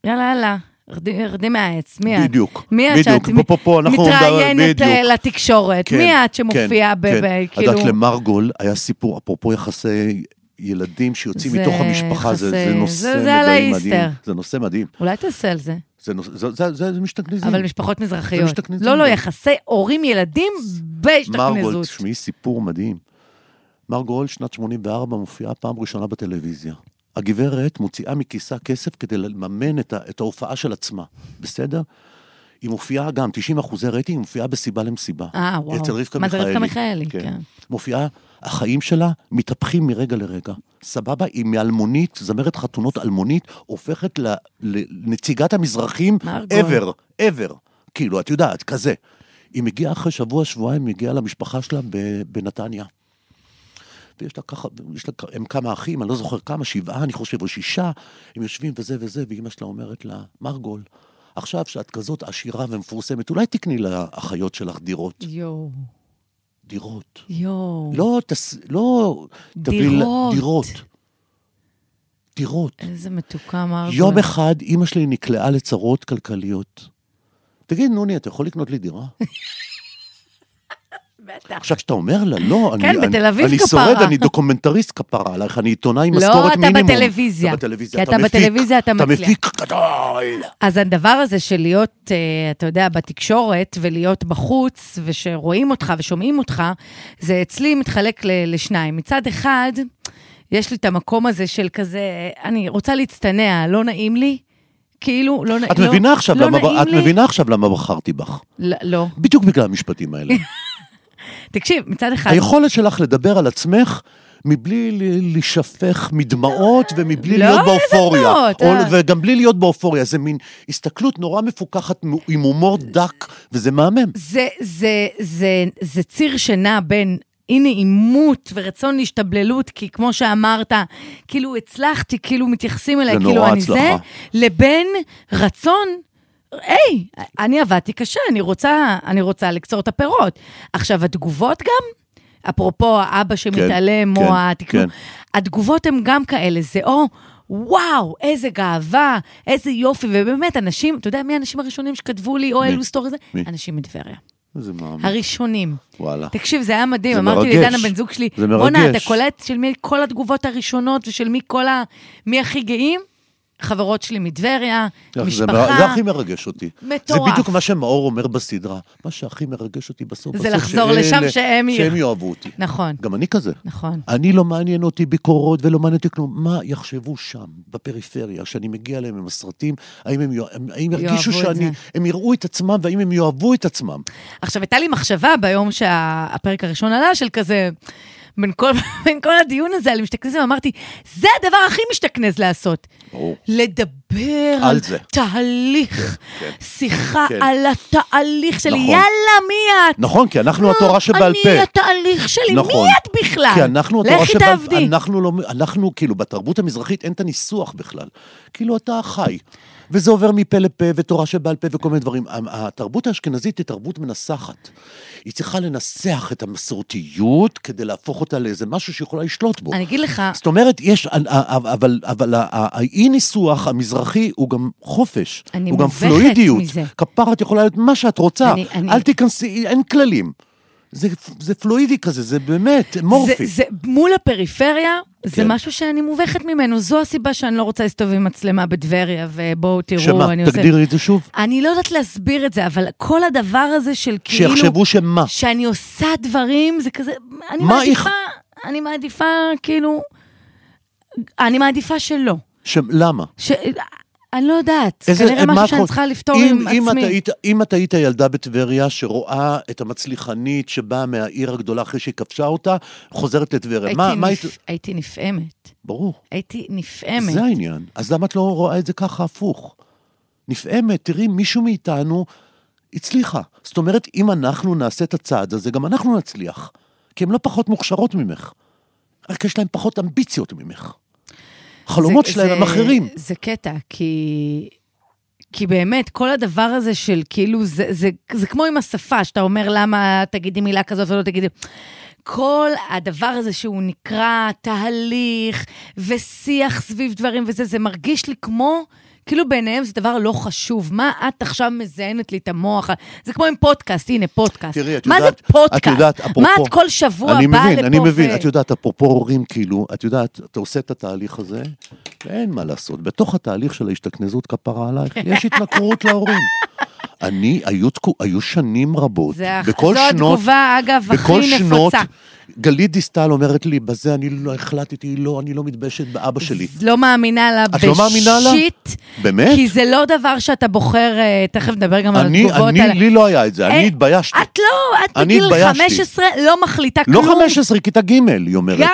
Speaker 3: יאללה, יאללה, רדי- רדי מהעץ, מי את?
Speaker 2: בדיוק,
Speaker 3: מי את
Speaker 2: בדיוק,
Speaker 3: שאת
Speaker 2: פה, פה, פה, אנחנו
Speaker 3: מתראיינת
Speaker 2: בדיוק.
Speaker 3: אה, לתקשורת?
Speaker 2: כן,
Speaker 3: מי את
Speaker 2: כן,
Speaker 3: שמופיעה ב...
Speaker 2: כן.
Speaker 3: ב-
Speaker 2: את
Speaker 3: כאילו...
Speaker 2: יודעת, למרגול היה סיפור, אפרופו יחסי ילדים שיוצאים
Speaker 3: זה
Speaker 2: מתוך המשפחה, זה- זה
Speaker 3: יחסי-
Speaker 2: נושא
Speaker 3: זה- לא זה על
Speaker 2: מדהים,
Speaker 3: האיסטר.
Speaker 2: מדהים. זה נושא מדהים.
Speaker 3: אולי תעשה על זה,
Speaker 2: זה נושא- זה- זה- זה זה משתכנזים.
Speaker 3: אבל משפחות מזרחיות.
Speaker 2: משתכנזים.
Speaker 3: לא, לא, יחסי הורים-ילדים
Speaker 2: מרגול,
Speaker 3: בהשתכנזות.
Speaker 2: תשמעי סיפור מדהים. מרגול, שנת 84, מופיעה פעם ראשונה בטלוויזיה. הגברת מוציאה מכיסה כסף כדי לממן את, ה- את ההופעה של עצמה, בסדר? היא מופיעה גם, 90 אחוזי רייטינג, מופיעה בסיבה למסיבה.
Speaker 3: אה, וואו.
Speaker 2: אצל רבקה
Speaker 3: מה זה
Speaker 2: מיכאלי.
Speaker 3: רבקה מיכאלי? כן.
Speaker 2: מופיעה, החיים שלה מתהפכים מרגע לרגע. סבבה, היא מאלמונית, זמרת חתונות אלמונית, הופכת ל- לנציגת המזרחים
Speaker 3: מרגול.
Speaker 2: ever, ever. כאילו, את יודעת, כזה. היא מגיעה אחרי שבוע, שבועיים, היא מגיעה למשפחה שלה ב- בנתניה. ויש לה ככה, יש לה, הם כמה אחים, אני לא זוכר כמה, שבעה, אני חושב, או שישה, הם יושבים וזה וזה, ואימא שלה אומרת לה, מרגול, עכשיו שאת כזאת עשירה ומפורסמת, אולי תקני לאחיות שלך דירות.
Speaker 3: יואו,
Speaker 2: דירות.
Speaker 3: יואו.
Speaker 2: לא, תס... לא... תביא ל-
Speaker 3: דירות.
Speaker 2: דירות. דירות.
Speaker 3: איזה מתוקה, מרגול.
Speaker 2: יום אחד אימא שלי נקלעה לצרות כלכליות. תגיד, נוני, אתה יכול לקנות לי דירה?
Speaker 3: בטח.
Speaker 2: עכשיו, כשאתה אומר לה, לא, אני...
Speaker 3: כן,
Speaker 2: אני-
Speaker 3: בתל אביב
Speaker 2: אני
Speaker 3: כפרה.
Speaker 2: שורד, אני דוקומנטריסט כפרה עלייך, אני עיתונאי עם
Speaker 3: לא,
Speaker 2: משכורת
Speaker 3: אתה
Speaker 2: מינימום.
Speaker 3: בטלוויזיה.
Speaker 2: אתה בטלוויזיה,
Speaker 3: כי אתה
Speaker 2: מפיק,
Speaker 3: בטלוויזיה, אתה מצליח.
Speaker 2: אתה מפיק גדול.
Speaker 3: אז הדבר הזה של להיות, אה, אתה יודע, בתקשורת ולהיות בחוץ, ושרואים אותך ושומעים אותך, זה אצלי מתחלק ל- לשניים. מצד אחד, יש לי את המקום הזה של כזה, אני רוצה להצטנע, לא נעים לי, כאילו, לא, נ-
Speaker 2: את
Speaker 3: לא,
Speaker 2: מבינה עכשיו
Speaker 3: לא
Speaker 2: למה-
Speaker 3: נעים
Speaker 2: את
Speaker 3: לי.
Speaker 2: מבינה עכשיו למה בחרתי בך.
Speaker 3: לא, לא.
Speaker 2: בדיוק בגלל המשפטים האלה.
Speaker 3: תקשיב, מצד אחד,
Speaker 2: היכולת שלך לדבר על עצמך מבלי ל- להישפך מדמעות ומבלי
Speaker 3: לא,
Speaker 2: להיות
Speaker 3: איזה
Speaker 2: באופוריה.
Speaker 3: דמעות,
Speaker 2: או-
Speaker 3: אה.
Speaker 2: וגם בלי להיות באופוריה, זה מין הסתכלות נורא מפוקחת מ- עם הומור דק, וזה מהמם.
Speaker 3: זה, זה, זה, זה ציר שנע בין אי-נעימות ורצון להשתבללות, כי כמו שאמרת, כאילו הצלחתי, כאילו מתייחסים אליי,
Speaker 2: זה
Speaker 3: כאילו
Speaker 2: נורא
Speaker 3: אני
Speaker 2: הצלחה.
Speaker 3: זה, לבין רצון, היי, אני עבדתי קשה, אני רוצה, אני רוצה לקצור את הפירות. עכשיו, התגובות גם, אפרופו האבא שמתעלם,
Speaker 2: כן,
Speaker 3: או התקנון,
Speaker 2: כן.
Speaker 3: התגובות הן גם כאלה, זה או, וואו, איזה גאווה, איזה יופי, ובאמת, אנשים, אתה יודע מי האנשים הראשונים שכתבו לי, או
Speaker 2: מי?
Speaker 3: אלו סטורי זה?
Speaker 2: מי?
Speaker 3: אנשים מטבריה.
Speaker 2: זה מהמם.
Speaker 3: הראשונים.
Speaker 2: וואלה.
Speaker 3: תקשיב, זה היה מדהים,
Speaker 2: זה
Speaker 3: אמרתי
Speaker 2: מרגש.
Speaker 3: לדן הבן זוג שלי,
Speaker 2: זה מרגש.
Speaker 3: בואנה, אתה קולט של מי כל התגובות הראשונות ושל מי כל ה... מי הכי גאים? חברות שלי מטבריה,
Speaker 2: זה- זה מר- זה
Speaker 3: משפחה.
Speaker 2: הכי מרגש אותי.
Speaker 3: מטורף.
Speaker 2: זה בדיוק מה שמאור אומר בסדרה. מה שהכי מרגש אותי בסוף,
Speaker 3: זה
Speaker 2: בסוף
Speaker 3: לחזור
Speaker 2: שאלה-
Speaker 3: לשם שהם י-
Speaker 2: שהם יאהבו אותי.
Speaker 3: נכון,
Speaker 2: גם אני כזה.
Speaker 3: נכון.
Speaker 2: אני לא מעניין אותי ביקורות ולא מעניין אותי כלום. מה יחשבו שם, בפריפריה, שאני מגיע אליהם עם הסרטים, האם הם, יוא- הם- האם ירגישו
Speaker 3: יאהבו את
Speaker 2: שאני,
Speaker 3: זה.
Speaker 2: הם יראו את עצמם והאם הם יאהבו את עצמם.
Speaker 3: עכשיו, הייתה לי מחשבה ביום שהפרק הראשון עלה, של כזה, בין כל, בין כל הדיון הזה על משתכנזים, אמרתי, זה הדבר הכי משתכנז לעשות.
Speaker 2: ברור.
Speaker 3: לדבר לדבר
Speaker 2: על זה.
Speaker 3: תהליך,
Speaker 2: כן,
Speaker 3: שיחה
Speaker 2: כן.
Speaker 3: על התהליך שלי.
Speaker 2: נכון.
Speaker 3: יאללה, מי את?
Speaker 2: נכון, כי אנחנו התורה שבעל פה.
Speaker 3: לא, אני התהליך שלי,
Speaker 2: נכון.
Speaker 3: מי את בכלל?
Speaker 2: כי אנחנו התורה
Speaker 3: לכי
Speaker 2: שבעל פה.
Speaker 3: תעבדי.
Speaker 2: אנחנו לא, אנחנו כאילו, בתרבות המזרחית אין את הניסוח בכלל. כאילו, אתה חי. וזה עובר מפה לפה, ותורה שבעל פה וכל מיני דברים. ה- התרבות האשכנזית היא תרבות מנסחת. היא צריכה לנסח את המסורתיות כדי להפוך אותה לאיזה משהו שהיא יכולה לשלוט בו.
Speaker 3: אני אגיד לך,
Speaker 2: זאת אומרת, יש, אה, אבל, אבל אה, ה- ה- האי-ניסוח המזרחי הוא גם חופש.
Speaker 3: אני
Speaker 2: הוא גם
Speaker 3: מובכת
Speaker 2: פלואידיות.
Speaker 3: מזה.
Speaker 2: כפרה, את יכולה להיות מה שאת רוצה.
Speaker 3: אני- אני-
Speaker 2: אל תיכנסי, אין כללים. זה, זה פלואידי כזה, זה באמת
Speaker 3: זה,
Speaker 2: מורפי.
Speaker 3: זה, מול הפריפריה, זה
Speaker 2: כן.
Speaker 3: משהו שאני מובכת ממנו. זו הסיבה שאני לא רוצה להסתובב עם מצלמה בטבריה, ובואו תראו,
Speaker 2: שמה,
Speaker 3: אני עושה...
Speaker 2: תגדירי את זה שוב.
Speaker 3: אני לא יודעת להסביר את זה, אבל כל הדבר הזה של כאילו...
Speaker 2: שיחשבו שמה.
Speaker 3: שאני עושה דברים, זה כזה... אני
Speaker 2: מה
Speaker 3: מעדיפה, אני מעדיפה, כאילו... אני מעדיפה שלא.
Speaker 2: ש... למה?
Speaker 3: ש... אני לא יודעת, איזה, כנראה
Speaker 2: מה
Speaker 3: משהו
Speaker 2: את
Speaker 3: שאני
Speaker 2: חוש-
Speaker 3: צריכה לפתור
Speaker 2: אם-
Speaker 3: עם
Speaker 2: אם
Speaker 3: עצמי.
Speaker 2: את היית, אם את היית ילדה בטבריה שרואה את המצליחנית שבאה מהעיר הגדולה אחרי שהיא כבשה אותה, חוזרת לטבריה,
Speaker 3: הייתי,
Speaker 2: מה, מה היית...
Speaker 3: נפ... הייתי נפעמת.
Speaker 2: ברור.
Speaker 3: הייתי נפעמת.
Speaker 2: זה העניין. אז למה את לא רואה את זה ככה הפוך? נפעמת, תראי, מישהו מאיתנו הצליחה. זאת אומרת, אם אנחנו נעשה את הצעד הזה, גם אנחנו נצליח. כי הן לא פחות מוכשרות ממך. רק יש להן פחות אמביציות ממך. החלומות
Speaker 3: זה-
Speaker 2: שלהן
Speaker 3: זה-
Speaker 2: הם אחרים.
Speaker 3: זה קטע, כי... כי באמת, כל הדבר הזה של כאילו, זה, זה, זה כמו עם השפה, שאתה אומר למה תגידי מילה כזאת ולא תגידי... כל הדבר הזה שהוא נקרא תהליך ושיח סביב דברים וזה, זה מרגיש לי כמו, כאילו בעיניהם זה דבר לא חשוב. מה את עכשיו מזיינת לי את המוח? זה כמו עם פודקאסט, הנה פודקאסט.
Speaker 2: תראי, את
Speaker 3: מה
Speaker 2: יודעת-
Speaker 3: זה פודקאסט?
Speaker 2: את יודעת, אפרופו-
Speaker 3: מה את כל שבוע
Speaker 2: אני
Speaker 3: באה
Speaker 2: מבין,
Speaker 3: לפה
Speaker 2: אני מבין.
Speaker 3: ו-
Speaker 2: את יודעת, אפרופו הורים, כאילו, את יודעת, אתה עושה את התהליך הזה, ואין מה לעשות. בתוך התהליך של ההשתכנזות כפרה עלייך, יש התנכרות להורים. אני, היו, תקו- היו שנים רבות,
Speaker 3: זה הח-
Speaker 2: בכל
Speaker 3: זו
Speaker 2: שנות...
Speaker 3: התגובה, אגב,
Speaker 2: בכל
Speaker 3: הכי
Speaker 2: שנות,
Speaker 3: נפוצה.
Speaker 2: גלית דיסטל אומרת לי, בזה אני לא החלטתי, לא, אני לא מתביישת באבא שלי.
Speaker 3: לא מאמינה לה
Speaker 2: את לא מאמינה לה?
Speaker 3: בשיט,
Speaker 2: באמת?
Speaker 3: כי זה לא דבר שאתה בוחר, אה, תכף נדבר גם על
Speaker 2: אני,
Speaker 3: התגובות
Speaker 2: אני,
Speaker 3: האלה.
Speaker 2: לי לא היה את זה, אני
Speaker 3: אה,
Speaker 2: התביישתי.
Speaker 3: את לא, את
Speaker 2: אני
Speaker 3: בגיל
Speaker 2: התביישתי.
Speaker 3: 15 לא מחליטה
Speaker 2: לא
Speaker 3: כלום.
Speaker 2: 15, כיתה ג', היא אומרת.
Speaker 3: גם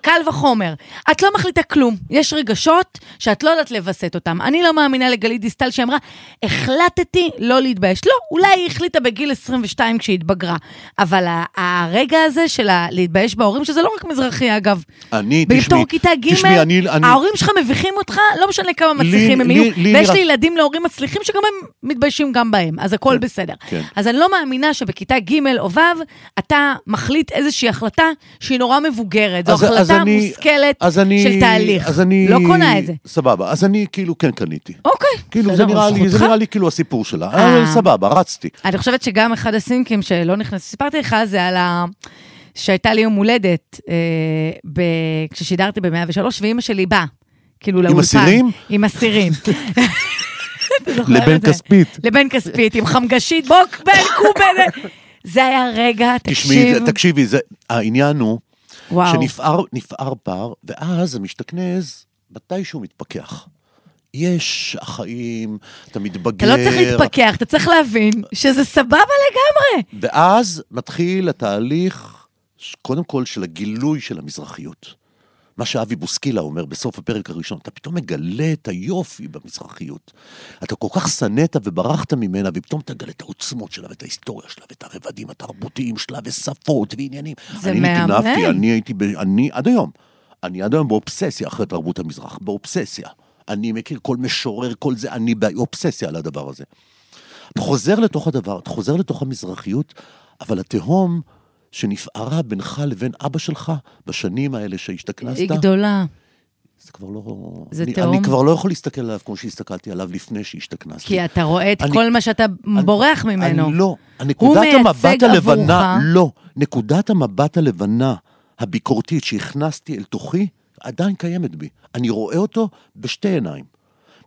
Speaker 3: קל וחומר, את לא מחליטה כלום. יש רגשות שאת לא יודעת לווסת אותם. אני לא מאמינה לגלית דיסטל שאמרה, החלטתי לא להתבייש. לא, אולי היא החליטה בגיל 22 כשהיא התבגרה. אבל ה- הרגע הזה של ה- להתבייש בהורים, שזה לא רק מזרחי אגב.
Speaker 2: אני, תשמעי,
Speaker 3: בתור כיתה ג',
Speaker 2: תשמעי, אני, אני,
Speaker 3: ההורים שלך מביכים אותך, לא משנה כמה
Speaker 2: לי-
Speaker 3: מצליחים הם
Speaker 2: לי-
Speaker 3: יהיו.
Speaker 2: לי
Speaker 3: ויש
Speaker 2: רק-
Speaker 3: לי ילדים להורים מצליחים שגם הם מתביישים גם בהם, אז הכל
Speaker 2: כן,
Speaker 3: בסדר.
Speaker 2: כן.
Speaker 3: אז אני לא מאמינה שבכיתה ג' או ו', אתה מחליט איזושהי החלטה שהיא נורא מבוגרת. זו
Speaker 2: אז- אז
Speaker 3: החלטה
Speaker 2: אני-
Speaker 3: מושכלת
Speaker 2: אז אני,
Speaker 3: של תהליך.
Speaker 2: אז אני,
Speaker 3: לא קונה את זה.
Speaker 2: סבבה, אז אני כאילו כן קניתי.
Speaker 3: אוקיי,
Speaker 2: כאילו, זה
Speaker 3: בסדר,
Speaker 2: נראה לי, זה
Speaker 3: זכותך.
Speaker 2: נראה לי כאילו הסיפור שלה.
Speaker 3: אה.
Speaker 2: אה, סבבה, רצתי.
Speaker 3: אני חושבת שגם אחד הסינקים שלא נכנס, סיפרתי לך, זה על ה... שהייתה לי יום הולדת אה, ב... כששידרתי ב-103, ואימא שלי באה, כאילו לאולפן.
Speaker 2: אסירים?
Speaker 3: עם אסירים. אתה זוכר
Speaker 2: לבן
Speaker 3: את זה?
Speaker 2: כספית.
Speaker 3: לבן כספית, עם חמגשית, בוק, בן קובן. זה היה רגע,
Speaker 2: תשמעי,
Speaker 3: תקשיב.
Speaker 2: זה- תקשיבי, זה- העניין הוא
Speaker 3: וואו.
Speaker 2: שנפער נפער פער, ואז המשתכנז, מתי שהוא מתפכח. יש החיים, אתה מתבגר.
Speaker 3: אתה לא צריך להתפכח, אתה צריך להבין שזה סבבה לגמרי.
Speaker 2: ואז מתחיל התהליך, ש- קודם כל, של הגילוי של המזרחיות. מה שאבי בוסקילה אומר בסוף הפרק הראשון, אתה פתאום מגלה את היופי במזרחיות. אתה כל כך שנאת וברחת ממנה, ופתאום אתה מגלה את העוצמות שלה, ואת ההיסטוריה שלה, ואת הרבדים התרבותיים שלה, ושפות, ועניינים.
Speaker 3: זה
Speaker 2: אני
Speaker 3: מהמם.
Speaker 2: נטינפתי, אני הייתי, ב... אני עד היום, אני עד היום באובססיה אחרי תרבות המזרח, באובססיה. אני מכיר כל משורר, כל זה, אני באובססיה על הדבר הזה. אתה חוזר לתוך הדבר, אתה חוזר לתוך המזרחיות, אבל התהום שנפערה בינך לבין אבא שלך בשנים האלה
Speaker 3: היא
Speaker 2: שהשתכנסת,
Speaker 3: גדולה.
Speaker 2: זה כבר לא...
Speaker 3: זה
Speaker 2: אני,
Speaker 3: תהום.
Speaker 2: אני כבר לא יכול להסתכל עליו כמו שהסתכלתי עליו לפני שהשתכנסתי.
Speaker 3: כי אתה רואה את
Speaker 2: אני-
Speaker 3: כל מה שאתה בורח ממנו.
Speaker 2: אני לא. נקודת
Speaker 3: מייצג
Speaker 2: המבט הלבנה,
Speaker 3: עבורך.
Speaker 2: לא. נקודת המבט הלבנה הביקורתית שהכנסתי אל תוכי, עדיין קיימת בי. אני רואה אותו בשתי עיניים.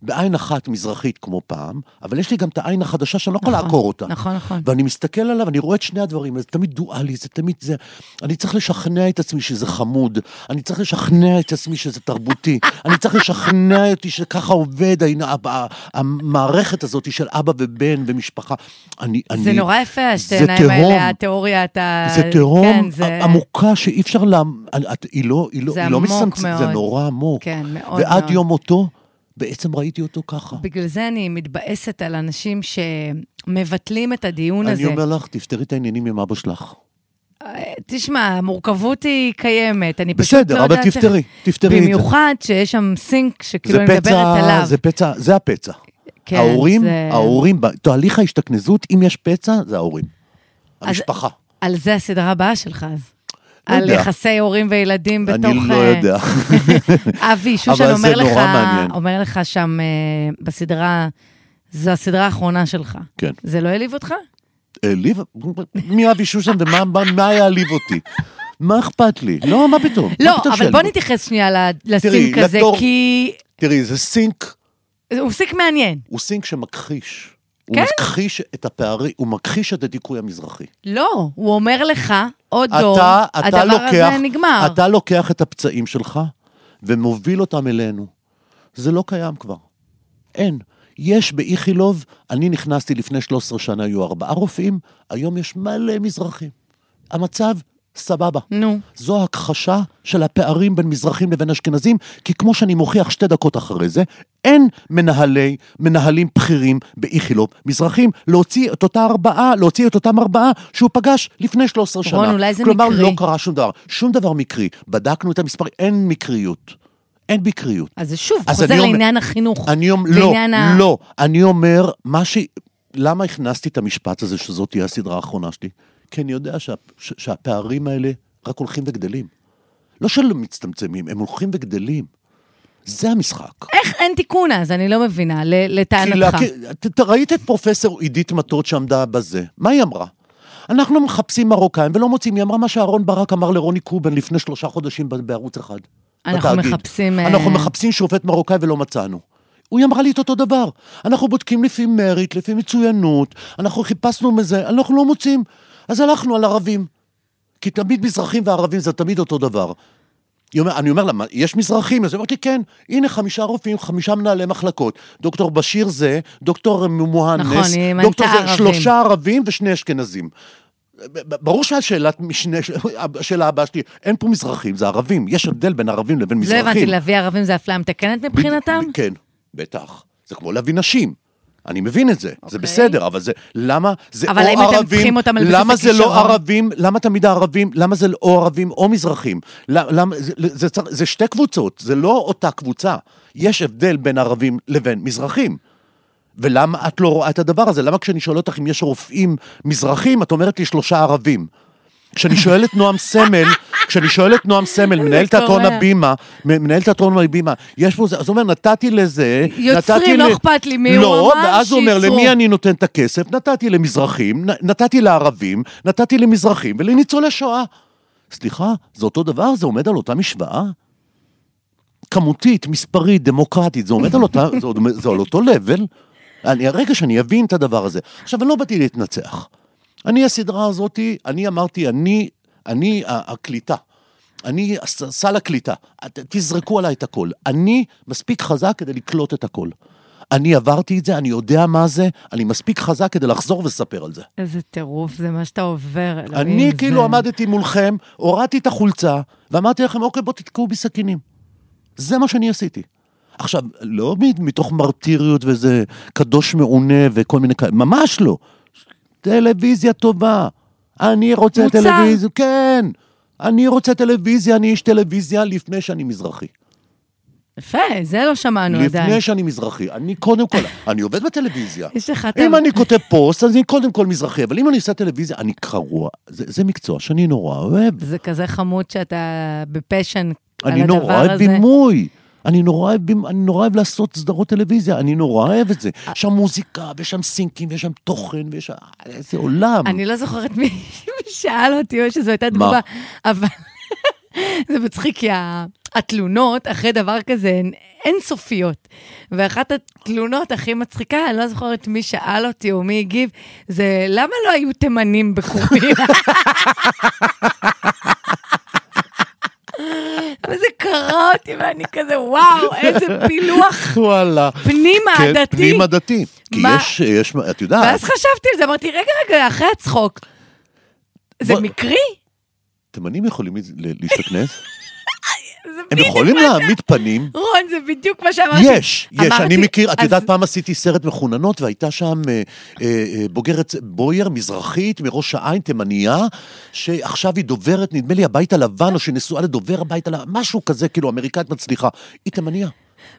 Speaker 2: בעין אחת מזרחית כמו פעם, אבל יש לי גם את העין החדשה שאני לא יכול
Speaker 3: נכון,
Speaker 2: לעקור אותה.
Speaker 3: נכון, נכון.
Speaker 2: ואני מסתכל עליו, אני רואה את שני הדברים, זה תמיד דואלי, זה תמיד זה... אני צריך לשכנע את עצמי שזה חמוד, אני צריך לשכנע את עצמי שזה תרבותי, אני צריך לשכנע אותי שככה עובד הנה, ה- ה- המערכת הזאת של אבא ובן ומשפחה. אני...
Speaker 3: זה
Speaker 2: אני-
Speaker 3: נורא יפה, שתי
Speaker 2: זה
Speaker 3: העיניים
Speaker 2: תהום.
Speaker 3: האלה, התיאוריה, אתה...
Speaker 2: זה תהום
Speaker 3: כן, זה-
Speaker 2: עמוקה שאי אפשר לה... את- היא לא, היא לא,
Speaker 3: זה
Speaker 2: היא לא
Speaker 3: עמוק
Speaker 2: מסמצ-
Speaker 3: מאוד.
Speaker 2: זה נורא עמוק.
Speaker 3: כן, מאוד מאוד.
Speaker 2: ועד יום מותו, בעצם ראיתי אותו ככה.
Speaker 3: בגלל זה אני מתבאסת על אנשים שמבטלים את הדיון
Speaker 2: אני
Speaker 3: הזה.
Speaker 2: אומר לך, תפתרי את העניינים עם אבא שלך.
Speaker 3: אה, תשמע, המורכבות היא קיימת, אני פשוט לא
Speaker 2: בסדר,
Speaker 3: יודעת...
Speaker 2: אבל תפתרי, תפתרי את זה.
Speaker 3: במיוחד שיש שם סינק שכאילו
Speaker 2: זה
Speaker 3: אני מדברת
Speaker 2: פצע,
Speaker 3: עליו.
Speaker 2: זה פצע, זה הפצע.
Speaker 3: כן,
Speaker 2: ההורים,
Speaker 3: זה-
Speaker 2: ההורים, תהליך ההשתכנזות, אם יש פצע, זה ההורים.
Speaker 3: אז-
Speaker 2: המשפחה.
Speaker 3: על זה הסדרה הבאה שלך אז.
Speaker 2: לא
Speaker 3: על
Speaker 2: יודע.
Speaker 3: יחסי הורים וילדים בתוך...
Speaker 2: אני לא
Speaker 3: אה,
Speaker 2: יודע.
Speaker 3: אבי שושן
Speaker 2: אבל זה
Speaker 3: אומר לך,
Speaker 2: נורא מעניין.
Speaker 3: אומר לך שם אה, בסדרה, זו הסדרה האחרונה שלך.
Speaker 2: כן.
Speaker 3: זה לא העליב אותך?
Speaker 2: העליב? מי אבי שושן ומה מה- מה יעליב אותי? מה אכפת לי? לא, מה פתאום? מה
Speaker 3: לא,
Speaker 2: פתאום
Speaker 3: אבל
Speaker 2: שיעליב
Speaker 3: בוא
Speaker 2: אותי?
Speaker 3: נתייחס שנייה ל- לסינק הזה,
Speaker 2: לדור-
Speaker 3: כי
Speaker 2: תראי, זה סינק,
Speaker 3: הוא סינק מעניין.
Speaker 2: הוא סינק שמכחיש.
Speaker 3: כן?
Speaker 2: הוא מכחיש את הפערי, הוא מכחיש את הדיכוי המזרחי.
Speaker 3: לא, הוא אומר לך, עוד דור,
Speaker 2: אתה, אתה
Speaker 3: הדבר
Speaker 2: לוקח,
Speaker 3: הזה נגמר.
Speaker 2: אתה לוקח את הפצעים שלך ומוביל אותם אלינו. זה לא קיים כבר. אין. יש באיכילוב, אני נכנסתי לפני 13 שנה, היו ארבעה רופאים, היום יש מלא מזרחים. המצב, סבבה.
Speaker 3: נו.
Speaker 2: זו הכחשה של הפערים בין מזרחים לבין אשכנזים, כי כמו שאני מוכיח שתי דקות אחרי זה, אין מנהלי, מנהלים בכירים באיכילוב מזרחים להוציא את אותה ארבעה, להוציא את אותם ארבעה שהוא פגש לפני 13 שנה.
Speaker 3: רון, אולי זה
Speaker 2: כלומר,
Speaker 3: מקרי.
Speaker 2: כלומר, לא קרה שום דבר. שום דבר מקרי. בדקנו את המספרים, אין מקריות. אין מקריות.
Speaker 3: אז זה שוב,
Speaker 2: אז
Speaker 3: חוזר
Speaker 2: אני אומר-
Speaker 3: לעניין החינוך.
Speaker 2: אני אומר, לא,
Speaker 3: בעניין ה-
Speaker 2: לא. אני אומר, מה ש... למה הכנסתי את המשפט הזה שזאת תהיה הסדרה האחרונה שלי? כי אני יודע שה... ש... שהפערים האלה רק הולכים וגדלים. לא שלא מצטמצמים, הם הולכים וגדלים. זה המשחק.
Speaker 3: איך אין תיקון אז? אני לא מבינה, ל-
Speaker 2: כי
Speaker 3: לטענתך.
Speaker 2: להכיר- ת- ת- ראית את פרופסור עידית מטות שעמדה בזה, מה היא אמרה? אנחנו מחפשים מרוקאים ולא מוצאים, היא אמרה מה שאהרון ברק אמר לרוני קובן לפני שלושה חודשים ב- בערוץ אחד.
Speaker 3: אנחנו
Speaker 2: בתאגיד.
Speaker 3: מחפשים, אה,
Speaker 2: אנחנו מחפשים שופט מרוקאי ולא מצאנו. הוא אמרה לי את אותו דבר. אנחנו בודקים לפי מריט, לפי מצוינות, אנחנו חיפשנו מזה, אנחנו לא מוצאים. אז הלכנו על ערבים. כי תמיד מזרחים וערבים זה תמיד אותו דבר. היא אומר, אני אומר לה, "מה, יש מזרחים? אז היא אומרת לי, כן, הנה חמישה רופאים, חמישה מנהלי מחלקות. דוקטור בשיר זה, דוקטור מוהנס,
Speaker 3: נכון, היא מנתה
Speaker 2: דוקטור
Speaker 3: ערבים.
Speaker 2: שלושה ערבים ושני אשכנזים. ב- ברור שהשאלת משנה, השאלה הבאה שלי, אין פה מזרחים, זה ערבים. יש הבדל בין ערבים לבין
Speaker 3: לא
Speaker 2: מזרחים.
Speaker 3: הבנתי, להביא ערבים זה אפליה מתקנת
Speaker 2: בד-
Speaker 3: מבחינתם?
Speaker 2: ב- כן, בטח. זה כמו להביא נשים. אני מבין את זה, זה בסדר, אבל זה, למה זה
Speaker 3: אוקיי. אבל
Speaker 2: או
Speaker 3: האם אתם
Speaker 2: ערבים,
Speaker 3: הופכים אותם על בסיס
Speaker 2: למה זה
Speaker 3: הכישרון?
Speaker 2: לא ערבים, למה תמיד הערבים, למה זה או ערבים או מזרחים, למה, למה זה, זה, צריך- זה שתי קבוצות, זה לא אותה קבוצה, יש הבדל בין ערבים לבין מזרחים. ולמה את לא רואה את הדבר הזה? למה כשאני שואל אותך אם יש רופאים מזרחים, את אומרת לי שלושה ערבים. כשאני שואל את נועם סמל, כשאני שואל את נועם סמל, מנהל תיאטרון
Speaker 3: קורע.
Speaker 2: הבימה, מ- מנהל תיאטרון הבימה, יש פה זה, אז הוא אומר, נתתי לזה,
Speaker 3: יוצרים,
Speaker 2: נתתי
Speaker 3: לא
Speaker 2: ל-
Speaker 3: אכפת לי מי הוא
Speaker 2: לא,
Speaker 3: אמר,
Speaker 2: ואז הוא אומר,
Speaker 3: שייצרו.
Speaker 2: למי אני נותן את הכסף? נתתי למזרחים, נ- נתתי לערבים, נתתי למזרחים ולניצולי שואה. סליחה, זה אותו דבר? זה עומד על אותה משוואה? כמותית, מספרית, דמוקרטית, זה עומד על, אותה, זה, עוד- זה על אותו level. אני, הרגע שאני אבין את הדבר הזה. עכשיו, אני לא באתי להתנצח. אני הסדרה הזאתי, אני אמרתי, אני, אני ה- הקליטה. אני הס- סל הקליטה. את- תזרקו עליי את הכל. אני מספיק חזק כדי לקלוט את הכל. אני עברתי את זה, אני יודע מה זה, אני מספיק חזק כדי לחזור ולספר על זה.
Speaker 3: איזה טירוף, זה מה שאתה עובר.
Speaker 2: אני
Speaker 3: אלוהים,
Speaker 2: כאילו
Speaker 3: זה-
Speaker 2: עמדתי מולכם, הורדתי את החולצה, ואמרתי לכם, אוקיי, בואו תתקעו בי סכינים. זה מה שאני עשיתי. עכשיו, לא מ- מתוך מרטיריות וזה קדוש מעונה וכל מיני כאלה, ממש לא. טלוויזיה טובה. אני רוצה
Speaker 3: מוצר.
Speaker 2: טלוויזיה, כן. אני רוצה טלוויזיה, אני איש טלוויזיה לפני שאני מזרחי.
Speaker 3: יפה, זה לא שמענו עדיין.
Speaker 2: לפני שאני מזרחי. אני קודם כל, אני עובד בטלוויזיה.
Speaker 3: יש לך את
Speaker 2: אם
Speaker 3: ה-
Speaker 2: אני כותב פוסט, אז אני קודם כל מזרחי, אבל אם אני עושה טלוויזיה, אני קרוע. זה זה מקצוע שאני נורא אוהב.
Speaker 3: זה כזה חמוד שאתה בפשן על
Speaker 2: אני
Speaker 3: הדבר
Speaker 2: נורא אוהב
Speaker 3: הזה.
Speaker 2: בימוי. אני נורא, אוהב, בימ- אני נורא אוהב לעשות סדרות טלוויזיה, אני נורא אוהב את זה.
Speaker 3: אה.
Speaker 2: יש שם מוזיקה, ויש שם סינקים, ויש שם תוכן, ויש שם... איזה עולם.
Speaker 3: אני לא זוכרת מי מי שאל אותי, או שזו הייתה
Speaker 2: מה?
Speaker 3: תגובה, אבל זה מצחיק, כי ה- התלונות אחרי דבר כזה הן אינסופיות. ואחת התלונות הכי מצחיקה, אני לא זוכרת מי שאל אותי או מי הגיב, זה למה לא היו תימנים בקוראים? וזה קרע אותי, ואני כזה, וואו, איזה
Speaker 2: כן,
Speaker 3: פילוח
Speaker 2: וואלה.
Speaker 3: פנימה
Speaker 2: כן,
Speaker 3: עדתי.
Speaker 2: פנים עדתי. כי
Speaker 3: מה?
Speaker 2: יש, אה, יש, את יודעת,
Speaker 3: ואז חשבתי על זה, אמרתי, רגע, רגע, אחרי הצחוק, זה
Speaker 2: בוא-
Speaker 3: מקרי?
Speaker 2: תימנים יכולים ל- להשתכנז?
Speaker 3: זה
Speaker 2: הם
Speaker 3: בדיוק
Speaker 2: יכולים
Speaker 3: מה ש-
Speaker 2: להעמיד פנים.
Speaker 3: רון, זה בדיוק מה שאמרתי.
Speaker 2: יש, יש,
Speaker 3: אמרתי,
Speaker 2: אני מכיר, את
Speaker 3: אז-
Speaker 2: יודעת, פעם עשיתי סרט מחוננות, והייתה שם אה, אה, אה, בוגרת בויר, מזרחית, מראש העין, תימניה, שעכשיו היא דוברת, נדמה לי, הבית הלבן, או שנשואה לדובר הבית הלבן, משהו כזה, כאילו, אמריקאית מצליחה. היא תימניה.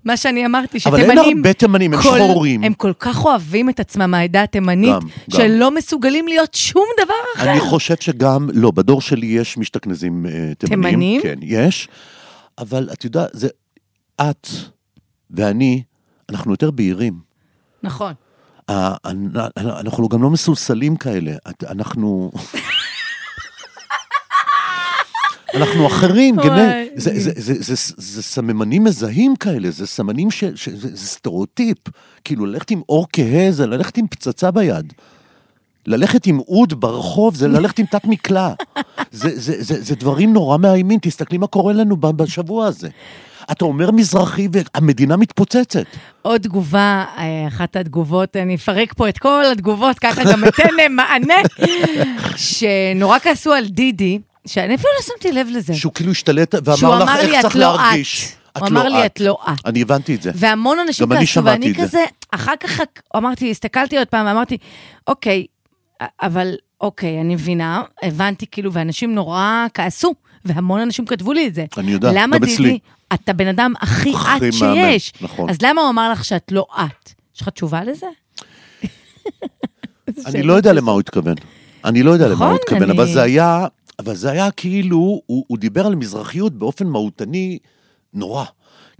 Speaker 3: מה שאני אמרתי,
Speaker 2: אבל אין
Speaker 3: שתימנים...
Speaker 2: הרבה תימנים, הם
Speaker 3: כל-
Speaker 2: שחורים.
Speaker 3: הם כל כך אוהבים את עצמם, העדה התימנית,
Speaker 2: גם, גם.
Speaker 3: שלא מסוגלים להיות שום דבר אחר.
Speaker 2: אני חושב שגם, לא, בדור שלי יש משתכנזים אה, תימנים.
Speaker 3: תימנים?
Speaker 2: כן, יש. אבל את יודעת, זה... את ואני, אנחנו יותר בהירים.
Speaker 3: נכון.
Speaker 2: אה, אנ- אנ- אנחנו גם לא מסולסלים כאלה, את- אנחנו... אנחנו אחרים,
Speaker 3: וואי.
Speaker 2: גנט, זה, זה, זה, זה, זה, זה סממנים מזהים כאלה, זה סמנים ש... ש זה, זה סטריאוטיפ. כאילו, ללכת עם אור כהה זה ללכת עם פצצה ביד. ללכת עם אוד ברחוב זה ללכת עם תת מקלע. זה, זה, זה, זה דברים נורא מאיימים, תסתכלי מה קורה לנו ב- בשבוע הזה. אתה אומר מזרחי והמדינה מתפוצצת.
Speaker 3: עוד תגובה, אה, אחת התגובות, אני אפרק פה את כל התגובות, ככה גם אתן אה, מענה, שנורא כעסו על דידי, שאני אפילו לא שמתי לב לזה.
Speaker 2: שהוא כאילו השתלט
Speaker 3: שהוא
Speaker 2: ואמר לך
Speaker 3: אמר לי,
Speaker 2: איך
Speaker 3: "את
Speaker 2: צריך
Speaker 3: לא
Speaker 2: להרגיש.
Speaker 3: את." הוא אמר לי, "את לא את."
Speaker 2: אני הבנתי את זה.
Speaker 3: והמון אנשים
Speaker 2: גם אני
Speaker 3: כעסו,
Speaker 2: שמעתי
Speaker 3: ואני
Speaker 2: את זה.
Speaker 3: כזה, אחר כך אמרתי, הסתכלתי עוד פעם, אמרתי, אוקיי, אבל אוקיי, אני מבינה, הבנתי כאילו, ואנשים נורא כעסו, והמון אנשים כתבו לי את זה.
Speaker 2: אני יודע,
Speaker 3: למה
Speaker 2: גם
Speaker 3: דידי,
Speaker 2: אצלי.
Speaker 3: אתה בן אדם הכי
Speaker 2: הכי
Speaker 3: את
Speaker 2: מהמם,
Speaker 3: שיש.
Speaker 2: נכון.
Speaker 3: אז למה הוא אמר לך שאת לא את? יש לך תשובה לזה?
Speaker 2: אני לא יודע למה הוא התכוון. אני לא יודע למה
Speaker 3: נכון,
Speaker 2: הוא התכוון,
Speaker 3: אני-
Speaker 2: אבל זה היה, אבל זה היה כאילו, הוא הוא דיבר על מזרחיות באופן מהותני נורא.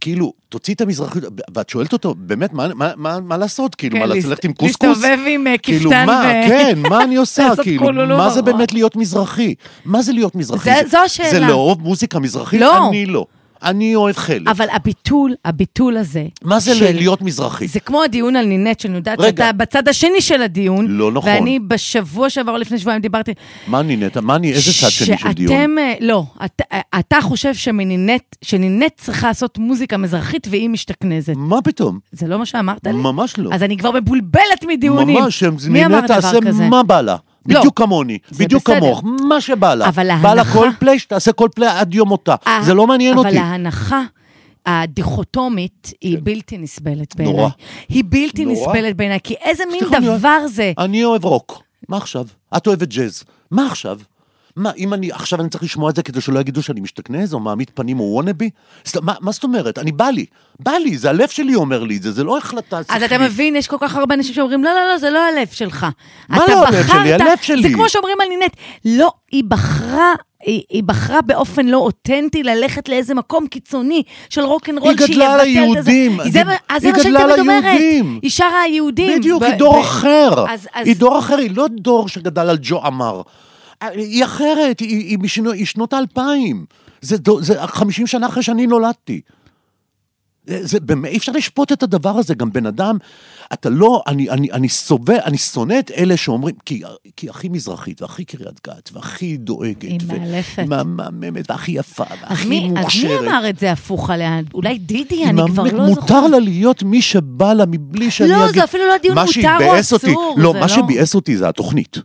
Speaker 2: כאילו, תוציא את המזרחיות, ואת שואלת אותו, באמת, מה- מה- מה מה לעשות? כאילו, מה,
Speaker 3: להס-
Speaker 2: ללכת עם קוסקוס?
Speaker 3: כן, להסתובב עם אה,
Speaker 2: כאילו,
Speaker 3: כפתן
Speaker 2: מה,
Speaker 3: ו...
Speaker 2: כן, מה אני עושה?
Speaker 3: לעשות
Speaker 2: כאילו,
Speaker 3: קולולו
Speaker 2: מה זה
Speaker 3: בראש.
Speaker 2: באמת להיות מזרחי? מה זה להיות מזרחי?
Speaker 3: זה-
Speaker 2: זה-
Speaker 3: זו השאלה.
Speaker 2: זה לאהוב מוזיקה מזרחית?
Speaker 3: לא.
Speaker 2: אני לא. אני אוהב חלק.
Speaker 3: אבל הביטול, הביטול הזה...
Speaker 2: מה זה
Speaker 3: של-
Speaker 2: להיות מזרחי?
Speaker 3: זה כמו הדיון על נינט, שאני יודעת
Speaker 2: רגע.
Speaker 3: שאתה בצד השני של הדיון.
Speaker 2: לא נכון.
Speaker 3: ואני בשבוע שעבר או לפני שבועיים דיברתי...
Speaker 2: מה אני נטע? מה אני, איזה צד שני של דיון?
Speaker 3: שאתם... אה, לא, אתה, אה, אתה חושב שמנינט, שנינט צריכה לעשות מוזיקה מזרחית והיא משתכנזת.
Speaker 2: מה פתאום?
Speaker 3: זה לא מה שאמרת לי?
Speaker 2: ממש לא.
Speaker 3: אז אני כבר מבולבלת מדיונים.
Speaker 2: ממש,
Speaker 3: מי אמר
Speaker 2: שמנינט
Speaker 3: דבר
Speaker 2: תעשה
Speaker 3: כזה?
Speaker 2: מה בא לה.
Speaker 3: לא.
Speaker 2: בדיוק כמוני,
Speaker 3: זה
Speaker 2: בדיוק
Speaker 3: בסדר.
Speaker 2: כמוך, מה שבא לה.
Speaker 3: אבל
Speaker 2: בא לה
Speaker 3: ההנחה-
Speaker 2: כל פליי, שתעשה כל פליי עד יום מותה.
Speaker 3: ה-
Speaker 2: זה לא מעניין
Speaker 3: אה, אבל
Speaker 2: אותי. כן.
Speaker 3: ההנחה הדיכוטומית היא בלתי נסבלת בעיניי.
Speaker 2: נורא.
Speaker 3: היא בלתי
Speaker 2: נורא.
Speaker 3: נסבלת בעיניי, כי איזה מין
Speaker 2: סליחה, אני אוהב-
Speaker 3: דבר זה?
Speaker 2: אני אוהב רוק, מה עכשיו? את אוהבת ג'אז, מה עכשיו? מה, אם אני, עכשיו אני צריך לשמוע את זה כדי שלא יגידו שאני משתכנז, או מעמיד פנים או וונאבי? סת- מה, מה זאת אומרת? אני בא לי, בא לי, זה הלב שלי אומר לי את זה, זה לא החלטה
Speaker 3: אז אתה מבין, יש כל כך הרבה אנשים שאומרים, לא, לא, לא, זה לא הלב שלך.
Speaker 2: מה
Speaker 3: אתה
Speaker 2: לא הלב
Speaker 3: בחרת-
Speaker 2: שלי? הלב
Speaker 3: זה
Speaker 2: שלי.
Speaker 3: כמו שאומרים על נינט, לא, היא בחרה, היא, היא בחרה באופן לא אותנטי ללכת לאיזה מקום קיצוני של רוקנרול
Speaker 2: היא גדלה
Speaker 3: שיבטל את
Speaker 2: על
Speaker 3: זה.
Speaker 2: היהודים.
Speaker 3: זה
Speaker 2: היא-
Speaker 3: מה- אז זה
Speaker 2: היא
Speaker 3: מה שהייתי
Speaker 2: גדלה על
Speaker 3: מדברת.
Speaker 2: היהודים.
Speaker 3: היא שרה על היהודים.
Speaker 2: בדיוק,
Speaker 3: ב-
Speaker 2: היא דור
Speaker 3: ב-
Speaker 2: אחר.
Speaker 3: אז- אז-
Speaker 2: היא דור אחר, היא לא דור שגדל על ג'ו עמר. היא אחרת, היא, היא, משנו, היא שנות האלפיים. זה, דו- זה 50 שנה אחרי שאני נולדתי. זה, זה באמת, אי אפשר לשפוט את הדבר הזה, גם בן אדם, אתה לא, אני, אני, אני סובל, אני שונא את אלה שאומרים, כי, כי הכי מזרחית, והכי קריית גת, והכי דואגת,
Speaker 3: היא מאלפת.
Speaker 2: ו- מהממת, והכי יפה,
Speaker 3: אז
Speaker 2: והכי
Speaker 3: מי, אז מי
Speaker 2: מוכשרת.
Speaker 3: אמר את זה הפוך עליה? אולי דידי,
Speaker 2: היא
Speaker 3: אני
Speaker 2: מאמ-
Speaker 3: כבר לא זוכרת.
Speaker 2: מותר לה להיות מי שבא לה מבלי שאני
Speaker 3: לא,
Speaker 2: אגיד...
Speaker 3: זה אפילו לא דיון
Speaker 2: מה
Speaker 3: מותר או
Speaker 2: שהתבאס אותי-
Speaker 3: אסור,
Speaker 2: לא,
Speaker 3: זה
Speaker 2: מה
Speaker 3: לא-
Speaker 2: שביאס אותי זה התוכנית.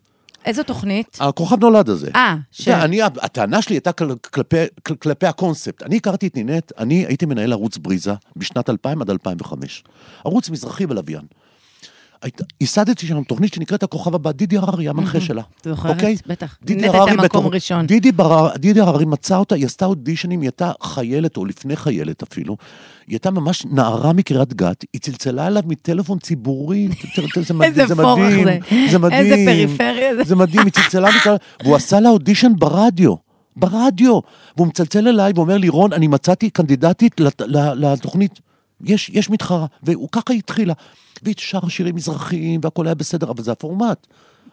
Speaker 3: איזו תוכנית?
Speaker 2: הכוכב נולד הזה.
Speaker 3: אה,
Speaker 2: אתה
Speaker 3: ש...
Speaker 2: יודע, אני, הטענה שלי הייתה כל- כלפי, כל- כלפי הקונספט. אני הכרתי את נינט, אני הייתי מנהל ערוץ בריזה בשנת 2000 עד 2005. ערוץ מזרחי ולוויין. היית- ייסדתי שם תוכנית שנקראת הכוכב הבא, דידי הררי, המנחה שלה.
Speaker 3: זוכרת?
Speaker 2: אוקיי?
Speaker 3: בטח.
Speaker 2: דידי
Speaker 3: נינט
Speaker 2: הררי
Speaker 3: הייתה מקום
Speaker 2: בתור-
Speaker 3: ראשון.
Speaker 2: דידי בר- דידי הררי מצאה אותה, היא עשתה אודישנים, היא הייתה חיילת, או לפני חיילת אפילו. היא הייתה ממש נערה מקריית גת, היא צלצלה אליו מטלפון ציבורי, זה- זה- זה מדהים,
Speaker 3: איזה
Speaker 2: זה
Speaker 3: פורח
Speaker 2: מדהים,
Speaker 3: זה.
Speaker 2: זה מדהים.
Speaker 3: איזה פריפריה זה.
Speaker 2: זה מדהים, היא צלצלה לי, והוא עשה לה אודישן ברדיו. ברדיו. והוא מצלצל אליי ואומר לי, רון, אני מצאתי קנדידטית לת- ל- לתוכנית, יש, יש מתחרה. והוא ככה היא התחילה. והיא שרה שירים מזרחיים והכל היה בסדר, אבל זה הפורמט.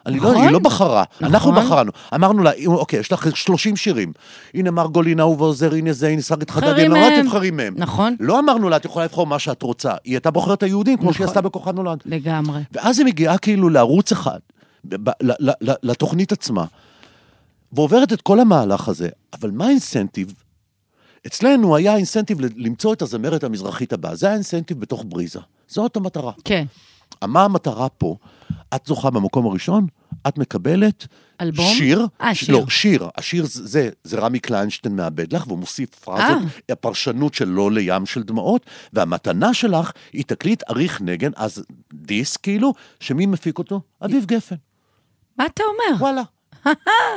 Speaker 2: אני לא,
Speaker 3: נכון.
Speaker 2: היא לא בחרה, אנחנו
Speaker 3: נכון.
Speaker 2: בחרנו. אמרנו לה, אוקיי, יש לך 30 שירים. הנה מרגולין, אהובה עוזר, הנה זה, הנה שרית חדד,
Speaker 3: תבחרי
Speaker 2: הנה לא
Speaker 3: מהם.
Speaker 2: תבחרי מהם.
Speaker 3: נכון.
Speaker 2: לא אמרנו לה, את יכולה לבחור מה שאת רוצה. היא הייתה בוחרת את היהודים, כמו
Speaker 3: נכון.
Speaker 2: שהיא עשתה בכוכב נולד.
Speaker 3: לגמרי.
Speaker 2: ואז היא מגיעה כאילו לערוץ אחד, ב- ב- ל- ל- ל- לתוכנית עצמה, ועוברת את כל המהלך הזה, אבל מה האינסנטיב? אצלנו היה אינסנטיב ל- למצוא את הזמרת המזרחית הבאה, זה היה אינסנטיב בתוך בריזה, זאת אה, המטרה.
Speaker 3: כן.
Speaker 2: מה המטרה פה? את זוכה במקום הראשון, את מקבלת
Speaker 3: אלבום?
Speaker 2: שיר.
Speaker 3: אה,
Speaker 2: ש-
Speaker 3: שיר.
Speaker 2: לא, שיר. השיר זה- זה, זה רמי קליינשטיין מאבד לך, והוא מוסיף פרזות,
Speaker 3: אה.
Speaker 2: הפרשנות של לא לים של דמעות, והמתנה שלך היא תקליט אריך נגן, אז דיסק כאילו, שמי מפיק אותו? אביב גפן.
Speaker 3: מה אתה אומר?
Speaker 2: וואלה.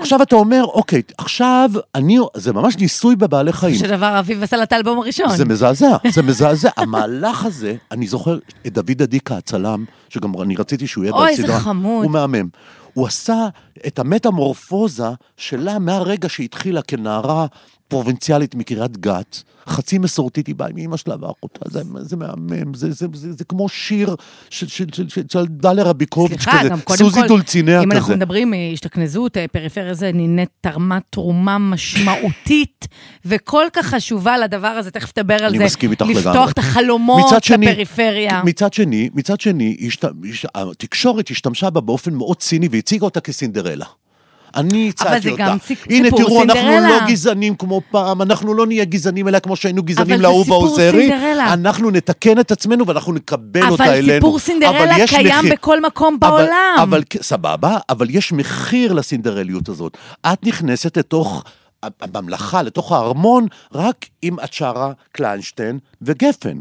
Speaker 2: עכשיו אתה אומר, אוקיי, עכשיו אני, זה ממש ניסוי בבעלי חיים.
Speaker 3: שדבר אביב עשה לה את האלבום הראשון.
Speaker 2: זה מזעזע, זה מזעזע. המהלך הזה, אני זוכר את דוד אדיקה, הצלם, שגם אני רציתי שהוא יהיה
Speaker 3: אוי,
Speaker 2: בסדרה.
Speaker 3: איזה חמוד.
Speaker 2: הוא מהמם. הוא עשה את המטמורפוזה שלה מהרגע שהתחילה כנערה פרובינציאלית מקריית גת, חצי מסורתית, היא באה עם אמא שלה ואחותה, זה, זה מהמם, זה, זה, זה, זה כמו שיר של, של, של, של, של דליה רביקוביץ'
Speaker 3: סליחה,
Speaker 2: כזה,
Speaker 3: גם קודם
Speaker 2: סוזי
Speaker 3: כל,
Speaker 2: דולצינר
Speaker 3: אם אנחנו
Speaker 2: כזה.
Speaker 3: מדברים, אה, השתכנזות, אה, פריפריה זה, נינט תרמה תרומה משמעותית וכל כך חשובה לדבר הזה, תכף נדבר על זה.
Speaker 2: אני מסכים איתך
Speaker 3: לפתוח
Speaker 2: לגמרי.
Speaker 3: את החלומות
Speaker 2: מצד שני-
Speaker 3: לפריפריה.
Speaker 2: מצד שני, מצד שני, השת... הש- התקשורת השתמשה בה באופן מאוד ציני והציגה אותה כסינדרלה. אני הצעתי אותה.
Speaker 3: זה גם ציק-
Speaker 2: הנה,
Speaker 3: סיפור
Speaker 2: תראו, אנחנו
Speaker 3: סינדרלה.
Speaker 2: לא גזענים כמו פעם, אנחנו לא נהיה גזענים, אלא כמו שהיינו גזענים
Speaker 3: זה
Speaker 2: לאהוב
Speaker 3: סיפור
Speaker 2: האוזרי.
Speaker 3: סינדרלה.
Speaker 2: אנחנו נתקן את עצמנו ואנחנו נקבל אותה
Speaker 3: אבל
Speaker 2: אלינו.
Speaker 3: סיפור סינדרלה
Speaker 2: אבל יש
Speaker 3: קיים
Speaker 2: מחיר.
Speaker 3: בכל מקום
Speaker 2: אבל-
Speaker 3: בעולם.
Speaker 2: אבל כ- סבבה, אבל יש מחיר לסינדרליות הזאת. את נכנסת לתוך הממלכה, לתוך הארמון, רק אם את שרה קליינשטיין וגפן.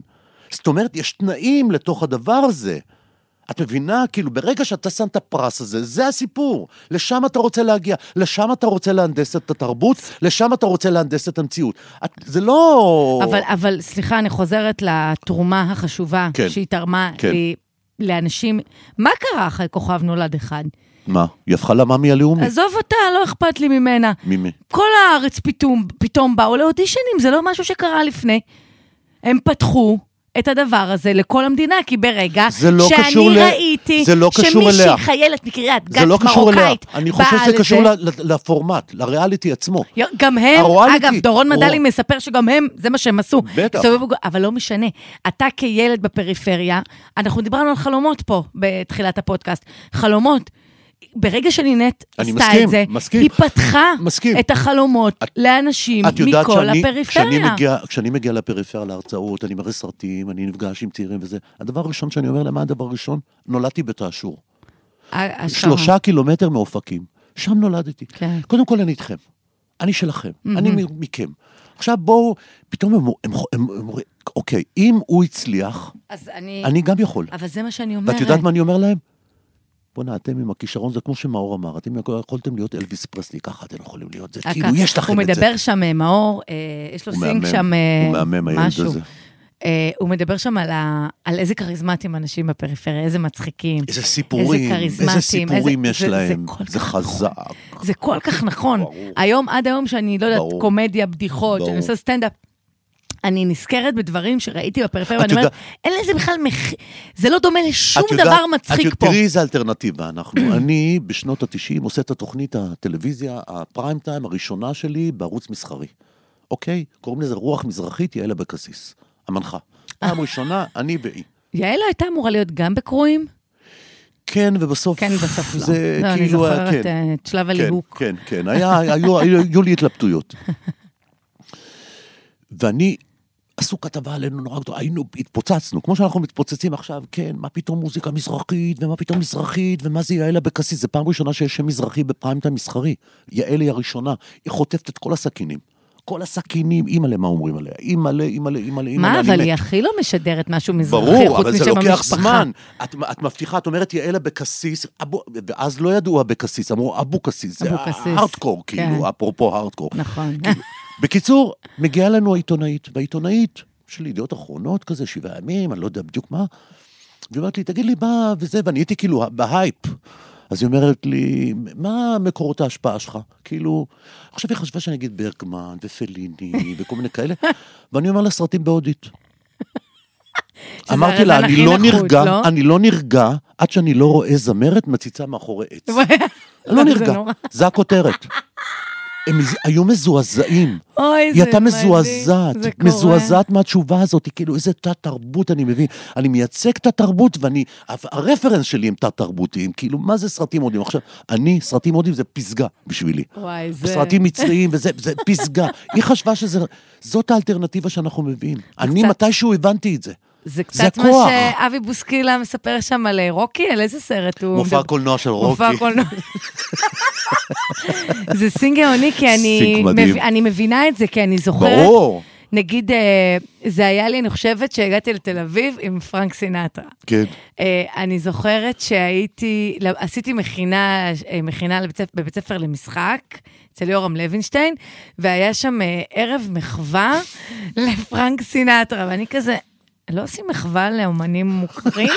Speaker 2: זאת אומרת, יש תנאים לתוך הדבר הזה. את מבינה? כאילו, ברגע שאתה שם את הפרס הזה, זה הסיפור. לשם אתה רוצה להגיע, לשם אתה רוצה להנדס את התרבות, לשם אתה רוצה להנדס את המציאות. את, זה לא...
Speaker 3: אבל, אבל סליחה, אני חוזרת לתרומה החשובה
Speaker 2: כן.
Speaker 3: שהיא תרמה
Speaker 2: כן.
Speaker 3: ל- לאנשים. מה קרה אחרי כוכב נולד אחד?
Speaker 2: מה? היא הפכה למאמי הלאומית.
Speaker 3: עזוב אותה, לא אכפת לי ממנה.
Speaker 2: ממי?
Speaker 3: כל הארץ פתאום, פתאום באו לאודישנים, זה לא משהו שקרה לפני. הם פתחו את הדבר הזה לכל המדינה, כי ברגע
Speaker 2: זה לא
Speaker 3: שאני
Speaker 2: קשור ל-
Speaker 3: ראיתי
Speaker 2: זה לא קשור
Speaker 3: שמישהי
Speaker 2: אליה.
Speaker 3: חיילת מקריית גת
Speaker 2: זה לא קשור אליה.
Speaker 3: מרוקאית
Speaker 2: אני חושב
Speaker 3: באה
Speaker 2: שזה קשור
Speaker 3: לזה.
Speaker 2: ל- ל- לפורמט, לריאליטי עצמו.
Speaker 3: יו, גם הם,
Speaker 2: הרוואליטי.
Speaker 3: אגב, דורון
Speaker 2: רוא-
Speaker 3: מדלי מספר שגם הם, זה מה שהם עשו.
Speaker 2: בטח.
Speaker 3: הסתובבו- אבל לא משנה, אתה כילד בפריפריה, אנחנו דיברנו על חלומות פה בתחילת הפודקאסט. חלומות. ברגע שנינט
Speaker 2: אני
Speaker 3: עשתה
Speaker 2: מסכים,
Speaker 3: את זה,
Speaker 2: מסכים.
Speaker 3: היא פתחה
Speaker 2: מסכים.
Speaker 3: את החלומות לאנשים
Speaker 2: את יודעת
Speaker 3: מכל
Speaker 2: שאני,
Speaker 3: הפריפריה.
Speaker 2: כשאני מגיע, כשאני מגיע לפריפריה להרצאות, אני מראה סרטים, אני נפגש עם צעירים וזה, הדבר הראשון שאני אומר להם, מה הדבר הראשון? נולדתי בתאשור.
Speaker 3: ה- השרה.
Speaker 2: שלושה קילומטר מאופקים. שם נולדתי.
Speaker 3: כן.
Speaker 2: קודם כל אני איתכם. אני שלכם. אני מ- מכם. עכשיו בואו, פתאום הם, הם, הם, הם אומרים, אוקיי, אם הוא הצליח,
Speaker 3: אז אני...
Speaker 2: אני גם יכול.
Speaker 3: אבל זה מה שאני אומרת.
Speaker 2: ואת יודעת מה אני אומר להם? בואנה, אתם עם הכישרון, זה כמו שמאור אמר, אתם יכולתם להיות אלוויס פרסלי, ככה אתם יכולים להיות, זה
Speaker 3: רק
Speaker 2: כאילו, יש לכם את זה.
Speaker 3: אה, הוא מדבר שם, אה, מאור, אה, יש לו
Speaker 2: הוא
Speaker 3: סינק
Speaker 2: מהמם,
Speaker 3: שם, אה,
Speaker 2: הוא מהמם, הילד
Speaker 3: משהו.
Speaker 2: הזה.
Speaker 3: אה, הוא מדבר שם על, ה... על איזה כריזמטים אנשים בפריפריה, איזה מצחיקים.
Speaker 2: איזה סיפורים,
Speaker 3: כריזמטים,
Speaker 2: איזה סיפורים
Speaker 3: איזה-
Speaker 2: יש
Speaker 3: זה- זה
Speaker 2: להם,
Speaker 3: כל
Speaker 2: זה
Speaker 3: כך
Speaker 2: חזק.
Speaker 3: זה כל כך נכון.
Speaker 2: ברור.
Speaker 3: היום, עד היום שאני, לא יודעת,
Speaker 2: ברור.
Speaker 3: קומדיה, בדיחות, שאני
Speaker 2: ברור.
Speaker 3: עושה סטנדאפ. אני נזכרת בדברים שראיתי בפריפריה,
Speaker 2: את
Speaker 3: ואני אומרת,
Speaker 2: יודעת-
Speaker 3: אין לזה בכלל מח... זה לא דומה לשום
Speaker 2: את יודעת-
Speaker 3: דבר
Speaker 2: את
Speaker 3: מצחיק
Speaker 2: יודעת,
Speaker 3: פה.
Speaker 2: תראי איזה אלטרנטיבה אנחנו. אני בשנות ה-90 עושה את התוכנית הטלוויזיה, הפריים טיים הראשונה שלי בערוץ מסחרי. אוקיי? קוראים לזה רוח מזרחית, יעל אבקסיס, המנחה. פעם ראשונה, אני והיא.
Speaker 3: יעל לא הייתה אמורה להיות גם בקרואים?
Speaker 2: כן, ובסוף...
Speaker 3: כן, בסוף לא.
Speaker 2: זה
Speaker 3: לא, אני
Speaker 2: כאילו, היה-
Speaker 3: זוכרת
Speaker 2: כן.
Speaker 3: אה, את שלב
Speaker 2: כן,
Speaker 3: הליהוק.
Speaker 2: כן, כן, היה, היו, היו, היו לי התלבטויות. ואני, עשו כתבה עלינו נורא גדולה, היינו, התפוצצנו, כמו שאנחנו מתפוצצים עכשיו, כן, מה פתאום מוזיקה מזרחית, ומה פתאום מזרחית, ומה זה יעל אבקסיס, זו פעם ראשונה שיש שם מזרחי בפריים טיים מסחרי. יעל היא הראשונה, היא חוטפת את כל הסכינים. כל הסכינים, אימא'לה, מה אומרים עליה? אימא'לה, אימא'לה, אימא'לה, אימא'לה,
Speaker 3: מה,
Speaker 2: אני
Speaker 3: אבל
Speaker 2: מת.
Speaker 3: היא הכי לא משדרת משהו מזרחי,
Speaker 2: ברור,
Speaker 3: חוץ
Speaker 2: אבל זה
Speaker 3: משם
Speaker 2: לוקח
Speaker 3: המשפחה.
Speaker 2: זמן. את, את מבטיחה, את אומרת יעל אבקסיס, אבו- ואז לא ידעו אבקסיס, אמרו אבוקסיס, זה
Speaker 3: אבוקסיס,
Speaker 2: הארדקור,
Speaker 3: כן.
Speaker 2: כאילו, אפרופו הארדקור.
Speaker 3: נכון.
Speaker 2: כאילו, בקיצור, מגיעה לנו העיתונאית, והעיתונאית של ידיעות אחרונות כזה, שבעה ימים, אני לא יודע בדיוק מה, והיא אומרת לי, תגיד לי מה וזה, ואני הייתי כאילו בהייפ. אז היא אומרת לי, מה מקורות ההשפעה שלך? כאילו, עכשיו היא חשבה שאני אגיד ברקמן ופליני וכל מיני כאלה, ואני אומר לה סרטים בהודית.
Speaker 3: שזה
Speaker 2: אמרתי לה,
Speaker 3: הרזן
Speaker 2: אני
Speaker 3: הכי
Speaker 2: לא
Speaker 3: נחות,
Speaker 2: נרגע,
Speaker 3: לא?"
Speaker 2: אני לא נרגע עד שאני לא רואה זמרת מציצה מאחורי עץ. אני
Speaker 3: זה
Speaker 2: לא נרגע,
Speaker 3: נורא.
Speaker 2: זה הכותרת. הם מז- היו מזועזעים.
Speaker 3: אוי, זה
Speaker 2: היא הייתה
Speaker 3: מדהים,
Speaker 2: מזועזעת,
Speaker 3: זה קורה.
Speaker 2: מזועזעת מהתשובה הזאת, היא כאילו איזה תת-תרבות אני מבין. אני מייצג תת-תרבות ואני, הרפרנס שלי הם תת-תרבותיים, כאילו מה זה סרטים הודים? עכשיו, אני, סרטים הודים זה פסגה בשבילי.
Speaker 3: וואי, זה-
Speaker 2: סרטים מצריים וזה, זה פסגה. היא חשבה שזה, זאת האלטרנטיבה שאנחנו מביאים. אני
Speaker 3: קצת-
Speaker 2: מתישהו הבנתי את זה.
Speaker 3: זה
Speaker 2: זה
Speaker 3: קצת מה
Speaker 2: הכוח.
Speaker 3: שאבי בוסקילה מספר שם על אה, רוקי, על איזה סרט הוא...
Speaker 2: מופע
Speaker 3: מדבר?
Speaker 2: קולנוע של רוקי.
Speaker 3: מופע קולנוע. זה סינג גאוני, כי אני,
Speaker 2: סינק מדהים.
Speaker 3: מב- אני מבינה את זה, כי אני זוכרת...
Speaker 2: ברור.
Speaker 3: נגיד, אה, זה היה לי, אני חושבת שהגעתי לתל אביב עם פרנק סינטרה.
Speaker 2: כן.
Speaker 3: אה, אני זוכרת שהייתי, לא, עשיתי מכינה, אה, מכינה לבית, ספ- בבית ספר למשחק, אצל יורם לוינשטיין, והיה שם אה, ערב מחווה לפרנק סינטרה, ואני כזה... לא עושים מחווה לאומנים מוכרים?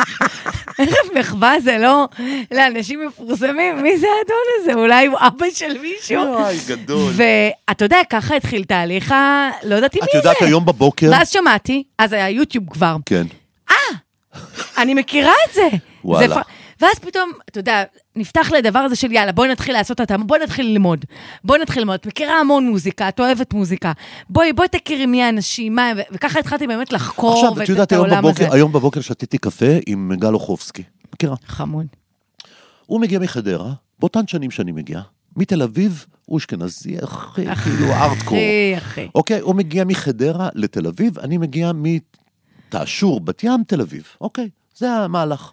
Speaker 3: ערב מחווה זה לא לאנשים מפורסמים, מי זה האדון הזה? אולי הוא אבא של מישהו?
Speaker 2: אוי, גדול.
Speaker 3: ואתה יודע, ככה התחיל תהליך ה... לא ידעתי מי
Speaker 2: את
Speaker 3: זה.
Speaker 2: יודעת, היום בבוקר...
Speaker 3: ואז שמעתי, אז היה יוטיוב כבר.
Speaker 2: כן.
Speaker 3: אני מכירה את זה.
Speaker 2: וואלה.
Speaker 3: זה פ- ואז פתאום, אתה יודע, נפתח לדבר הזה של יאללה, בואי נתחיל לעשות התאמה, בואי נתחיל ללמוד. בואי נתחיל ללמוד. את מכירה המון מוזיקה, את אוהבת מוזיקה. בואי, בואי תכירי מי האנשים, מה הם, ו- וככה התחלתי באמת לחקור
Speaker 2: עכשיו,
Speaker 3: ואת-
Speaker 2: את יודעת,
Speaker 3: את
Speaker 2: היום
Speaker 3: העולם הזה.
Speaker 2: בבוקר- היום בבוקר שתיתי קפה עם גל אוחובסקי. מכירה?
Speaker 3: חמוד.
Speaker 2: הוא מגיע מחדרה, באותן שנים שאני מגיע. מתל אביב, הוא אשכנזי, אחי, כאילו ארטקור.
Speaker 3: אחי, אחי.
Speaker 2: אוקיי, הוא מגיע מחדרה לתל אביב, אני מגיע מתעשור, בת ים, תל אביב. אוקיי, זה המהלך.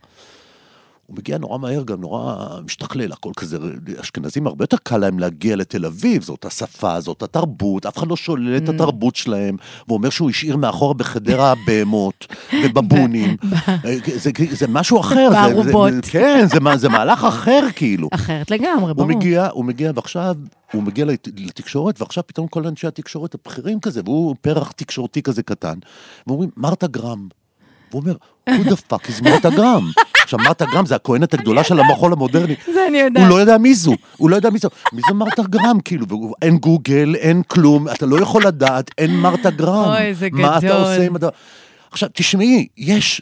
Speaker 2: הוא מגיע נורא מהר, גם נורא משתכלל, הכל כזה, אשכנזים הרבה יותר קל להם להגיע לתל אביב, זאת השפה, זאת התרבות, אף אחד לא שולל את התרבות שלהם, ואומר שהוא השאיר מאחורה בחדרה בהמות ובבונים. אה, זה, זה משהו אחר. זה- זה-
Speaker 3: בערובות.
Speaker 2: כן, זה, מה- זה מהלך אחר כאילו.
Speaker 3: אחרת לגמרי,
Speaker 2: הוא
Speaker 3: ברור.
Speaker 2: מגיע, הוא מגיע, ועכשיו, הוא מגיע לת- לתקשורת, ועכשיו פתאום כל אנשי התקשורת הבכירים כזה, והוא פרח תקשורתי כזה קטן, ואומרים, מרתה גרם. והוא אומר, who the fuck is מרתה גרם? עכשיו, מרתה גרם זה הכהנת הגדולה של המחול המודרני.
Speaker 3: זה אני יודעת.
Speaker 2: הוא לא יודע מי זו, הוא לא יודע מי זו. מי זו מרתה גרם, כאילו? והוא- אין גוגל, אין כלום, אתה לא יכול לדעת, אין מרתה גרם.
Speaker 3: אוי, זה
Speaker 2: מה אתה
Speaker 3: גדול.
Speaker 2: עושה עם הדבר? עכשיו, תשמעי, יש...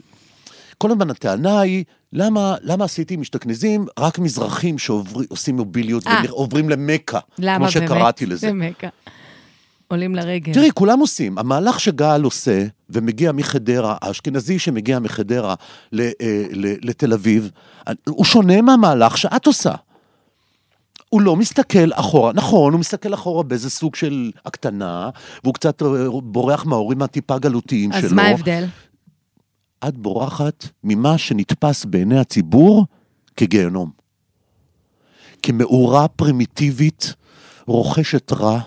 Speaker 2: כל הזמן הטענה היא, למה, למה עשיתי משתכנזים רק מזרחים שעושים מוביליות
Speaker 3: אה.
Speaker 2: ועוברים למכה,
Speaker 3: למה
Speaker 2: כמו
Speaker 3: באמת?
Speaker 2: שקראתי לזה.
Speaker 3: זה מכה. עולים לרגל.
Speaker 2: תראי, כולם עושים. המהלך שגל עושה, ומגיע מחדרה, האשכנזי שמגיע מחדרה ל, אה, ל, לתל אביב, הוא שונה מהמהלך שאת עושה. הוא לא מסתכל אחורה, נכון, הוא מסתכל אחורה באיזה סוג של הקטנה, והוא קצת אה, בורח מההורים הטיפה גלותיים שלו.
Speaker 3: אז מה ההבדל?
Speaker 2: את בורחת ממה שנתפס בעיני הציבור כגיהנום. כמאורה פרימיטיבית, רוכשת רע,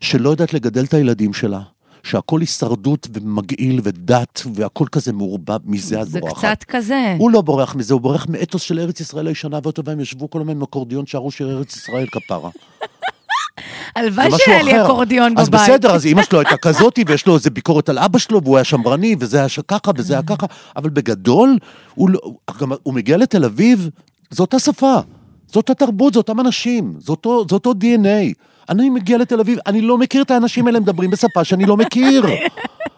Speaker 2: שלא יודעת לגדל את הילדים שלה, שהכל הישרדות ומגעיל ודת, והכל כזה מעורבב, מזה את
Speaker 3: זה
Speaker 2: בורחת.
Speaker 3: קצת כזה.
Speaker 2: הוא לא בורח מזה, הוא בורח מאתוס של ארץ ישראל הישנה, ואותו והם ישבו כל הזמן עם אקורדיון, שרו שיר ארץ ישראל כפרה.
Speaker 3: הלוואי
Speaker 2: זה משהו
Speaker 3: שהיה לי
Speaker 2: אחר.
Speaker 3: אקורדיון בבית.
Speaker 2: אז בסדר, אז אימא שלו הייתה כזאתי, ויש לו איזה ביקורת על אבא שלו, והוא היה שמרני, וזה היה ככה, וזה היה ככה, אבל בגדול, הוא, לא, גם, הוא מגיע לתל אביב, זאת השפה, זאת התרבות, זה אותם אנשים, זה אותו, זה אותו DNA. אני מגיע לתל אביב, אני לא מכיר את האנשים האלה מדברים בשפה שאני לא מכיר.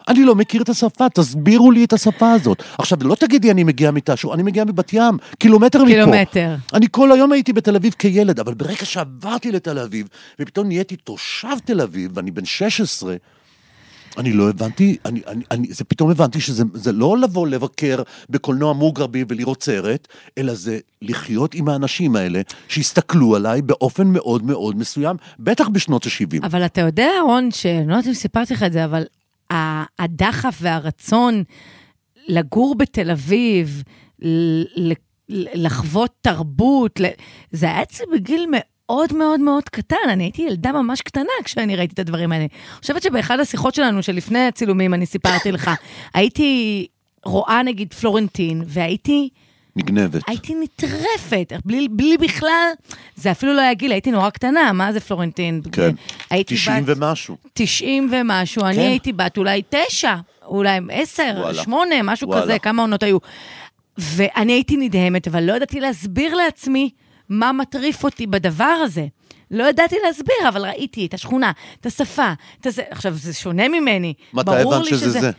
Speaker 2: אני לא מכיר את השפה, תסבירו לי את השפה הזאת. עכשיו, לא תגידי אני מגיע מתשו, אני מגיע מבת ים, קילומטר מפה.
Speaker 3: קילומטר.
Speaker 2: אני כל היום הייתי בתל אביב כילד, אבל ברגע שעברתי לתל אביב, ופתאום נהייתי תושב תל אביב, ואני בן 16, אני לא הבנתי, אני, אני, אני, זה פתאום הבנתי שזה זה לא לבוא לבקר בקולנוע מוגרבי ולראות סרט, אלא זה לחיות עם האנשים האלה שהסתכלו עליי באופן מאוד מאוד מסוים, בטח בשנות ה-70.
Speaker 3: אבל אתה יודע, רון, שאני לא יודעת אם סיפרתי לך את זה, אבל ה- הדחף והרצון לגור בתל אביב, ל- ל- לחוות תרבות, ל- זה היה אצלי בגיל מאוד מאוד מאוד קטן. אני הייתי ילדה ממש קטנה כשאני ראיתי את הדברים האלה. אני חושבת שבאחד השיחות שלנו, שלפני הצילומים, אני סיפרתי לך, הייתי רואה נגיד פלורנטין, והייתי...
Speaker 2: נגנבת.
Speaker 3: הייתי נטרפת, בלי, בלי בכלל, זה אפילו לא היה גיל, הייתי נורא קטנה, מה זה פלורנטין?
Speaker 2: כן.
Speaker 3: הייתי
Speaker 2: 90
Speaker 3: בת
Speaker 2: ומשהו.
Speaker 3: 90 ומשהו, אני הייתי בת אולי תשע, אולי עשר,
Speaker 2: כן. וואלה.
Speaker 3: שמונה, משהו
Speaker 2: וואלה.
Speaker 3: כזה, כמה עונות היו. ואני הייתי נדהמת, אבל לא ידעתי להסביר לעצמי מה מטריף אותי בדבר הזה. לא ידעתי להסביר, אבל ראיתי את השכונה, את השפה, את הזה. עכשיו, זה שונה ממני.
Speaker 2: מתי
Speaker 3: ברור
Speaker 2: הבנת
Speaker 3: לי
Speaker 2: שזה זה?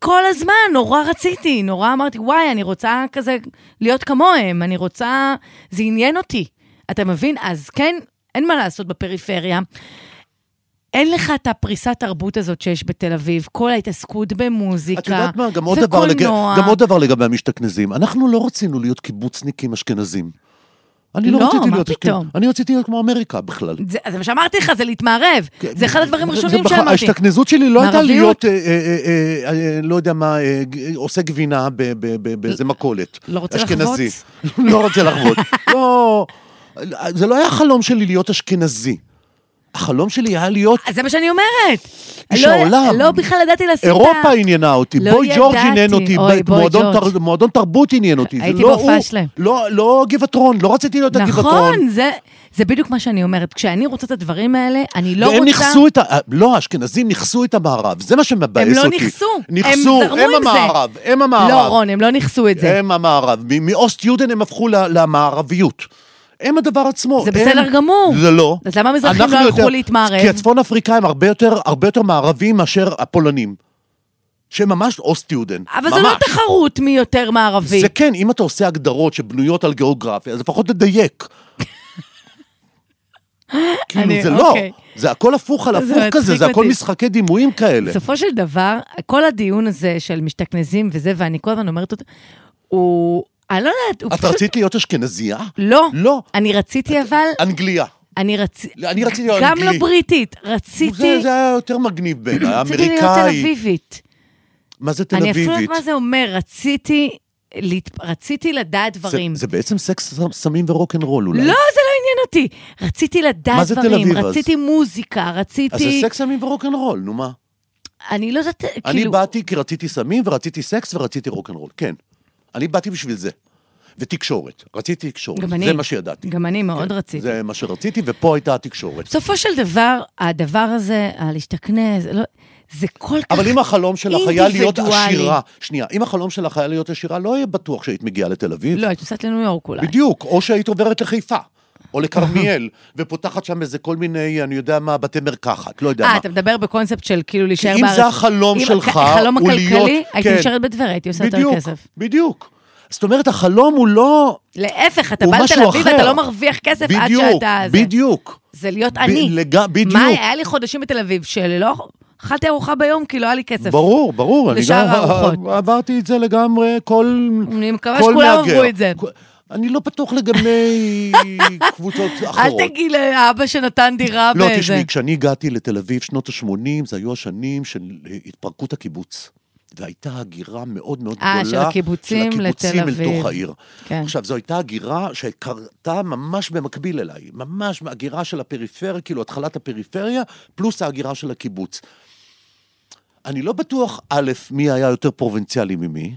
Speaker 3: כל הזמן, נורא רציתי, נורא אמרתי, וואי, אני רוצה כזה להיות כמוהם, אני רוצה... זה עניין אותי. אתה מבין? אז כן, אין מה לעשות בפריפריה. אין לך את הפריסת תרבות הזאת שיש בתל אביב, כל ההתעסקות במוזיקה
Speaker 2: את יודעת מה? גם עוד, דבר לג...
Speaker 3: וקולנוע.
Speaker 2: גם עוד דבר לגבי המשתכנזים. אנחנו לא רצינו להיות קיבוצניקים אשכנזים. אני לא,
Speaker 3: לא,
Speaker 2: רציתי
Speaker 3: מה
Speaker 2: להיות אשכנ-
Speaker 3: פתאום?
Speaker 2: אני רציתי להיות כמו אמריקה בכלל.
Speaker 3: זה זה מה שאמרתי לך, זה להתמערב. זה אחד הדברים הראשונים
Speaker 2: כן, זה בכלל-
Speaker 3: שאמרתי.
Speaker 2: ההשתכנזות שלי לא הייתה להיות,
Speaker 3: מערביות.
Speaker 2: אה, אה, אה, אה, לא יודע מה, אה, ג- עושה גבינה ב- ב- ב- באיזה מכולת.
Speaker 3: לא רוצה
Speaker 2: אשכנזי. לא רוצה לחוות. לא, זה לא היה החלום שלי להיות אשכנזי. החלום שלי היה להיות,
Speaker 3: אז זה מה שאני אומרת.
Speaker 2: איש
Speaker 3: לא-
Speaker 2: העולם.
Speaker 3: לא בכלל ידעתי לעשות...
Speaker 2: אירופה עניינה אותי,
Speaker 3: לא
Speaker 2: בוי ג'ורג'
Speaker 3: ידעתי.
Speaker 2: עניין אותי,
Speaker 3: אוי,
Speaker 2: ב-
Speaker 3: בוי
Speaker 2: מועדון
Speaker 3: ג'ורג'.
Speaker 2: תר- מועדון תרבות עניין אותי. זה
Speaker 3: הייתי
Speaker 2: לא
Speaker 3: בהופעה
Speaker 2: הוא,
Speaker 3: שלהם.
Speaker 2: לא- לא גבעתרון, לא רציתי להיות הגבעתרון.
Speaker 3: נכון, זה, זה בדיוק מה שאני אומרת. כשאני רוצה את הדברים האלה, אני לא
Speaker 2: והם
Speaker 3: רוצה...
Speaker 2: נכסו את ה... לא, האשכנזים נכסו את המערב, זה מה שמבאס
Speaker 3: הם
Speaker 2: אותי.
Speaker 3: לא נכסו,
Speaker 2: נכסו,
Speaker 3: הם זרמו עם זה.
Speaker 2: המערב, הם המערב.
Speaker 3: לא, רון, הם לא נכסו את זה.
Speaker 2: הם המערב. מ- מאוסט יודן הם הפכו ל- למערביות. הם הדבר עצמו.
Speaker 3: זה
Speaker 2: הם-
Speaker 3: בסדר גמור.
Speaker 2: זה לא.
Speaker 3: אז למה המזרחים
Speaker 2: אנחנו
Speaker 3: לא הלכו
Speaker 2: יותר-
Speaker 3: להתמערב?
Speaker 2: כי הצפון אפריקאים הרבה יותר, הרבה יותר מערבים מאשר הפולנים. שהם ממש אוסט יודן.
Speaker 3: אבל זו לא תחרות מי יותר מערבי.
Speaker 2: זה כן, אם אתה עושה הגדרות שבנויות על גיאוגרפיה, אז לפחות תדייק.
Speaker 3: אני-
Speaker 2: כאילו, זה לא,
Speaker 3: אוקיי.
Speaker 2: זה הכל הפוך על
Speaker 3: זה
Speaker 2: הפוך כזה,
Speaker 3: מצחיק
Speaker 2: זה הכל
Speaker 3: אותי.
Speaker 2: משחקי דימויים כאלה.
Speaker 3: בסופו של דבר, כל הדיון הזה של משתכנזים וזה, ואני כל הזמן אומרת אותו, הוא... אני לא יודעת, הוא
Speaker 2: את רצית להיות אשכנזייה?
Speaker 3: לא.
Speaker 2: לא.
Speaker 3: אני רציתי אבל...
Speaker 2: אנגליה.
Speaker 3: אני רציתי...
Speaker 2: אני רציתי להיות
Speaker 3: גם
Speaker 2: אנגלי.
Speaker 3: לא בריטית, רציתי...
Speaker 2: זה זה היה יותר מגניב בעיניי,
Speaker 3: לא. רציתי להיות תל
Speaker 2: האמריקאי.
Speaker 3: אביבית.
Speaker 2: מה זה תל
Speaker 3: אני
Speaker 2: אביבית?
Speaker 3: אפילו לא יודעת מה זה אומר, רציתי... להת- רציתי לדעת
Speaker 2: זה-
Speaker 3: דברים.
Speaker 2: זה בעצם סקס, ס- סמים ורוקנרול אולי.
Speaker 3: לא, זה לא עניין אותי. רציתי
Speaker 2: מה
Speaker 3: לדעת
Speaker 2: זה תל
Speaker 3: דברים,
Speaker 2: אביב אז?
Speaker 3: רציתי מוזיקה,
Speaker 2: אז זה
Speaker 3: רציתי...
Speaker 2: סקס, סמים ורוקנרול, נו מה?
Speaker 3: אני לא יודעת,
Speaker 2: אני
Speaker 3: כאילו...
Speaker 2: באתי כי רציתי סמים ורציתי סקס ורציתי רוקנרול, כן. אני באתי בשביל זה. ותקשורת, רציתי תקשורת,
Speaker 3: גם אני.
Speaker 2: זה מה שידעתי.
Speaker 3: גם אני מאוד
Speaker 2: כן,
Speaker 3: רציתי.
Speaker 2: זה מה שרציתי, ופה הייתה התקשורת.
Speaker 3: בסופו של דבר, הדבר הזה, הלהשתכנז, לא- זה כל כך...
Speaker 2: אבל אם החלום שלך היה להיות
Speaker 3: אינדיבידואלי.
Speaker 2: עשירה, שנייה, אם החלום שלך היה להיות עשירה, לא יהיה בטוח שהיית מגיעה לתל אביב.
Speaker 3: לא, היית נוסעת לניו יורק אולי.
Speaker 2: בדיוק, או שהיית עוברת לחיפה, או לכרמיאל, ופותחת שם איזה כל מיני, אני יודע מה, בתי מרקחת, לא יודע
Speaker 3: אה,
Speaker 2: מה.
Speaker 3: אתה מדבר בקונספט של כאילו להישאר
Speaker 2: אם
Speaker 3: בארץ.
Speaker 2: זה החלום
Speaker 3: אם
Speaker 2: שלך,
Speaker 3: הח- החלום
Speaker 2: הוא
Speaker 3: הכלכלי,
Speaker 2: להיות-
Speaker 3: הייתי
Speaker 2: כן.
Speaker 3: נשארת בטבריה, הייתי עושה יותר
Speaker 2: בדיוק,
Speaker 3: כסף.
Speaker 2: בדיוק. זאת אומרת, החלום הוא לא...
Speaker 3: להפך, אתה
Speaker 2: הוא
Speaker 3: בא לתל
Speaker 2: משהו
Speaker 3: אביב
Speaker 2: אחר.
Speaker 3: ואתה לא מרוויח כסף עד
Speaker 2: בדיוק,
Speaker 3: שאתה... זה-
Speaker 2: בדיוק.
Speaker 3: זה להיות
Speaker 2: ב-
Speaker 3: עני.
Speaker 2: לג- בדיוק.
Speaker 3: מה, היה לי חודשים בתל אביב שלא אכלתי ארוחה ביום כי לא היה לי כסף.
Speaker 2: ברור, ברור. אני
Speaker 3: לשאר
Speaker 2: גם-
Speaker 3: הארוחות.
Speaker 2: עברתי את זה לגמרי, כל...
Speaker 3: אני מקווה
Speaker 2: כל
Speaker 3: שכולם
Speaker 2: מהגר.
Speaker 3: עברו את זה.
Speaker 2: אני לא פתוח לגבי קבוצות
Speaker 3: אל
Speaker 2: אחרות.
Speaker 3: תגיד לאבא שנתן דירה
Speaker 2: לא,
Speaker 3: באיזה...
Speaker 2: תשמעי, כשאני הגעתי לתל אביב, שנות ה-80, זה היו השנים של אה, התפרקות הקיבוץ. והייתה הגירה מאוד מאוד
Speaker 3: אה,
Speaker 2: גדולה.
Speaker 3: של הקיבוצים
Speaker 2: של
Speaker 3: לתל
Speaker 2: הקיבוצים אל
Speaker 3: אביב.
Speaker 2: תוך העיר.
Speaker 3: כן.
Speaker 2: עכשיו, זו הייתה הגירה שקרתה ממש במקביל אליי. ממש הגירה של הפריפריה, כאילו התחלת הפריפריה, פלוס ההגירה של הקיבוץ. אני לא בטוח, א', מי היה יותר פרובינציאלי ממי.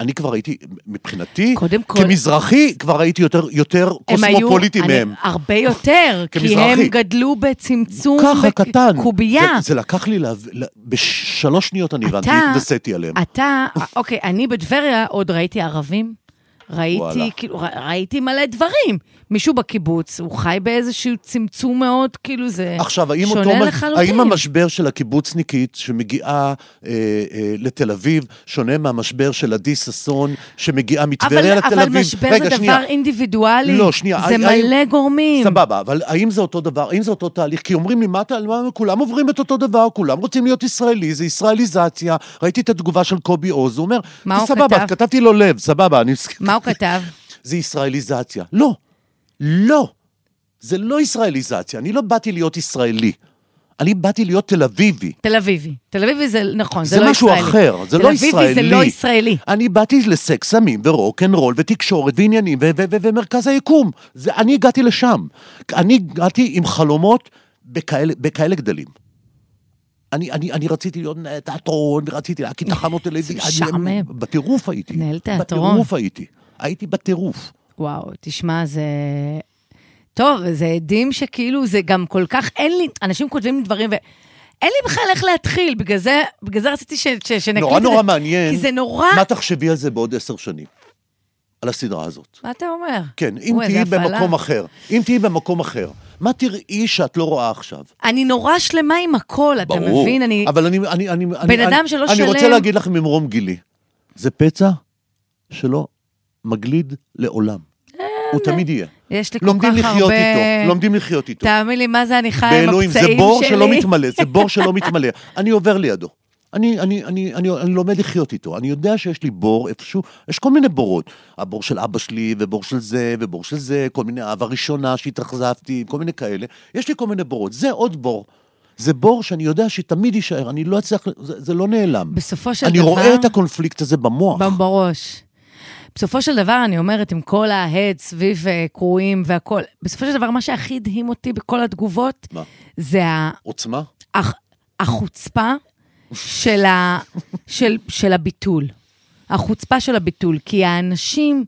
Speaker 2: אני כבר הייתי, מבחינתי,
Speaker 3: קודם כל-
Speaker 2: כמזרחי, כבר הייתי יותר, יותר
Speaker 3: הם היו-
Speaker 2: קוסמופוליטי
Speaker 3: אני-
Speaker 2: מהם.
Speaker 3: הרבה יותר, כי
Speaker 2: כמזרחי.
Speaker 3: הם גדלו בצמצום,
Speaker 2: ככה
Speaker 3: בק-
Speaker 2: קטן.
Speaker 3: קובייה.
Speaker 2: זה, זה לקח לי, להב... לה- בשלוש שניות אני הבנתי,
Speaker 3: אתה-
Speaker 2: התנסיתי עליהם.
Speaker 3: אתה, אוקיי, אני בטבריה עוד ראיתי ערבים,
Speaker 2: וואלה.
Speaker 3: ראיתי, כאילו, ר- ראיתי מלא דברים. מישהו בקיבוץ, הוא חי באיזשהו צמצום מאוד, כאילו זה
Speaker 2: עכשיו, האם,
Speaker 3: שונה
Speaker 2: אותו, מ-
Speaker 3: לחלוטין.
Speaker 2: האם המשבר של הקיבוצניקית שמגיעה אה, אה, לתל אביב שונה מהמשבר של עדי ששון שמגיעה מטבריה
Speaker 3: אבל,
Speaker 2: לתל
Speaker 3: אבל
Speaker 2: אביב?
Speaker 3: משבר זה
Speaker 2: שנייה.
Speaker 3: דבר אינדיבידואלי.
Speaker 2: לא, שנייה.
Speaker 3: זה
Speaker 2: האם-
Speaker 3: מלא גורמים.
Speaker 2: סבבה, אבל האם זה אותו דבר? האם זה אותו תהליך? כי אומרים לי, מה אתה, מה, כולם עוברים את אותו דבר, כולם רוצים להיות ישראלי, זה ישראליזציה. ראיתי את התגובה של קובי עוז, הוא אומר,
Speaker 3: מה הוא
Speaker 2: סבבה,
Speaker 3: כתב?
Speaker 2: כתבתי לו לב, סבבה, אני...
Speaker 3: מה הוא כתב?
Speaker 2: זה ישראליזציה. לא, לא, זה לא ישראליזציה. אני לא באתי להיות ישראלי. אני באתי להיות תל אביבי.
Speaker 3: תל אביבי. תל אביבי זה, נכון, זה,
Speaker 2: זה
Speaker 3: לא
Speaker 2: משהו
Speaker 3: ישראלי.
Speaker 2: אחר, זה
Speaker 3: תל
Speaker 2: לא
Speaker 3: אביבי זה
Speaker 2: ישראלי.
Speaker 3: לא ישראלי.
Speaker 2: אני באתי לסקס, סמים ורוקנרול ותקשורת ועניינים ו- ו- ו- ומרכז היקום. זה, אני הגעתי לשם. אני הגעתי עם חלומות בכאלה, בכאלה גדלים. אני, אני, אני רציתי להיות מנהל תיאטרון, ורציתי להקים תחנות טלוויזיה. אני-
Speaker 3: משעמם.
Speaker 2: בטירוף הייתי.
Speaker 3: מנהל תיאטרון.
Speaker 2: בטירוף הייתי. הייתי בטירוף.
Speaker 3: וואו, תשמע, זה... טוב, זה עדים שכאילו, זה גם כל כך, אין לי, אנשים כותבים לי דברים ו... אין לי בכלל איך להתחיל, בגלל זה, בגלל זה רציתי ש, ש, שנקליט
Speaker 2: נורא
Speaker 3: את זה.
Speaker 2: נורא מעניין.
Speaker 3: כי זה נורא...
Speaker 2: מה תחשבי על זה בעוד עשר שנים? על הסדרה הזאת.
Speaker 3: מה אתה אומר?
Speaker 2: כן, אם
Speaker 3: אוי,
Speaker 2: תהיי
Speaker 3: איזה הפעלה.
Speaker 2: במקום אחר. אם תהיי במקום אחר. מה תראי שאת לא רואה עכשיו?
Speaker 3: אני נורא שלמה עם הכל, אתה
Speaker 2: ברור.
Speaker 3: מבין? אני...
Speaker 2: אבל אני... אני, אני
Speaker 3: בן
Speaker 2: אני,
Speaker 3: אדם
Speaker 2: אני,
Speaker 3: שלא
Speaker 2: אני
Speaker 3: שלם-
Speaker 2: אני רוצה להגיד לך ממרום גילי. זה פצע שלא מגליד לעולם. הוא תמיד יהיה.
Speaker 3: יש לי אה, כל
Speaker 2: לומדים
Speaker 3: כך
Speaker 2: לחיות
Speaker 3: הרבה...
Speaker 2: איתו. לומדים לחיות איתו.
Speaker 3: תאמין לי, מה זה אני חיה עם
Speaker 2: באלוהים,
Speaker 3: הפצעים
Speaker 2: זה
Speaker 3: שלי?
Speaker 2: בור שלא מתמלא, זה בור שלא מתמלא. אני עובר לידו. אני, אני, אני, אני, אני לומד לחיות איתו, אני יודע שיש לי בור איפשהו, יש כל מיני בורות. הבור של אבא שלי, ובור של זה, ובור של זה, כל מיני אהבה ראשונה שהתאכזבתי, כל מיני כאלה. יש לי כל מיני בורות, זה עוד בור. זה בור שאני יודע שתמיד יישאר, אני לא אצליח, זה, זה לא נעלם.
Speaker 3: בסופו של
Speaker 2: אני
Speaker 3: דבר...
Speaker 2: רואה את הקונפליקט הזה במוח.
Speaker 3: בם בראש. בסופו של דבר, אני אומרת, עם כל ההד סביב אה, קרואים והכול, בסופו של דבר, מה שהכי הדהים אותי בכל התגובות,
Speaker 2: מה?
Speaker 3: זה ה-
Speaker 2: עוצמה?
Speaker 3: הח- החוצפה של, ה, של, של הביטול. החוצפה של הביטול, כי האנשים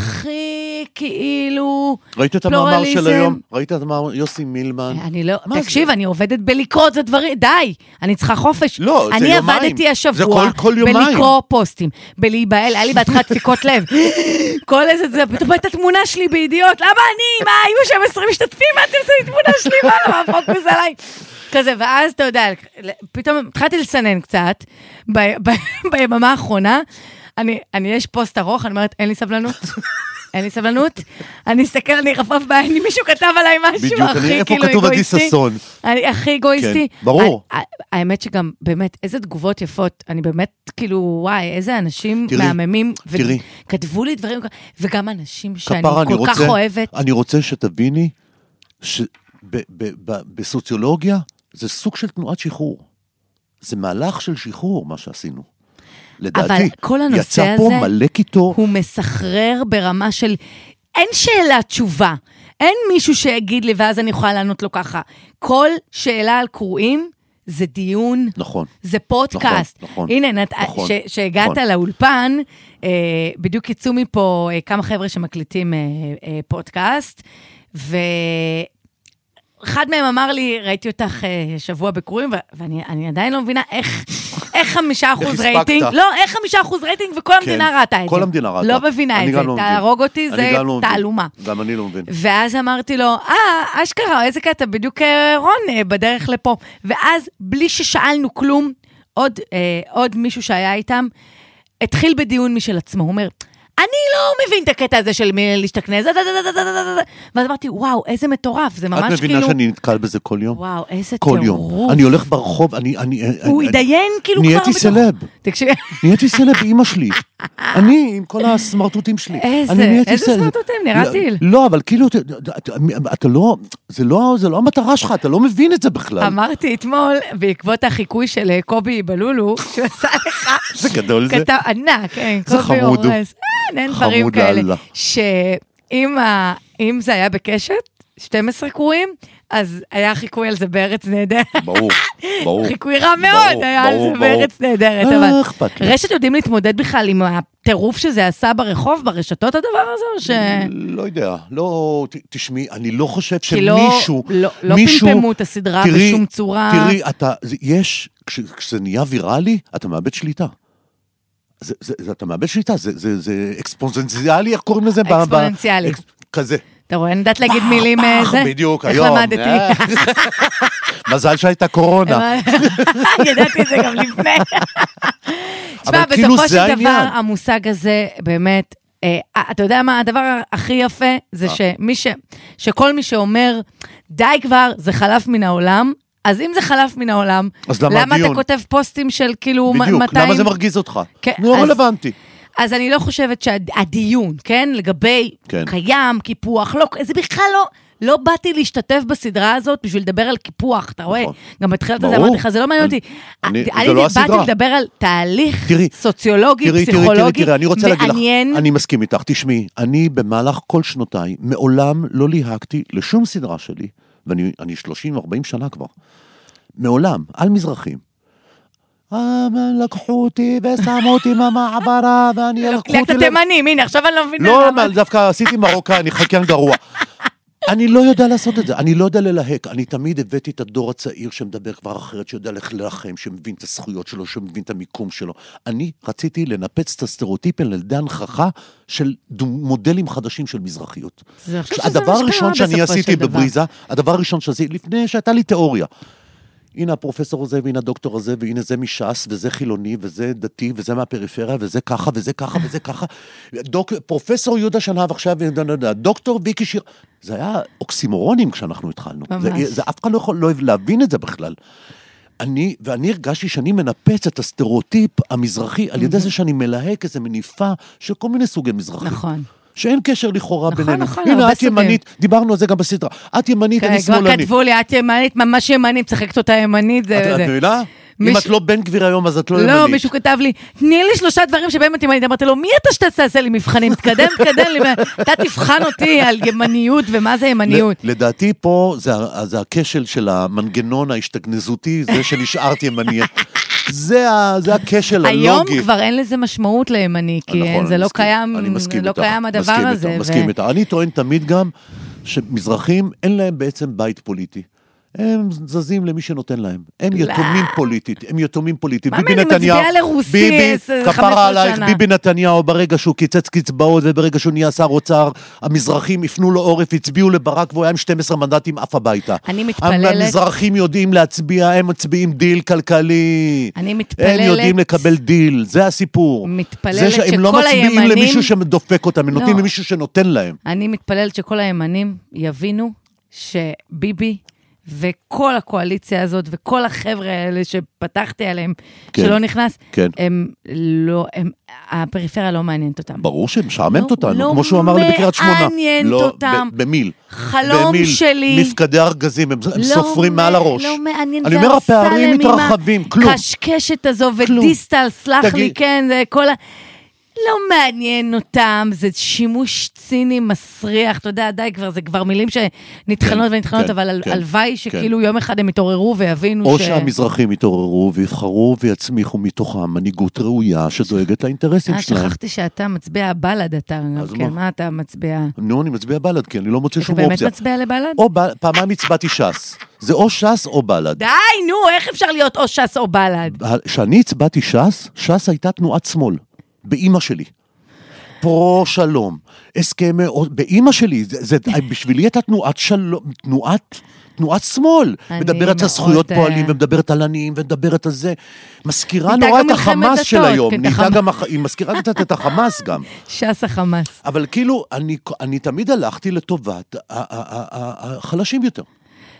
Speaker 3: הכי כאילו...
Speaker 2: ראית את המאמר של
Speaker 3: פלורליזם.
Speaker 2: היום? ראית את המאמר יוסי מילמן?
Speaker 3: אני לא...
Speaker 2: מה זה?
Speaker 3: תקשיב, אני עובדת בלקרוא את הדברים, די, אני צריכה חופש.
Speaker 2: לא, זה
Speaker 3: אני
Speaker 2: יומיים.
Speaker 3: עבדתי השבוע
Speaker 2: זה כל- כל יומיים.
Speaker 3: בלקרוא לא פוסטים, בלהיבהל, היה לי בהתחלה דפיקות לב. כל איזה, זה, פתאום הייתה תמונה שלי בידיעות, למה אני, מה, היו שם 20 משתתפים, מה אתם עושים לי תמונה שלי, מה, למה הפוקוס עליי? כזה, ואז אתה יודע, פתאום התחלתי לסנן קצת, ב, ב, ביממה האחרונה, אני, אני, יש פוסט ארוך, אני אומרת, אין לי סבלנות. אין לי סבלנות, אני אסתכל, אני רפרף בעין, אם מישהו כתב עליי משהו הכי
Speaker 2: בדיוק,
Speaker 3: כאילו
Speaker 2: אני-
Speaker 3: אגואיסטי.
Speaker 2: איפה כתוב עדי ששון?
Speaker 3: אני הכי אגואיסטי.
Speaker 2: כן, ברור.
Speaker 3: ה- ה- האמת שגם, באמת, איזה תגובות יפות. אני באמת, כאילו, וואי, איזה אנשים
Speaker 2: תראי,
Speaker 3: מהממים. ו-
Speaker 2: תראי.
Speaker 3: כתבו לי דברים, וגם אנשים שאני
Speaker 2: כפרה, אני
Speaker 3: כל כך
Speaker 2: רוצה-
Speaker 3: אוהבת.
Speaker 2: אני רוצה שתביני שבסוציולוגיה זה סוג של תנועת שחרור. זה מהלך של שחרור, מה שעשינו. לדעתי,
Speaker 3: כל הנושא
Speaker 2: יצא פה
Speaker 3: הזה
Speaker 2: מלא קיטור.
Speaker 3: הוא מסחרר ברמה של, אין שאלה תשובה. אין מישהו שיגיד לי, ואז אני יכולה לענות לו ככה. כל שאלה על קרואים זה דיון.
Speaker 2: נכון.
Speaker 3: זה פודקאסט.
Speaker 2: נכון, נכון,
Speaker 3: הנה, נת...
Speaker 2: נכון,
Speaker 3: ש... שהגעת
Speaker 2: נכון.
Speaker 3: לאולפן, אה, בדיוק יצאו מפה אה, כמה חבר'ה שמקליטים אה, אה, פודקאסט, ואחד מהם אמר לי, ראיתי אותך אה, שבוע בקרואים, ו... ואני אני עדיין לא מבינה איך, איך חמישה אחוז
Speaker 2: הספקת? כן,
Speaker 3: רייטינג, לא, איך חמישה אחוז רייטינג וכל לא המדינה ראתה את זה.
Speaker 2: כל המדינה ראתה.
Speaker 3: לא מבינה
Speaker 2: אני
Speaker 3: את זה,
Speaker 2: גם לא מבין.
Speaker 3: תהרוג אותי,
Speaker 2: אני
Speaker 3: זה
Speaker 2: גם לא מבין.
Speaker 3: תעלומה.
Speaker 2: גם אני לא מבין.
Speaker 3: ואז אמרתי לו, אה, אשכרה, איזה קטע, בדיוק אה, רון אה, בדרך לפה. ואז, בלי ששאלנו כלום, עוד, אה, עוד מישהו שהיה איתם, התחיל בדיון משל עצמו, הוא אומר, אני לא מבין את הקטע הזה של מי להשתכנז, דה, דה, דה, דה, דה, דה, דה, דה." ואז אמרתי, וואו, איזה מטורף, זה
Speaker 2: את
Speaker 3: ממש
Speaker 2: מבינה
Speaker 3: כאילו,
Speaker 2: שאני נתקל בזה כל יום?
Speaker 3: וואו, איזה
Speaker 2: כל
Speaker 3: טירוף.
Speaker 2: יום. אני הולך ברחוב, אני... אני-
Speaker 3: הוא
Speaker 2: אני-
Speaker 3: התדיין כאילו כבר...
Speaker 2: נהייתי
Speaker 3: בתוך-
Speaker 2: סלב.
Speaker 3: תקשיב,
Speaker 2: נהייתי סלב אימא שלי. אני עם כל הסמרטוטים שלי.
Speaker 3: איזה-
Speaker 2: אני נהייתי
Speaker 3: איזה
Speaker 2: סלב.
Speaker 3: סמרטוטים? נראה
Speaker 2: לא-
Speaker 3: טיל.
Speaker 2: לא, אבל כאילו, אתה- אתה- אתה לא, זה לא, זה לא המטרה שלך, אתה לא מבין את זה בכלל.
Speaker 3: אמרתי אתמול, בעקבות החיקוי של אה, קובי בלולו, שהוא עשה לך,
Speaker 2: זה גדול זה.
Speaker 3: כתב ענק, כן,
Speaker 2: זה
Speaker 3: קובי
Speaker 2: חמוד הוא.
Speaker 3: אורז. אין, אין דברים
Speaker 2: חמוד
Speaker 3: כאלה.
Speaker 2: לאללה.
Speaker 3: שאם ה- אם זה היה בקשת, 12 קרואים, אז היה חיקוי על זה בארץ נהדרת.
Speaker 2: ברור, ברור.
Speaker 3: חיקוי רע מאוד,
Speaker 2: ברור,
Speaker 3: היה על
Speaker 2: ברור,
Speaker 3: זה
Speaker 2: ברור.
Speaker 3: בארץ נהדרת,
Speaker 2: אה,
Speaker 3: אבל...
Speaker 2: אכפת לי.
Speaker 3: רשת יודעים להתמודד בכלל עם הטירוף שזה עשה ברחוב, ברשתות הדבר הזה, או ש...
Speaker 2: לא יודע, לא, ת- תשמעי, אני לא חושב
Speaker 3: אה, כי לא-
Speaker 2: שמישהו,
Speaker 3: לא- לא
Speaker 2: מישהו-
Speaker 3: פמפמו את הסדרה
Speaker 2: תראי-
Speaker 3: בשום צורה.
Speaker 2: תראי, אתה, זה- יש, כש- כשזה נהיה ויראלי, אתה מאבד שליטה. זה, זה, זה, אתה מאבד שליטה, זה, זה, זה אקספוננציאלי, איך קוראים לזה? ב- ב-
Speaker 3: אקספוננציאלי.
Speaker 2: אקס- כזה.
Speaker 3: אתה רואה, אני יודעת להגיד מילים אה, זה?
Speaker 2: בדיוק,
Speaker 3: איך
Speaker 2: היום. אה.
Speaker 3: למדתי?
Speaker 2: מזל שהייתה קורונה.
Speaker 3: ידעתי את זה גם לפני. תשמע,
Speaker 2: אבל כאילו זה
Speaker 3: בסופו של דבר,
Speaker 2: העניין.
Speaker 3: המושג הזה, באמת, אה, אתה יודע מה, הדבר הכי יפה, זה שמי ש... שכל מי שאומר, די כבר, זה חלף מן העולם, אז אם זה חלף מן העולם,
Speaker 2: אז למה
Speaker 3: אתה
Speaker 2: הדיון?
Speaker 3: כותב פוסטים של כאילו מ- 200...
Speaker 2: בדיוק, למה זה מרגיז אותך?
Speaker 3: כן,
Speaker 2: זה לא
Speaker 3: אז-
Speaker 2: רלוונטי.
Speaker 3: אז אני לא חושבת שהדיון, כן? לגבי כן.
Speaker 2: כן.
Speaker 3: קיים, קיפוח, לא, זה בכלל לא... לא באתי להשתתף בסדרה הזאת בשביל לדבר על קיפוח, אתה רואה?
Speaker 2: נכון.
Speaker 3: גם בתחילת הזה
Speaker 2: ברור.
Speaker 3: אמרתי לך, זה לא מעניין
Speaker 2: אני-
Speaker 3: אותי.
Speaker 2: אני-
Speaker 3: אני,
Speaker 2: זה לא הסדרה.
Speaker 3: באתי לדבר על תהליך
Speaker 2: תראי,
Speaker 3: סוציולוגי,
Speaker 2: תראי, תראי,
Speaker 3: פסיכולוגי,
Speaker 2: תראי, תראי, אני רוצה להגיד לך,
Speaker 3: מעניין.
Speaker 2: אני מסכים איתך, תשמעי, אני במהלך כל שנותיי מעולם לא ליהקתי לשום סדרה שלי, ואני אני 30-40 שנה כבר, מעולם, על מזרחים. אה, מה, לקחו אותי ושמו אותי במעברה, ואני לקחו
Speaker 3: לקחת
Speaker 2: אותי... ל-
Speaker 3: תימנים, הנה, עכשיו אני לא מבינה.
Speaker 2: לא,
Speaker 3: למה.
Speaker 2: מה, דווקא עשיתי מרוקאי, אני חלקן גרוע. אני לא יודע לעשות את זה, אני לא יודע ללהק. אני תמיד הבאתי את הדור הצעיר שמדבר כבר אחרת, שיודע איך להילחם, שמבין את הזכויות שלו, שמבין את המיקום שלו. אני רציתי לנפץ את הסטריאוטיפ על ידי הנכחה של דו- מודלים חדשים של מזרחיות.
Speaker 3: זה- אני חושבת שזה
Speaker 2: הדבר
Speaker 3: מה שקרה
Speaker 2: הראשון שאני
Speaker 3: בסופו של
Speaker 2: עשיתי
Speaker 3: דבר.
Speaker 2: בבריזה, הדבר הראשון שעשיתי, לפני שהייתה לי תיאוריה. הנה הפרופסור הזה, והנה הדוקטור הזה, והנה זה מש"ס, וזה חילוני, וזה דתי, וזה מהפריפריה, וזה ככה, וזה ככה, וזה ככה. דוק, פרופסור יהודה שנהב עכשיו, דוקטור ויקי שיר... זה היה אוקסימורונים כשאנחנו התחלנו.
Speaker 3: ממש.
Speaker 2: זה, זה, אף אחד לא יכול לא להבין את זה בכלל. אני, ואני הרגשתי שאני מנפץ את הסטריאוטיפ המזרחי על ידי זה שאני מלהק איזה מניפה של כל מיני סוגי מזרחים.
Speaker 3: נכון.
Speaker 2: שאין קשר לכאורה
Speaker 3: נכון,
Speaker 2: בינינו.
Speaker 3: נכון,
Speaker 2: הנה,
Speaker 3: הרבה
Speaker 2: את
Speaker 3: סוגים.
Speaker 2: ימנית, דיברנו על זה גם בסדרה. את ימנית,
Speaker 3: כן,
Speaker 2: אני
Speaker 3: כבר
Speaker 2: שמאלנית.
Speaker 3: כתבו לי, את ימנית, ממש ימנית, משחקת אותה ימנית, זה...
Speaker 2: את- את
Speaker 3: זה.
Speaker 2: מבינה? אם
Speaker 3: מישהו-
Speaker 2: את לא בן גביר היום, אז את לא ימנית.
Speaker 3: לא, מישהו כתב לי, תני לי שלושה דברים שבהם את ימנית. אמרתי לו, מי אתה שאתה תעשה לי מבחנים? תקדם, תקדם לי, אתה תבחן אותי על ימניות ומה זה ימניות.
Speaker 2: ל- לדעתי פה זה, ה- זה הכשל של המנגנון ההשתגנזותי, זה שנשארת ימני. זה, ה, זה הכשל
Speaker 3: היום
Speaker 2: הלוגי.
Speaker 3: כבר אין לזה משמעות לימני, כי
Speaker 2: נכון,
Speaker 3: זה
Speaker 2: אני
Speaker 3: לא
Speaker 2: מסכים,
Speaker 3: קיים,
Speaker 2: אני מסכים
Speaker 3: לא
Speaker 2: איתך,
Speaker 3: קיים הדבר
Speaker 2: מסכים
Speaker 3: הזה.
Speaker 2: איתך,
Speaker 3: ו-
Speaker 2: מסכים איתך. אני טוען תמיד גם שמזרחים אין להם בעצם בית פוליטי. הם זזים למי שנותן להם. הם יתומים פוליטית, הם יתומים פוליטית.
Speaker 3: לא. מה,
Speaker 2: ביבי
Speaker 3: אני מצביעה
Speaker 2: נתניהו,
Speaker 3: לרוסי
Speaker 2: ביבי,
Speaker 3: איזה 15
Speaker 2: כפרה עלייך,
Speaker 3: שנה.
Speaker 2: ביבי נתניהו, ברגע שהוא קיצץ קצבאות וברגע שהוא נהיה שר אוצר, המזרחים הפנו לו עורף, הצביעו לברק והוא היה עם 12 מנדטים עף הביתה.
Speaker 3: אני מתפללת-
Speaker 2: המזרחים יודעים להצביע, הם מצביעים דיל כלכלי.
Speaker 3: אני
Speaker 2: הם
Speaker 3: מתפללת-
Speaker 2: יודעים לקבל דיל, זה הסיפור.
Speaker 3: מתפללת
Speaker 2: זה שהם לא
Speaker 3: שכל
Speaker 2: מצביעים
Speaker 3: הימנים-
Speaker 2: למישהו שדופק אותם, הם
Speaker 3: לא.
Speaker 2: נותנים למישהו שנותן להם.
Speaker 3: אני מתפללת שכל הימנים יבינו שביבי וכל הקואליציה הזאת וכל החבר'ה האלה שפתחתי עליהם,
Speaker 2: כן,
Speaker 3: שלא נכנס,
Speaker 2: כן.
Speaker 3: הם לא, הם, הפריפריה לא מעניינת אותם.
Speaker 2: ברור שמשעממת
Speaker 3: לא-
Speaker 2: אותנו,
Speaker 3: לא
Speaker 2: כמו שהוא אמר לי בקריית שמונה.
Speaker 3: מעניינת
Speaker 2: לא,
Speaker 3: אותם.
Speaker 2: ב- במיל.
Speaker 3: חלום
Speaker 2: במיל,
Speaker 3: שלי.
Speaker 2: מפקדי ארגזים, הם הם
Speaker 3: לא
Speaker 2: סופרים
Speaker 3: מ-
Speaker 2: מעל הראש.
Speaker 3: לא מעניין,
Speaker 2: אני
Speaker 3: זה
Speaker 2: אומר,
Speaker 3: אמסלם
Speaker 2: הפערים
Speaker 3: עם
Speaker 2: מתרחבים, כלום.
Speaker 3: הקשקשת הזו
Speaker 2: כלום.
Speaker 3: ודיסטל, סלח לי,
Speaker 2: תגיד-
Speaker 3: כן, זה כל ה... לא מעניין אותם, זה שימוש ציני מסריח, אתה יודע, די כבר, זה כבר מילים שנטחנות
Speaker 2: כן,
Speaker 3: ונטחנות,
Speaker 2: כן,
Speaker 3: אבל על-
Speaker 2: כן,
Speaker 3: הלוואי שכאילו יום אחד הם יתעוררו ויבינו
Speaker 2: או
Speaker 3: ש...
Speaker 2: שהמזרחים יתעוררו ויבחרו ויצמיחו מתוכם מנהיגות ראויה שדואגת לאינטרסים
Speaker 3: אה,
Speaker 2: שלהם.
Speaker 3: שכחתי שאתה מצביע בל"ד, אתה,
Speaker 2: אז
Speaker 3: כן,
Speaker 2: מה?
Speaker 3: מה אתה מצביע?
Speaker 2: נו, אני מצביע בל"ד, כי אני לא מוצא
Speaker 3: אתה
Speaker 2: שום
Speaker 3: באמת
Speaker 2: אופציה.
Speaker 3: מצביע לבל"ד?
Speaker 2: או ב- פעמיים הצבעתי ש"ס. זה או ש"ס או בל"ד.
Speaker 3: די, נו, איך אפשר להיות או ש"ס או בל"ד?
Speaker 2: כשאני הצבעתי ש"ס, ש"ס הייתה תנועת שמאל, באימא שלי. פרו שלום, הסכמי, באימא שלי, זה, זה, בשבילי הייתה תנועת שלום, תנועת, תנועת שמאל.
Speaker 3: אני
Speaker 2: מדברת על
Speaker 3: מאוד,
Speaker 2: זכויות
Speaker 3: אה,
Speaker 2: פועלים, ומדברת על עניים, ומדברת על זה. מזכירה
Speaker 3: נהייתה
Speaker 2: נורא
Speaker 3: גם
Speaker 2: את
Speaker 3: מלחמת
Speaker 2: החמאס של
Speaker 3: דתות,
Speaker 2: היום,
Speaker 3: כן,
Speaker 2: נהייתה
Speaker 3: החמאס.
Speaker 2: גם, הח- היא מזכירה קצת את החמאס גם.
Speaker 3: ש"ס החמאס.
Speaker 2: אבל כאילו, אני, אני תמיד הלכתי לטובת ה- ה- ה- ה- החלשים יותר.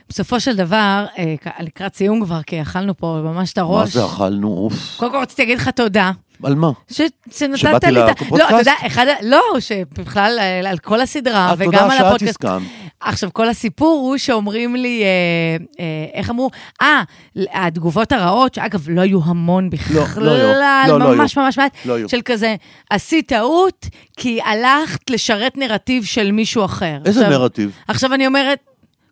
Speaker 3: בסופו של דבר, אה, כ- לקראת סיום כבר, כי אכלנו פה ממש את הראש.
Speaker 2: מה זה אכלנו? אוף.
Speaker 3: קודם כל רציתי להגיד לך תודה.
Speaker 2: על מה?
Speaker 3: ש... שנתת
Speaker 2: שבאתי
Speaker 3: לי את
Speaker 2: לפודקאסט?
Speaker 3: לא, אתה יודע, אחד... ה- לא, שבכלל על, על כל הסדרה,
Speaker 2: אה,
Speaker 3: וגם
Speaker 2: תודה
Speaker 3: על
Speaker 2: שאת
Speaker 3: הפודקאסט.
Speaker 2: הסכמת.
Speaker 3: עכשיו, כל הסיפור הוא שאומרים לי, אה, אה, איך אמרו? אה, התגובות הרעות, שאגב, לא היו המון בכלל,
Speaker 2: לא היו. לא, לא
Speaker 3: ממש
Speaker 2: היו.
Speaker 3: ממש מעט,
Speaker 2: לא היו.
Speaker 3: של כזה, עשית טעות, כי הלכת לשרת נרטיב של מישהו אחר.
Speaker 2: איזה
Speaker 3: עכשיו-
Speaker 2: נרטיב?
Speaker 3: עכשיו אני אומרת...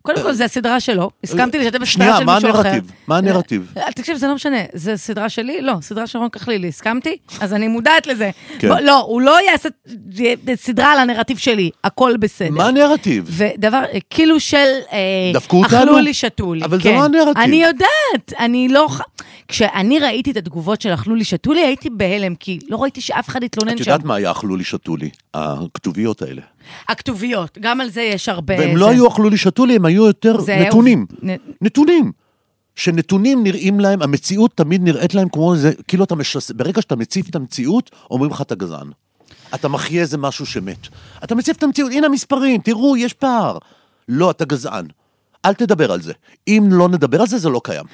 Speaker 3: קודם כל, זה הסדרה שלו, הסכמתי לשתף בסדרה
Speaker 2: שנייה,
Speaker 3: של
Speaker 2: מה
Speaker 3: מישהו אחר.
Speaker 2: הנרטיב? מה הנרטיב?
Speaker 3: אה, תקשיב, זה לא משנה, זה סדרה שלי? לא, סדרה של רון כחלילי, הסכמתי? אז אני מודעת לזה.
Speaker 2: כן.
Speaker 3: בוא, לא, הוא לא יעשה סדרה על הנרטיב שלי, הכל בסדר.
Speaker 2: מה הנרטיב?
Speaker 3: ודבר, אה, כאילו של... אה,
Speaker 2: דפקו אותנו?
Speaker 3: אכלו לי, שתו לי.
Speaker 2: אבל זה
Speaker 3: כן.
Speaker 2: לא הנרטיב.
Speaker 3: אני יודעת, אני לא... ח- כשאני ראיתי את התגובות של אכלו לי, שתו לי, הייתי בהלם, כי לא ראיתי שאף אחד התלונן
Speaker 2: את
Speaker 3: שם.
Speaker 2: יודעת מה היה אכלו לי, שתו לי? הכתוביות האלה.
Speaker 3: הכתוביות, גם על זה יש הרבה...
Speaker 2: והם
Speaker 3: זה-
Speaker 2: לא היו אכלו לי, שתו לי, הם היו יותר
Speaker 3: זה היה
Speaker 2: נתונים.
Speaker 3: עובד- נ-
Speaker 2: נתונים. שנתונים נראים להם, המציאות תמיד נראית להם כמו איזה, כאילו אתה משס... ברגע שאתה מציף את המציאות, אומרים לך אתה גזען. אתה מחיה איזה משהו שמת. אתה מציף את המציאות, הנה המספרים, תראו, יש פער. לא, אתה גזען. אל תדבר על זה. אם לא נדבר על זה, זה לא קיים.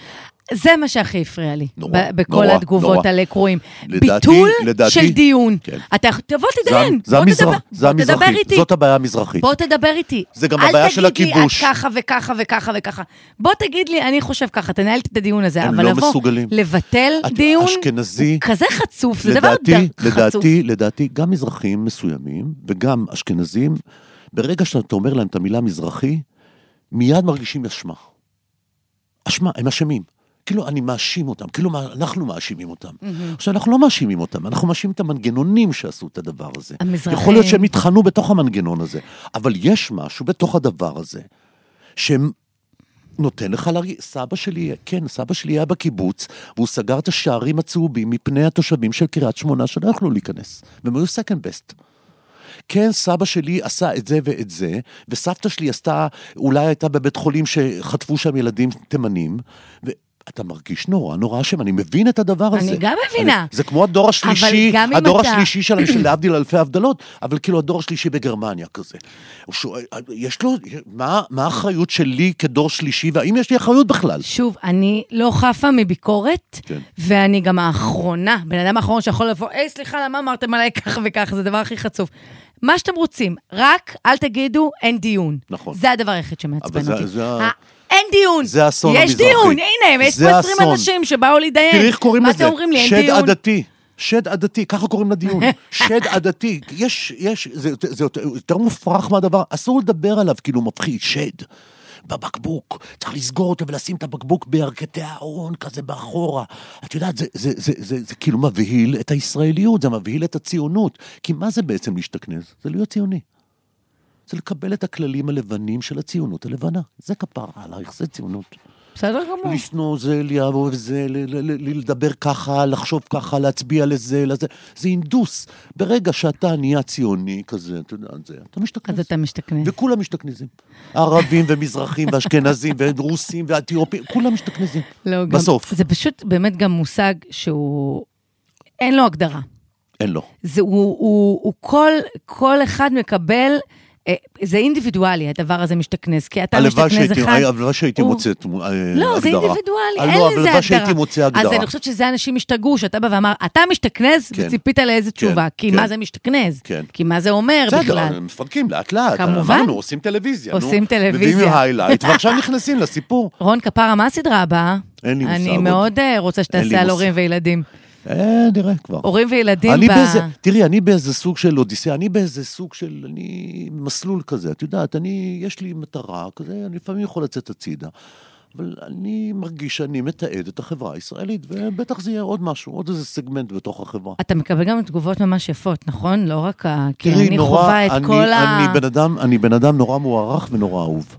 Speaker 3: זה מה שהכי הפריע לי,
Speaker 2: נורא,
Speaker 3: ב- בכל
Speaker 2: נורא,
Speaker 3: התגובות
Speaker 2: נורא.
Speaker 3: על קרואים.
Speaker 2: לדעתי-
Speaker 3: ביטול
Speaker 2: לדעתי-
Speaker 3: של דיון.
Speaker 2: כן.
Speaker 3: אתה, תבוא
Speaker 2: זה ה-
Speaker 3: תדיין,
Speaker 2: זה
Speaker 3: בוא
Speaker 2: המזרח,
Speaker 3: תדבר-
Speaker 2: זה
Speaker 3: בוא תדבר
Speaker 2: המזרחית,
Speaker 3: איתי.
Speaker 2: זאת הבעיה המזרחית.
Speaker 3: בוא תדבר איתי.
Speaker 2: זה גם הבעיה של הכיבוש.
Speaker 3: אל תגיד לי, את ככה וככה וככה וככה. בוא תגיד לי, אני חושב ככה, תנהל את הדיון הזה.
Speaker 2: הם
Speaker 3: אבל
Speaker 2: לא
Speaker 3: לבוא,
Speaker 2: מסוגלים.
Speaker 3: לבטל
Speaker 2: את-
Speaker 3: דיון,
Speaker 2: אשכנזי-
Speaker 3: הוא כזה חצוף, זה דבר
Speaker 2: לדעתי,
Speaker 3: ד- חצוף.
Speaker 2: לדעתי, לדעתי, גם מזרחים מסוימים וגם אשכנזים, ברגע שאתה אומר להם את המילה מזרחי, מיד מרגישים אשמה. אשמה, הם אשמים. כאילו, אני מאשים אותם, כאילו מה- אנחנו מאשימים אותם. עכשיו, אנחנו לא מאשימים אותם, אנחנו מאשימים את המנגנונים שעשו את הדבר הזה.
Speaker 3: המזרחים.
Speaker 2: יכול להיות שהם התחנו בתוך המנגנון הזה, אבל יש משהו בתוך הדבר הזה, שהם נותן לך להרגיש, סבא שלי, כן, סבא שלי היה בקיבוץ, והוא סגר את השערים הצהובים מפני התושבים של קריית שמונה שלא יכלו להיכנס, והם היו second best. כן, סבא שלי עשה את זה ואת זה, וסבתא שלי עשתה, אולי הייתה בבית חולים שחטפו שם ילדים תימנים, ו- אתה מרגיש נורא נורא אשם, אני מבין את הדבר
Speaker 3: אני
Speaker 2: הזה.
Speaker 3: גם מבינה.
Speaker 2: אני- זה כמו הדור השלישי,
Speaker 3: גם אם
Speaker 2: הדור
Speaker 3: אתה-
Speaker 2: השלישי שלהם, של להבדיל אלפי הבדלות, אבל כאילו הדור השלישי בגרמניה כזה. הוא שואל, יש לו, מה מה האחריות שלי כדור שלישי, והאם יש לי אחריות בכלל?
Speaker 3: שוב, אני לא חפה מביקורת,
Speaker 2: כן.
Speaker 3: ואני גם האחרונה, בן אדם האחרון שיכול לבוא, היי, סליחה, למה אמרתם עליי כך וכך, זה הדבר הכי חצוף. מה שאתם רוצים, רק אל תגידו, אין דיון.
Speaker 2: נכון.
Speaker 3: זה הדבר היחיד שמעצבן
Speaker 2: אבל
Speaker 3: אותי.
Speaker 2: זה- זה ה-
Speaker 3: ה- אין דיון.
Speaker 2: זה האסון
Speaker 3: יש
Speaker 2: המזרחי.
Speaker 3: דיון, הנה, יש
Speaker 2: זה
Speaker 3: פה 20
Speaker 2: האסון.
Speaker 3: אנשים שבאו להתדיין.
Speaker 2: תראי איך קוראים לזה,
Speaker 3: מה אתם אומרים לי, אין
Speaker 2: שד
Speaker 3: דיון?
Speaker 2: עדתי. שד עדתי, ככה קוראים לדיון, שד עדתי, יש, יש, זה, יותר- זה יותר, יותר מופרך מהדבר, אסור לדבר עליו כאילו מפחיד, שד. בבקבוק, צריך לסגור אותו ולשים את הבקבוק בירכתי הארון כזה באחורה. את יודעת, זה, זה, זה, זה, זה, זה כאילו מבהיל את הישראליות, זה מבהיל את הציונות. כי מה זה בעצם להשתכנז? זה להיות ציוני. זה לקבל את הכללים הלבנים של הציונות הלבנה. זה כפר עלייך, זה ציונות.
Speaker 3: בסדר גמור.
Speaker 2: לשנוא זה, לאהוב זה, ל- ל- ל- ל- לדבר ככה, לחשוב ככה, להצביע לזה, לזה. זה הינדוס. ברגע שאתה נהיה ציוני כזה, אתה יודע, זה, אתה משתכנז.
Speaker 3: אז אתה משתכנז.
Speaker 2: וכולם משתכנזים. ערבים ומזרחים ואשכנזים ורוסים ואתיופים, כולם משתכנזים.
Speaker 3: לא, גם-
Speaker 2: בסוף.
Speaker 3: זה פשוט באמת גם מושג שהוא... אין לו הגדרה.
Speaker 2: אין לו.
Speaker 3: זה, הוא, הוא, הוא כל, כל אחד מקבל, אה, זה אינדיבידואלי, הדבר הזה משתכנס, כי אתה
Speaker 2: הלוואי
Speaker 3: משתכנס
Speaker 2: שהייתי-
Speaker 3: אחד.
Speaker 2: הלוואי שהייתי מוצא תמו- אה,
Speaker 3: לא, זה
Speaker 2: הגדרה.
Speaker 3: אינדיבידואלי,
Speaker 2: אה,
Speaker 3: אין לזה
Speaker 2: לא, אבל
Speaker 3: הגדרה.
Speaker 2: הלוואי שהייתי מוצא
Speaker 3: אז
Speaker 2: הגדרה.
Speaker 3: אני חושבת שזה אנשים השתגעו, שאתה בא ואמר, אתה משתכנס,
Speaker 2: כן.
Speaker 3: וציפית לאיזה תשובה. כי
Speaker 2: כן.
Speaker 3: מה זה משתכנס?
Speaker 2: כן.
Speaker 3: כי מה זה אומר
Speaker 2: בסדר,
Speaker 3: בכלל?
Speaker 2: הם מפרקים לאט לאט.
Speaker 3: כמובן.
Speaker 2: אמרנו, עושים טלוויזיה. נו.
Speaker 3: עושים
Speaker 2: מביאים
Speaker 3: טלוויזיה.
Speaker 2: היילייט, ועכשיו נכנסים לסיפור.
Speaker 3: רון כפרה, מה הסדרה הבאה?
Speaker 2: אין לי מושג
Speaker 3: אני
Speaker 2: עוד.
Speaker 3: מאוד אה, רוצה
Speaker 2: אין לי
Speaker 3: שתעשה על
Speaker 2: מושג.
Speaker 3: הורים וילדים.
Speaker 2: אה, נראה כבר.
Speaker 3: הורים וילדים
Speaker 2: אני
Speaker 3: ב...
Speaker 2: באיזה, תראי, אני באיזה סוג של אודיסאה, אני באיזה סוג של, אני מסלול כזה, את יודעת, אני, יש לי מטרה כזה, אני לפעמים יכול לצאת הצידה. אבל אני מרגיש שאני מתעד את החברה הישראלית, ובטח זה יהיה עוד משהו, עוד איזה סגמנט בתוך החברה.
Speaker 3: אתה מקבל גם תגובות ממש יפות, נכון? לא רק ה... כי
Speaker 2: תראי,
Speaker 3: אני
Speaker 2: נורא-
Speaker 3: חווה את
Speaker 2: אני-
Speaker 3: כל ה...
Speaker 2: אני בן אדם, אני בן אדם נורא מוערך ונורא אהוב.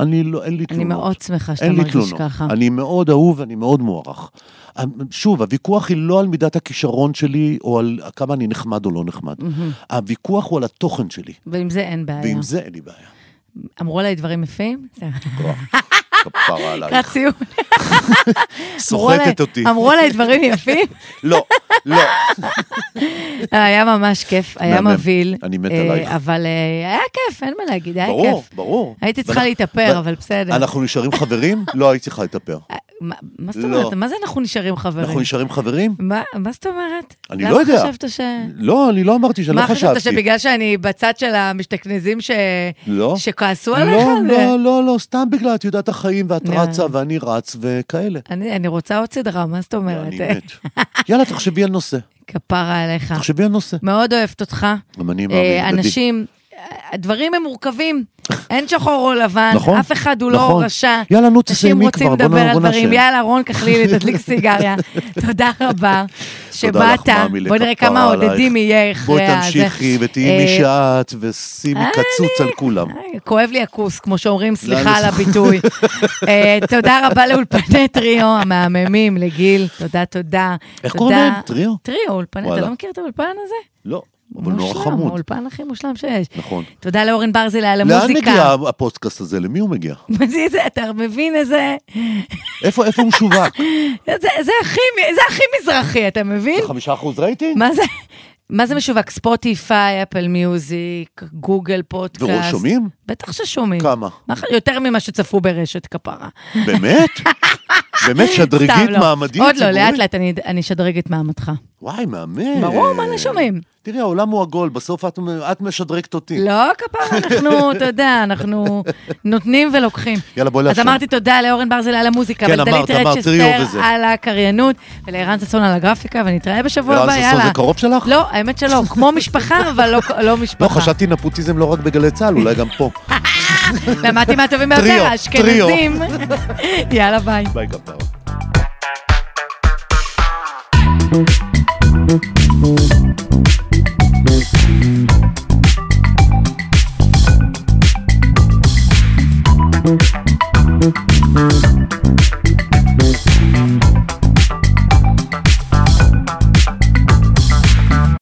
Speaker 2: אני לא, אין לי
Speaker 3: אני
Speaker 2: תלונות.
Speaker 3: מאוד שמחה שאתה
Speaker 2: אין לי
Speaker 3: מרגיש
Speaker 2: תלונות.
Speaker 3: ככה.
Speaker 2: אני מאוד אהוב ואני מאוד מוערך. אמ, שוב, הוויכוח היא לא על מידת הכישרון שלי, או על כמה אני נחמד או לא נחמד. הוויכוח הוא על התוכן שלי,
Speaker 3: ועם זה אין בעיה.
Speaker 2: ועם זה אין לי בעיה.
Speaker 3: אמרו עליי דברים יפים? זהו.
Speaker 2: כוח. כפרה
Speaker 3: לקראת
Speaker 2: עלייך.
Speaker 3: סיום. אמרו עליי-
Speaker 2: סוחטת אותי.
Speaker 3: אמרו עליי דברים יפים? אה,
Speaker 2: לא, לא.
Speaker 3: היה ממש כיף, היה
Speaker 2: מהמם.
Speaker 3: מבהיל.
Speaker 2: אני מת
Speaker 3: אה,
Speaker 2: עלייך.
Speaker 3: אבל אה, היה כיף, אין מה להגיד, היה
Speaker 2: ברור,
Speaker 3: כיף.
Speaker 2: ברור.
Speaker 3: הייתי צריכה
Speaker 2: ואנ-
Speaker 3: להתאפר,
Speaker 2: ו-
Speaker 3: אבל בסדר.
Speaker 2: אנחנו נשארים חברים? לא הייתי צריכה להתאפר.
Speaker 3: אה, מה מה זאת
Speaker 2: לא.
Speaker 3: אומרת? מה זה אנחנו נשארים
Speaker 2: אנחנו
Speaker 3: חברים?
Speaker 2: נשארים חברים?
Speaker 3: מה מה זאת אומרת?
Speaker 2: אני לא יודע.
Speaker 3: למה חשבת ש...
Speaker 2: לא, אני לא אמרתי שאני לא
Speaker 3: מה
Speaker 2: חשבתי.
Speaker 3: חשבת, שבגלל שאני בצד של המשתכנזים ש...
Speaker 2: לא.
Speaker 3: שכעסו עליך?
Speaker 2: לא,
Speaker 3: זה-
Speaker 2: לא, לא, לא, סתם בגלל, את יודעת החיים, ואת
Speaker 3: לא.
Speaker 2: רצה ואני רץ וכאלה.
Speaker 3: אני אני רוצה עוד סדרה, מה זאת אומרת?
Speaker 2: אני מת. יאללה, תחשבי על נושא.
Speaker 3: אה. כפרה עליך.
Speaker 2: תחשבי על נושא.
Speaker 3: מאוד אוהבת אותך.
Speaker 2: גם אני
Speaker 3: אה,
Speaker 2: מאמין, דדי.
Speaker 3: אנשים, הדברים הם מורכבים. אין שחור או לבן,
Speaker 2: נכון,
Speaker 3: אף אחד הוא
Speaker 2: נכון.
Speaker 3: לא רשע.
Speaker 2: יאללה, נו,
Speaker 3: אנשים
Speaker 2: תסיימי
Speaker 3: רוצים
Speaker 2: כבר, בוא
Speaker 3: לדבר
Speaker 2: נ-
Speaker 3: על
Speaker 2: בוא
Speaker 3: דברים.
Speaker 2: נאשר.
Speaker 3: יאללה, רון כחלילי, תדליק סיגריה. תודה רבה
Speaker 2: לך,
Speaker 3: שבאת.
Speaker 2: מאמי,
Speaker 3: בוא נראה
Speaker 2: לכפרה
Speaker 3: כמה
Speaker 2: עלייך.
Speaker 3: עודדים יהיה אחרי
Speaker 2: בואי
Speaker 3: הזה.
Speaker 2: תמשיכי ותהיי
Speaker 3: אה,
Speaker 2: מי שאת, ושימי קצוץ על כולם.
Speaker 3: אה, כואב לי הכוס, כמו שאומרים, סליחה
Speaker 2: לא,
Speaker 3: על
Speaker 2: לא.
Speaker 3: הביטוי. אה, תודה רבה לאולפני טריו המהממים, לגיל, תודה, תודה.
Speaker 2: איך
Speaker 3: תודה.
Speaker 2: קוראים להם? טריו?
Speaker 3: טריו, אולפני, אתה
Speaker 2: וואלה.
Speaker 3: לא מכיר את האולפן הזה?
Speaker 2: לא, אבל נורא
Speaker 3: מושלם,
Speaker 2: חמוד.
Speaker 3: האולפן הכי מושלם שיש.
Speaker 2: נכון.
Speaker 3: תודה לאורן ברזילי על
Speaker 2: לאן מגיע
Speaker 3: המוזיקה.
Speaker 2: הפודקאסט הזה? למי הוא מגיע?
Speaker 3: מה זה, זה, אתה מבין איזה...
Speaker 2: איפה איפה הוא משווק?
Speaker 3: זה זה הכי מ- זה הכי מזרחי, אתה מבין?
Speaker 2: חמישה אחוז רייטינג?
Speaker 3: מה זה? מה זה משווק? ספוטיפיי, אפל מיוזיק, גוגל פודקאסט.
Speaker 2: וראש שומעים?
Speaker 3: בטח ששומעים.
Speaker 2: כמה?
Speaker 3: מה ח- יותר ממה שצפו ברשת כפרה.
Speaker 2: באמת? באמת
Speaker 3: סתם
Speaker 2: שדרגית
Speaker 3: לא.
Speaker 2: מעמדי
Speaker 3: עוד לא,
Speaker 2: הציבורי?
Speaker 3: לאט לאט אני- אני אשדרג את מעמדך.
Speaker 2: וואי, מהמם.
Speaker 3: ברור, מה לא שומעים?
Speaker 2: תראי, העולם הוא עגול, בסוף את, את משדרגת אותי.
Speaker 3: לא, כפרה, אנחנו, אתה יודע, אנחנו נותנים ולוקחים.
Speaker 2: יאללה, בואי
Speaker 3: אז
Speaker 2: לאפשר.
Speaker 3: אמרתי תודה לאורן ברזל על המוזיקה,
Speaker 2: כן,
Speaker 3: ולדלית
Speaker 2: אמרת, אמרת, טריו
Speaker 3: רצ'סטר
Speaker 2: וזה.
Speaker 3: על הקריינות, ולערן ששון על הגרפיקה, ונתראה בשבוע
Speaker 2: ערן
Speaker 3: הבא,
Speaker 2: ששון
Speaker 3: יאללה.
Speaker 2: זה קרוב שלך?
Speaker 3: לא, האמת שלא, כמו משפחה, אבל לא- לא משפחה.
Speaker 2: לא, חשבתי נפוטיזם לא רק בגלי צה"ל, אולי גם פה.
Speaker 3: למדתי מהטובים ביותר,
Speaker 2: טריו, טריו.
Speaker 3: האשכנזים. יאללה, ביי.
Speaker 2: ביי, גם פה.